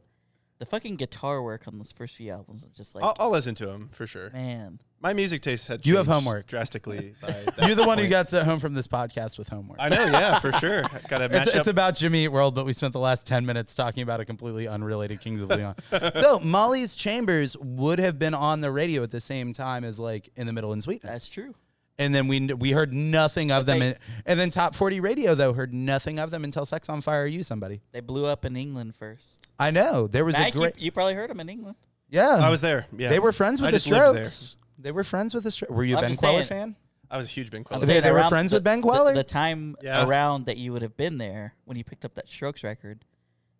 Speaker 1: the fucking guitar work on those first few albums is just like,
Speaker 3: Oh.
Speaker 2: I'll, I'll listen to him for sure.
Speaker 1: man,
Speaker 2: My music taste had
Speaker 3: You have
Speaker 2: changed
Speaker 3: homework.
Speaker 2: drastically. By [laughs]
Speaker 3: you're
Speaker 2: that
Speaker 3: the one who
Speaker 2: point.
Speaker 3: got sent home from this podcast with homework
Speaker 2: I know, yeah, for sure. Got to match
Speaker 3: it's, it's
Speaker 2: up.
Speaker 3: about Jimmy Eat World, but we spent the last 10 minutes talking about a completely unrelated Kings
Speaker 2: [laughs]
Speaker 3: of Leon. Though Molly's Chambers would have been on the radio at the same time as like In the Middle and Sweetness.
Speaker 1: that's true.
Speaker 3: and then we we heard nothing of them.
Speaker 1: they-
Speaker 3: and, and then Top 40 Radio, though, heard nothing of them until Sex on Fire You Somebody.
Speaker 1: They blew up in England first.
Speaker 3: I know. There was
Speaker 1: Mike,
Speaker 3: a
Speaker 1: you,
Speaker 3: great.
Speaker 1: you probably heard them in England.
Speaker 3: Yeah.
Speaker 2: I was there. Yeah,
Speaker 3: They were friends with
Speaker 2: I
Speaker 3: the
Speaker 2: just lived there.
Speaker 3: Strokes. They were friends with the Strokes. Were you a
Speaker 1: I'm
Speaker 3: Ben
Speaker 1: just
Speaker 3: Queller
Speaker 1: saying-
Speaker 3: fan?
Speaker 2: I was a huge Ben
Speaker 1: I'm
Speaker 2: Queller.
Speaker 3: They-
Speaker 1: saying
Speaker 3: they were
Speaker 1: around
Speaker 3: friends
Speaker 1: the-
Speaker 3: with Ben
Speaker 1: the-
Speaker 3: Queller?
Speaker 1: The, time
Speaker 2: Yeah.
Speaker 1: around that you would have been there when you picked up that Strokes record,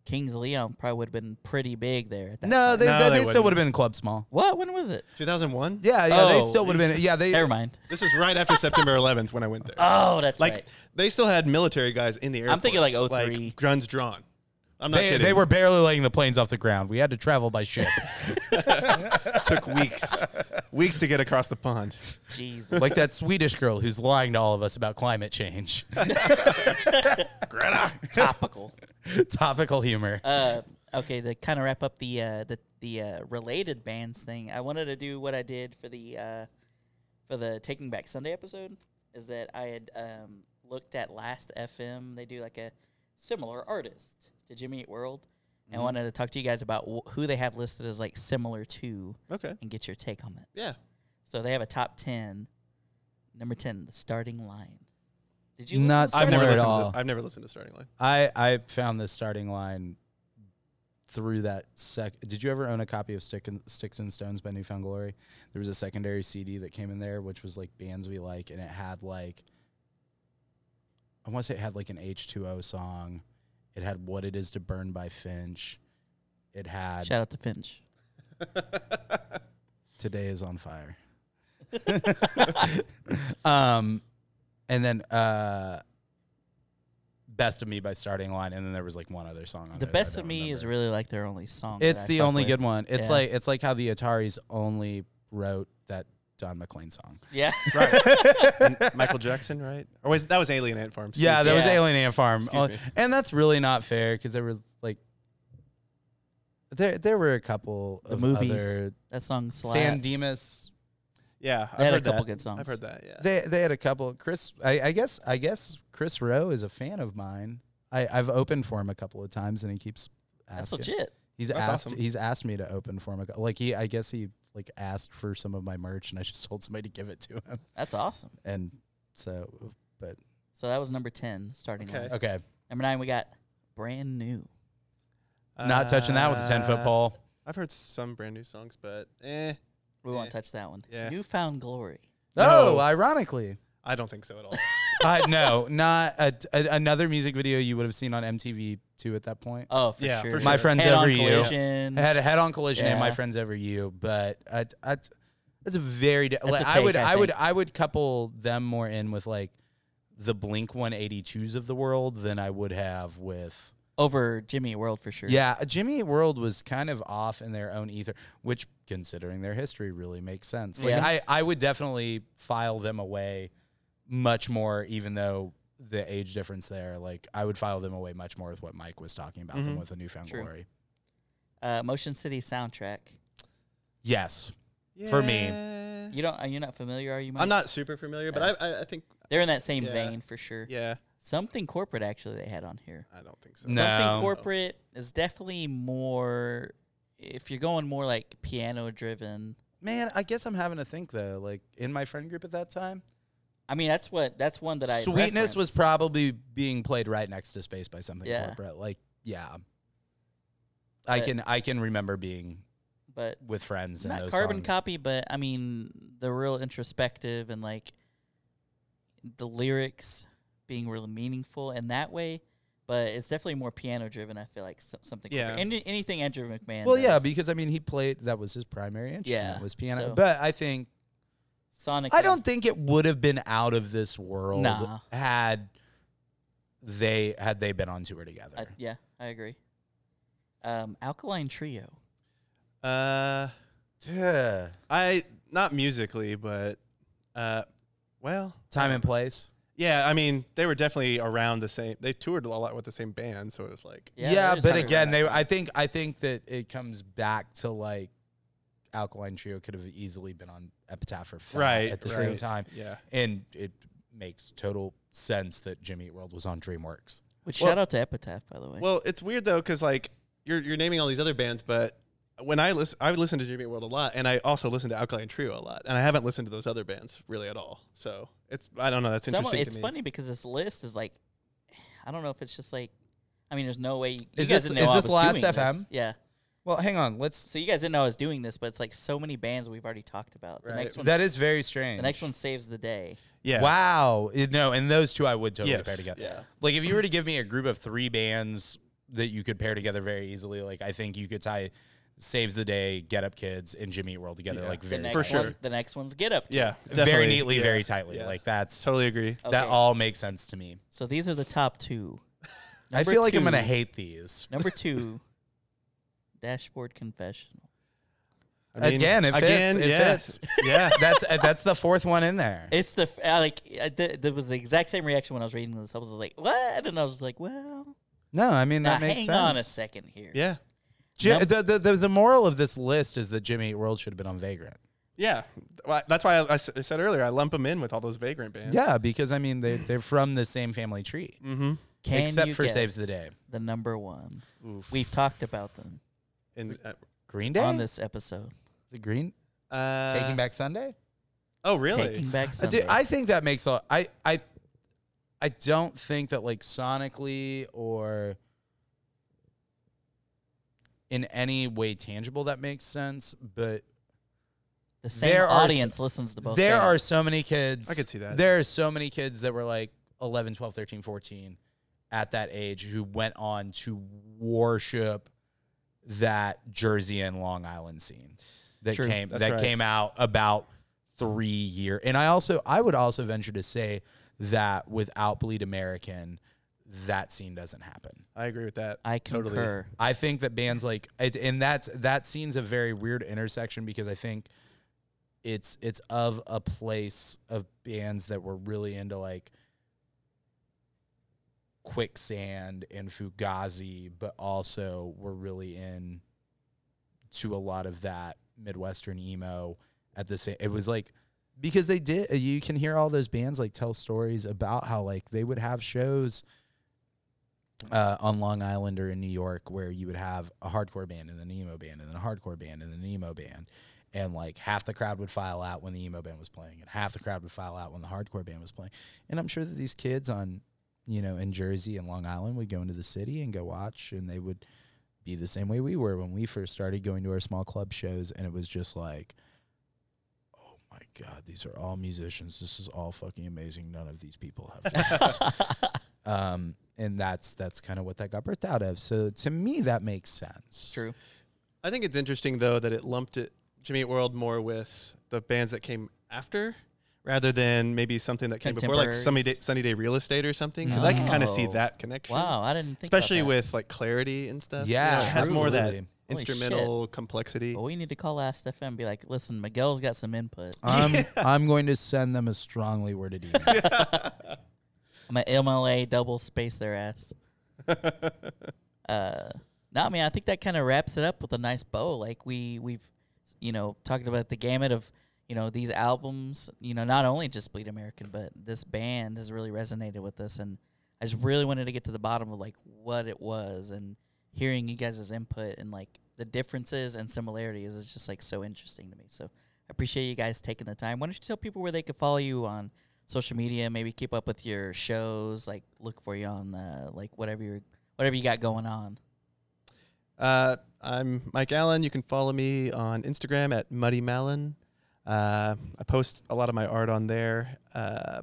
Speaker 1: Kings of Leon probably would have been pretty big there. At that
Speaker 3: No,
Speaker 1: time.
Speaker 3: they,
Speaker 2: No,
Speaker 3: they,
Speaker 2: they
Speaker 3: they still
Speaker 2: wouldn't.
Speaker 3: would have been in Club Small.
Speaker 1: what? When was it?
Speaker 2: 2001.
Speaker 3: Yeah, yeah, they
Speaker 1: Oh.
Speaker 3: still would have been. Yeah, they.
Speaker 1: Never mind.
Speaker 2: This is right after September 11th when I went there.
Speaker 1: Oh, that's
Speaker 2: like
Speaker 1: right.
Speaker 2: they still had military guys in the airport.
Speaker 1: I'm thinking, like, 03.
Speaker 2: guns drawn. I'm not
Speaker 3: They,
Speaker 2: kidding.
Speaker 3: they were barely letting the planes off the ground. We had to travel by [laughs] ship.
Speaker 2: took weeks, weeks to get across the pond.
Speaker 1: Jesus.
Speaker 3: like that Swedish girl who's lying to all of us about climate change. [laughs]
Speaker 1: topical.
Speaker 3: Topical humor.
Speaker 1: Uh, okay, to kind of wrap up the uh, the the uh, related bands thing, I wanted to do what I did for the uh, for the Taking Back Sunday episode. Is that I had um, looked at Last FM. They do like a similar artist to Jimmy Eat World,
Speaker 3: Mm-hmm.
Speaker 1: and I wanted to talk to you guys about wh- who they have listed as like similar to,
Speaker 2: Okay.
Speaker 1: and get your take on that.
Speaker 2: Yeah.
Speaker 1: So they have a top ten. Number ten, the starting line. Did you
Speaker 3: Not
Speaker 1: listen to
Speaker 2: I've
Speaker 1: the
Speaker 2: never
Speaker 3: Similar at
Speaker 1: starting
Speaker 2: listened.
Speaker 1: line?
Speaker 3: all.
Speaker 2: To, I've never listened to Starting Line.
Speaker 3: I I found this starting line through that sec. Did you ever own a copy of Stick and, Sticks and Stones by Newfound Glory? There was a secondary CD that came in there, which was like bands we like, and it had like I want to say it had like an H two O song. It had "What It Is to Burn" by Finch. It had
Speaker 1: Shout out to Finch.
Speaker 3: today is on fire. [laughs] um, and then uh, best of me by starting line, and then there was like one other song on
Speaker 1: The
Speaker 3: there Oh, that I
Speaker 1: best of
Speaker 3: don't
Speaker 1: me is
Speaker 3: remember.
Speaker 1: really like their only song. that
Speaker 3: It's
Speaker 1: I
Speaker 3: the
Speaker 1: fuck
Speaker 3: only
Speaker 1: with.
Speaker 3: good one. It's
Speaker 1: Yeah.
Speaker 3: like it's like how the Ataris only wrote that Don McLean song.
Speaker 1: Yeah.
Speaker 3: [laughs]
Speaker 2: Michael Jackson, right? Or was that was Alien Ant Farm? excuse
Speaker 3: yeah,
Speaker 2: me.
Speaker 3: that was
Speaker 1: Yeah.
Speaker 3: Alien Ant Farm,
Speaker 2: Excuse
Speaker 3: Uh,
Speaker 2: me.
Speaker 3: and that's really not fair because there were like there there were a couple
Speaker 1: The
Speaker 3: of
Speaker 1: movies
Speaker 3: other
Speaker 1: That song slaps.
Speaker 3: San Dimas
Speaker 2: yeah. I've
Speaker 1: They had a
Speaker 2: heard
Speaker 1: couple
Speaker 2: that.
Speaker 1: good songs.
Speaker 2: I've heard that. Yeah.
Speaker 3: they they had a couple. Chris, I, I guess I guess Chris Rowe is a fan of mine. I, I've opened for him a couple of times, and he keeps asking.
Speaker 1: That's legit.
Speaker 3: He's
Speaker 2: That's
Speaker 3: asked.
Speaker 2: awesome.
Speaker 3: He's asked me to open for him. A, cou- like he, I guess he like asked for some of my merch, and I just [laughs] told somebody to give it to him.
Speaker 1: That's awesome.
Speaker 3: And so, but
Speaker 1: So that was number 10, starting
Speaker 2: Okay.
Speaker 1: line.
Speaker 3: okay,
Speaker 1: Number 9, we got Brand New.
Speaker 3: not touching that with a ten foot
Speaker 2: Uh,
Speaker 3: pole.
Speaker 2: I've heard some brand new songs, but eh,
Speaker 1: We won't
Speaker 2: Eh,
Speaker 1: touch that one.
Speaker 2: yeah.
Speaker 1: Newfound Glory.
Speaker 3: Oh,
Speaker 2: no.
Speaker 3: ironically,
Speaker 2: I don't think so at all.
Speaker 3: uh, no, not a, a, another music video you would have seen on MTV two at that point.
Speaker 1: Oh, for
Speaker 2: Yeah,
Speaker 1: sure.
Speaker 2: for
Speaker 3: My
Speaker 2: sure.
Speaker 3: friends
Speaker 1: Head on
Speaker 3: ever you.
Speaker 1: collision.
Speaker 3: I had a head-on collision and my
Speaker 1: Yeah.
Speaker 3: friends ever you, but I, I, that's a very. Di-
Speaker 1: That's
Speaker 3: like,
Speaker 1: a
Speaker 3: I would,
Speaker 1: take, I
Speaker 3: I, would, I would couple them more in with like the Blink 182s of the world than I would have with.
Speaker 1: over Jimmy Eat World for sure.
Speaker 3: Yeah, uh, Jimmy Eat World was kind of off in their own ether, which, considering their history, really makes sense. Like,
Speaker 1: Yeah.
Speaker 3: I, I would definitely file them away much more, even though the age difference there. Like, I would file them away much more with what Mike was talking about than
Speaker 2: Mhm.
Speaker 3: with the newfound
Speaker 1: Mm-hmm. True.
Speaker 3: glory.
Speaker 1: Uh, Motion City soundtrack.
Speaker 3: Yes, [laughs] For me.
Speaker 1: You don't? Are you not familiar? Are you? Mike?
Speaker 2: I'm not super familiar, but I, I, I think
Speaker 1: They're in that same
Speaker 2: Yeah.
Speaker 1: vein for sure.
Speaker 2: yeah,
Speaker 1: Something corporate actually they had on here.
Speaker 2: I don't think so.
Speaker 3: No.
Speaker 1: Something corporate is definitely more. If you're going more like piano driven,
Speaker 3: man. I guess I'm having to think though. Like in my friend group at that time,
Speaker 1: I mean that's what that's one that I
Speaker 3: Sweetness was
Speaker 1: referenced.
Speaker 3: probably being played right next to Space by something
Speaker 1: Yeah.
Speaker 3: corporate. Like, yeah, I
Speaker 1: But-
Speaker 3: can, I can remember being
Speaker 1: but
Speaker 3: with friends and
Speaker 1: not
Speaker 3: those
Speaker 1: carbon
Speaker 3: songs.
Speaker 1: copy, but I mean the real introspective and like the lyrics being really meaningful in that way. But it's definitely more piano driven. I feel like so, something.
Speaker 2: Yeah.
Speaker 1: corporate. Any, anything Andrew McMahon.
Speaker 3: Well, yeah,
Speaker 1: does,
Speaker 3: because I mean, he played that was his primary instrument
Speaker 1: Yeah,
Speaker 3: was piano.
Speaker 1: so-
Speaker 3: But I think
Speaker 1: Sonic.
Speaker 3: I don't think it would have been out of this world
Speaker 1: Nah.
Speaker 3: had they had they been on tour together.
Speaker 1: I, yeah, I agree. Um, Alkaline Trio.
Speaker 2: Uh,
Speaker 3: Duh.
Speaker 2: I not musically, but uh, well,
Speaker 3: Time and place.
Speaker 2: yeah. I mean, they were definitely around the same. They toured a lot with the same band, so it was like,
Speaker 3: Yeah,
Speaker 1: there is
Speaker 3: but
Speaker 1: something
Speaker 3: again,
Speaker 1: about
Speaker 3: they.
Speaker 1: that.
Speaker 3: I think I think that it comes back to like Alkaline Trio could have easily been on Epitaph or Fat
Speaker 2: Right,
Speaker 3: at the same
Speaker 2: right.
Speaker 3: time,
Speaker 2: yeah,
Speaker 3: and it makes total sense that Jimmy Eat World was on DreamWorks.
Speaker 1: Which
Speaker 2: Well-
Speaker 1: shout out to Epitaph, by the way.
Speaker 2: Well, it's weird though, because like you're you're naming all these other bands, but when I listen, I listen to Jimmy Eat World a lot, and I also listen to Alkaline Trio a lot, and I haven't listened to those other bands really at all. So it's I don't know. That's
Speaker 1: Some of-
Speaker 2: interesting.
Speaker 1: it's
Speaker 2: to me.
Speaker 1: funny because this list is like, I don't know if it's just like, I mean, there's no way you, you
Speaker 3: Is
Speaker 1: guys
Speaker 3: this-
Speaker 1: didn't know
Speaker 3: is
Speaker 1: I
Speaker 3: this
Speaker 1: was
Speaker 3: Last
Speaker 1: doing this.
Speaker 3: FM?
Speaker 1: Yeah.
Speaker 3: Well, hang on. Let's.
Speaker 1: So you guys didn't know I was doing this, but it's like so many bands we've already talked about. The
Speaker 2: Right.
Speaker 1: next one,
Speaker 3: That is very strange.
Speaker 1: the next one saves the day.
Speaker 2: Yeah.
Speaker 3: Wow. It- No, and those two I would totally
Speaker 2: Yes.
Speaker 3: pair together.
Speaker 2: Yeah.
Speaker 3: Like if you were to give me a group of three bands that you could pair together very easily, like I think you could tie Saves the Day, Get Up Kids, and Jimmy Eat World together
Speaker 2: Yeah.
Speaker 3: like
Speaker 2: The
Speaker 1: The
Speaker 3: very
Speaker 1: next
Speaker 2: For
Speaker 1: one,
Speaker 3: tightly.
Speaker 2: sure.
Speaker 1: The next one's Get Up.
Speaker 2: Yeah.
Speaker 1: Kids.
Speaker 3: very
Speaker 2: definitely.
Speaker 3: neatly,
Speaker 2: Yeah.
Speaker 3: very tightly.
Speaker 2: Yeah.
Speaker 3: Like that's
Speaker 2: Totally agree.
Speaker 3: that
Speaker 1: Okay.
Speaker 3: all makes sense to me.
Speaker 1: So these are the top two.
Speaker 3: I
Speaker 1: Number
Speaker 3: feel like I'm gonna
Speaker 1: two-
Speaker 3: hate these. [laughs]
Speaker 1: Number two, Dashboard Confessional.
Speaker 2: I mean,
Speaker 3: again, it fits.
Speaker 2: again,
Speaker 3: it
Speaker 1: [laughs]
Speaker 2: yeah.
Speaker 3: fits.
Speaker 2: yeah.
Speaker 3: [laughs] That's uh, that's the fourth one in there.
Speaker 1: It's the f- I, like I, th- that was the exact same reaction when I was reading this. I was like, what? And I was just like, well,
Speaker 3: no, I mean
Speaker 1: now
Speaker 3: that makes
Speaker 1: hang
Speaker 3: sense.
Speaker 1: on a second here.
Speaker 2: Yeah.
Speaker 3: Ji-
Speaker 1: Num-
Speaker 3: the, the, the, the moral of this list is that Jimmy Eat World should have been on Vagrant.
Speaker 2: Yeah. Well, that's why I, I s- I said earlier I lump them in with all those vagrant bands.
Speaker 3: Yeah, because I mean they they're from the same family tree,
Speaker 2: Mm-hmm.
Speaker 1: Can
Speaker 3: except
Speaker 1: you
Speaker 3: for Saves
Speaker 1: guess
Speaker 3: the Day.
Speaker 1: The number one.
Speaker 2: Oof.
Speaker 1: We've talked about them
Speaker 2: And, uh,
Speaker 3: Green Day
Speaker 1: on this episode.
Speaker 3: the Green
Speaker 2: uh,
Speaker 3: Taking Back Sunday.
Speaker 2: Oh, really?
Speaker 1: Taking Back
Speaker 3: I,
Speaker 1: Sunday.
Speaker 3: do, I think that makes a I I I don't think that like sonically or in any way tangible that makes sense, but
Speaker 1: the same
Speaker 3: there are s-
Speaker 1: audience listens to both.
Speaker 3: there are
Speaker 1: bands.
Speaker 3: so many kids
Speaker 2: I could see that.
Speaker 3: There are so many kids that were like 11, 12, 13, 14 at that age who went on to worship that Jersey and Long Island scene that
Speaker 2: True,
Speaker 3: came
Speaker 2: that's
Speaker 3: that
Speaker 2: right.
Speaker 3: came out about 3 year. And I also I would also venture to say that without Bleed American that scene doesn't happen.
Speaker 2: I agree with that.
Speaker 1: I
Speaker 2: Totally.
Speaker 1: concur.
Speaker 3: I think that bands like it, and that's that scene's a very weird intersection because I think it's it's of a place of bands that were really into like quicksand and Fugazi, but also were really in to a lot of that midwestern emo at the same. It was like because they did. You can hear all those bands like tell stories about how like they would have shows uh, on Long Island or in New York where you would have a hardcore band and then an emo band and then a hardcore band and then an emo band. And like half the crowd would file out when the emo band was playing and half the crowd would file out when the hardcore band was playing. And I'm sure that these kids on, you know, in Jersey and Long Island would go into the city and go watch and they would be the same way we were when we first started going to our small club shows. And it was just like, oh my my god, these are all musicians. This is all fucking amazing. None of these people have jobs. um, and that's that's kind of what that got birthed out of. So to me, that makes sense.
Speaker 1: [laughs] True.
Speaker 2: I think it's interesting though that it lumped it Jimmy Eat World more with the bands that came after rather than maybe something that came before, like Sunny Day,
Speaker 1: Contemporaries.
Speaker 2: Sunny Day Real Estate or something. Because I can kind of see
Speaker 1: Oh.
Speaker 2: that connection.
Speaker 1: Wow, I didn't think
Speaker 2: Especially
Speaker 1: about that.
Speaker 2: with like clarity and stuff. you
Speaker 3: Yeah,
Speaker 2: know, it has more of that
Speaker 3: absolutely.
Speaker 1: Holy shit.
Speaker 2: instrumental complexity.
Speaker 1: But we need to call Last FM and be like, listen, Miguel's got some input. [laughs]
Speaker 3: I'm I'm going to send them a strongly worded email.
Speaker 1: I'm an MLA double space their ass. uh, no, I mean I think that kind of wraps it up with a nice bow. Like we we've you know talked about the gamut of you know these albums. You know not only just Bleed American, but this band has really resonated with us, and I just really wanted to get to the bottom of like what it was and hearing you guys' input and like the differences and similarities is just like so interesting to me. So I appreciate you guys taking the time. Why don't you tell people where they could follow you on social media, maybe keep up with your shows, like look for you on uh, like whatever you whatever you got going
Speaker 2: [laughs]
Speaker 1: on.
Speaker 2: Uh, I'm Mike Allen. You can follow me on Instagram at Muddy Malin. Uh, I post a lot of my art on there. Uh,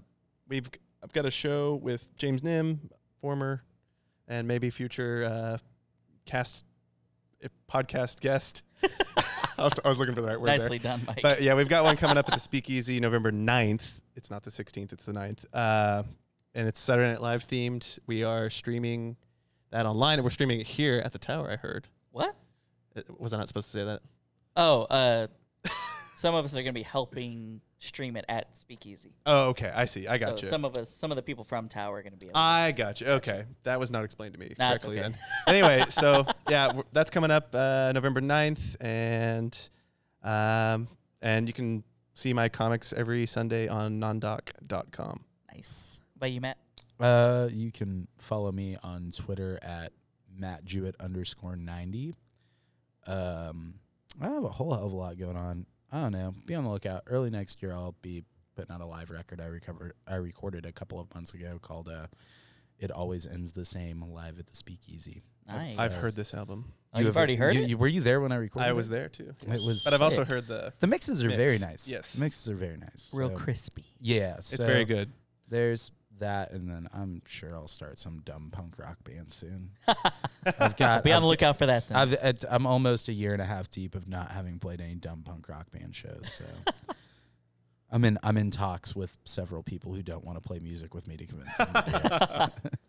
Speaker 2: we've I've got a show with James Nim, former and maybe future uh, cast eh, podcast guest. I was- I was looking for the right word there.
Speaker 1: Nicely done, Mike.
Speaker 2: But yeah, we've got one coming up at the Speakeasy November 9th. It's not the 16th, it's the 9th. Uh, and it's Saturday Night Live themed. We are streaming that online and we're streaming it here at the tower, I heard.
Speaker 1: what?
Speaker 2: Uh, Was I not supposed to say that?
Speaker 1: Oh, uh, some of us are gonna be helping stream it at Speakeasy.
Speaker 2: Oh, okay. I see. I got
Speaker 1: so
Speaker 2: you.
Speaker 1: some of us, some of the people from Tower are gonna be. Able
Speaker 2: I got you. Okay. That was not explained to me
Speaker 1: Nah, it's
Speaker 2: correctly
Speaker 1: okay. [laughs]
Speaker 2: then. anyway, so yeah, w- that's coming up uh, November 9th. And, um, and you can see my comics every Sunday on nondoc.com.
Speaker 1: nice. But you, Matt.
Speaker 3: Uh, you can follow me on Twitter at Matt Jewett underscore ninety. Um, I have a whole hell of a lot going on. I don't know. Be on the lookout. Early next year, I'll be putting out a live record I recovered. I recorded a couple of months ago called uh, "It Always Ends the Same" live at the Speakeasy.
Speaker 1: Nice.
Speaker 2: I've
Speaker 3: Yes.
Speaker 2: heard this album.
Speaker 1: Oh, you've already heard
Speaker 3: you,
Speaker 1: it.
Speaker 3: you- were you there when I recorded?
Speaker 2: I was
Speaker 3: it?
Speaker 2: there too.
Speaker 3: It was.
Speaker 2: But I've also
Speaker 3: sick.
Speaker 2: heard the
Speaker 3: the mixes are very
Speaker 2: mix.
Speaker 3: nice.
Speaker 2: Yes.
Speaker 3: the mixes are very nice.
Speaker 1: Real
Speaker 3: So,
Speaker 1: crispy.
Speaker 3: Yeah,
Speaker 2: It's very good.
Speaker 3: there's that, and then I'm sure I'll start some dumb punk rock band
Speaker 1: [laughs]
Speaker 3: soon. I've got.
Speaker 1: Be on
Speaker 3: I've,
Speaker 1: the lookout for that. Then.
Speaker 2: [laughs]
Speaker 3: I've, it- I'm almost a year and a half deep of not having played any dumb punk rock band shows,
Speaker 1: [laughs]
Speaker 3: so I'm in. I'm in talks with several people who don't want to play music with me to convince them. to
Speaker 1: [laughs]
Speaker 3: do it.
Speaker 1: [laughs]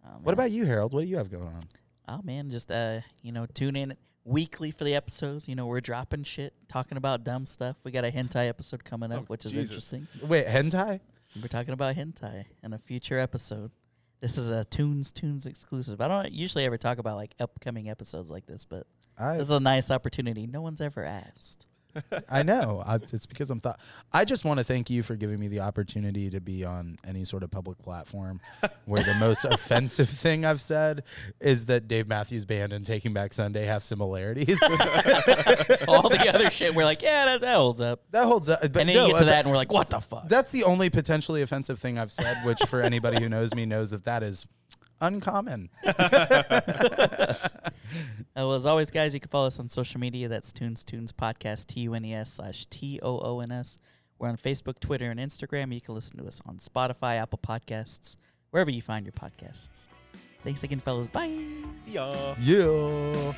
Speaker 1: Oh, man.
Speaker 3: what about you, Harold? What do you have going on?
Speaker 1: Oh man, just uh, you know, tune in weekly for the episodes. You know, we're dropping shit, talking about dumb stuff. We got a hentai episode coming up,
Speaker 2: Oh,
Speaker 1: which is
Speaker 2: Jesus.
Speaker 1: interesting.
Speaker 3: Wait, hentai?
Speaker 1: We're talking about hentai in a future episode. This is a Tunes Tunes exclusive. I don't usually ever talk about like upcoming episodes like this, but
Speaker 3: I
Speaker 1: this is a nice opportunity. No one's ever asked.
Speaker 3: I know. I, it's because I'm thought. I just want to thank you for giving me the opportunity to be on any sort of public platform where the
Speaker 1: [laughs]
Speaker 3: most offensive thing I've said is that Dave Matthews Band and Taking Back Sunday have
Speaker 1: [laughs]
Speaker 3: similarities. [laughs]
Speaker 1: All the other shit, we're like, yeah, that, that holds up.
Speaker 3: that holds up. But
Speaker 1: And then
Speaker 3: no,
Speaker 1: you get to
Speaker 3: uh,
Speaker 1: that, and we're like, what the fuck?
Speaker 3: That's the only potentially offensive thing I've said, which for anybody who knows me knows that that is uncommon.
Speaker 1: Uh, well, as always, guys, you can follow us on social media. That's Tunes Tunes Podcast, T U N E S slash T O O N S. We're on Facebook, Twitter, and Instagram. You can listen to us on Spotify, Apple Podcasts, wherever you find your podcasts. Thanks again, fellas. Bye.
Speaker 2: See ya.
Speaker 3: Yeah.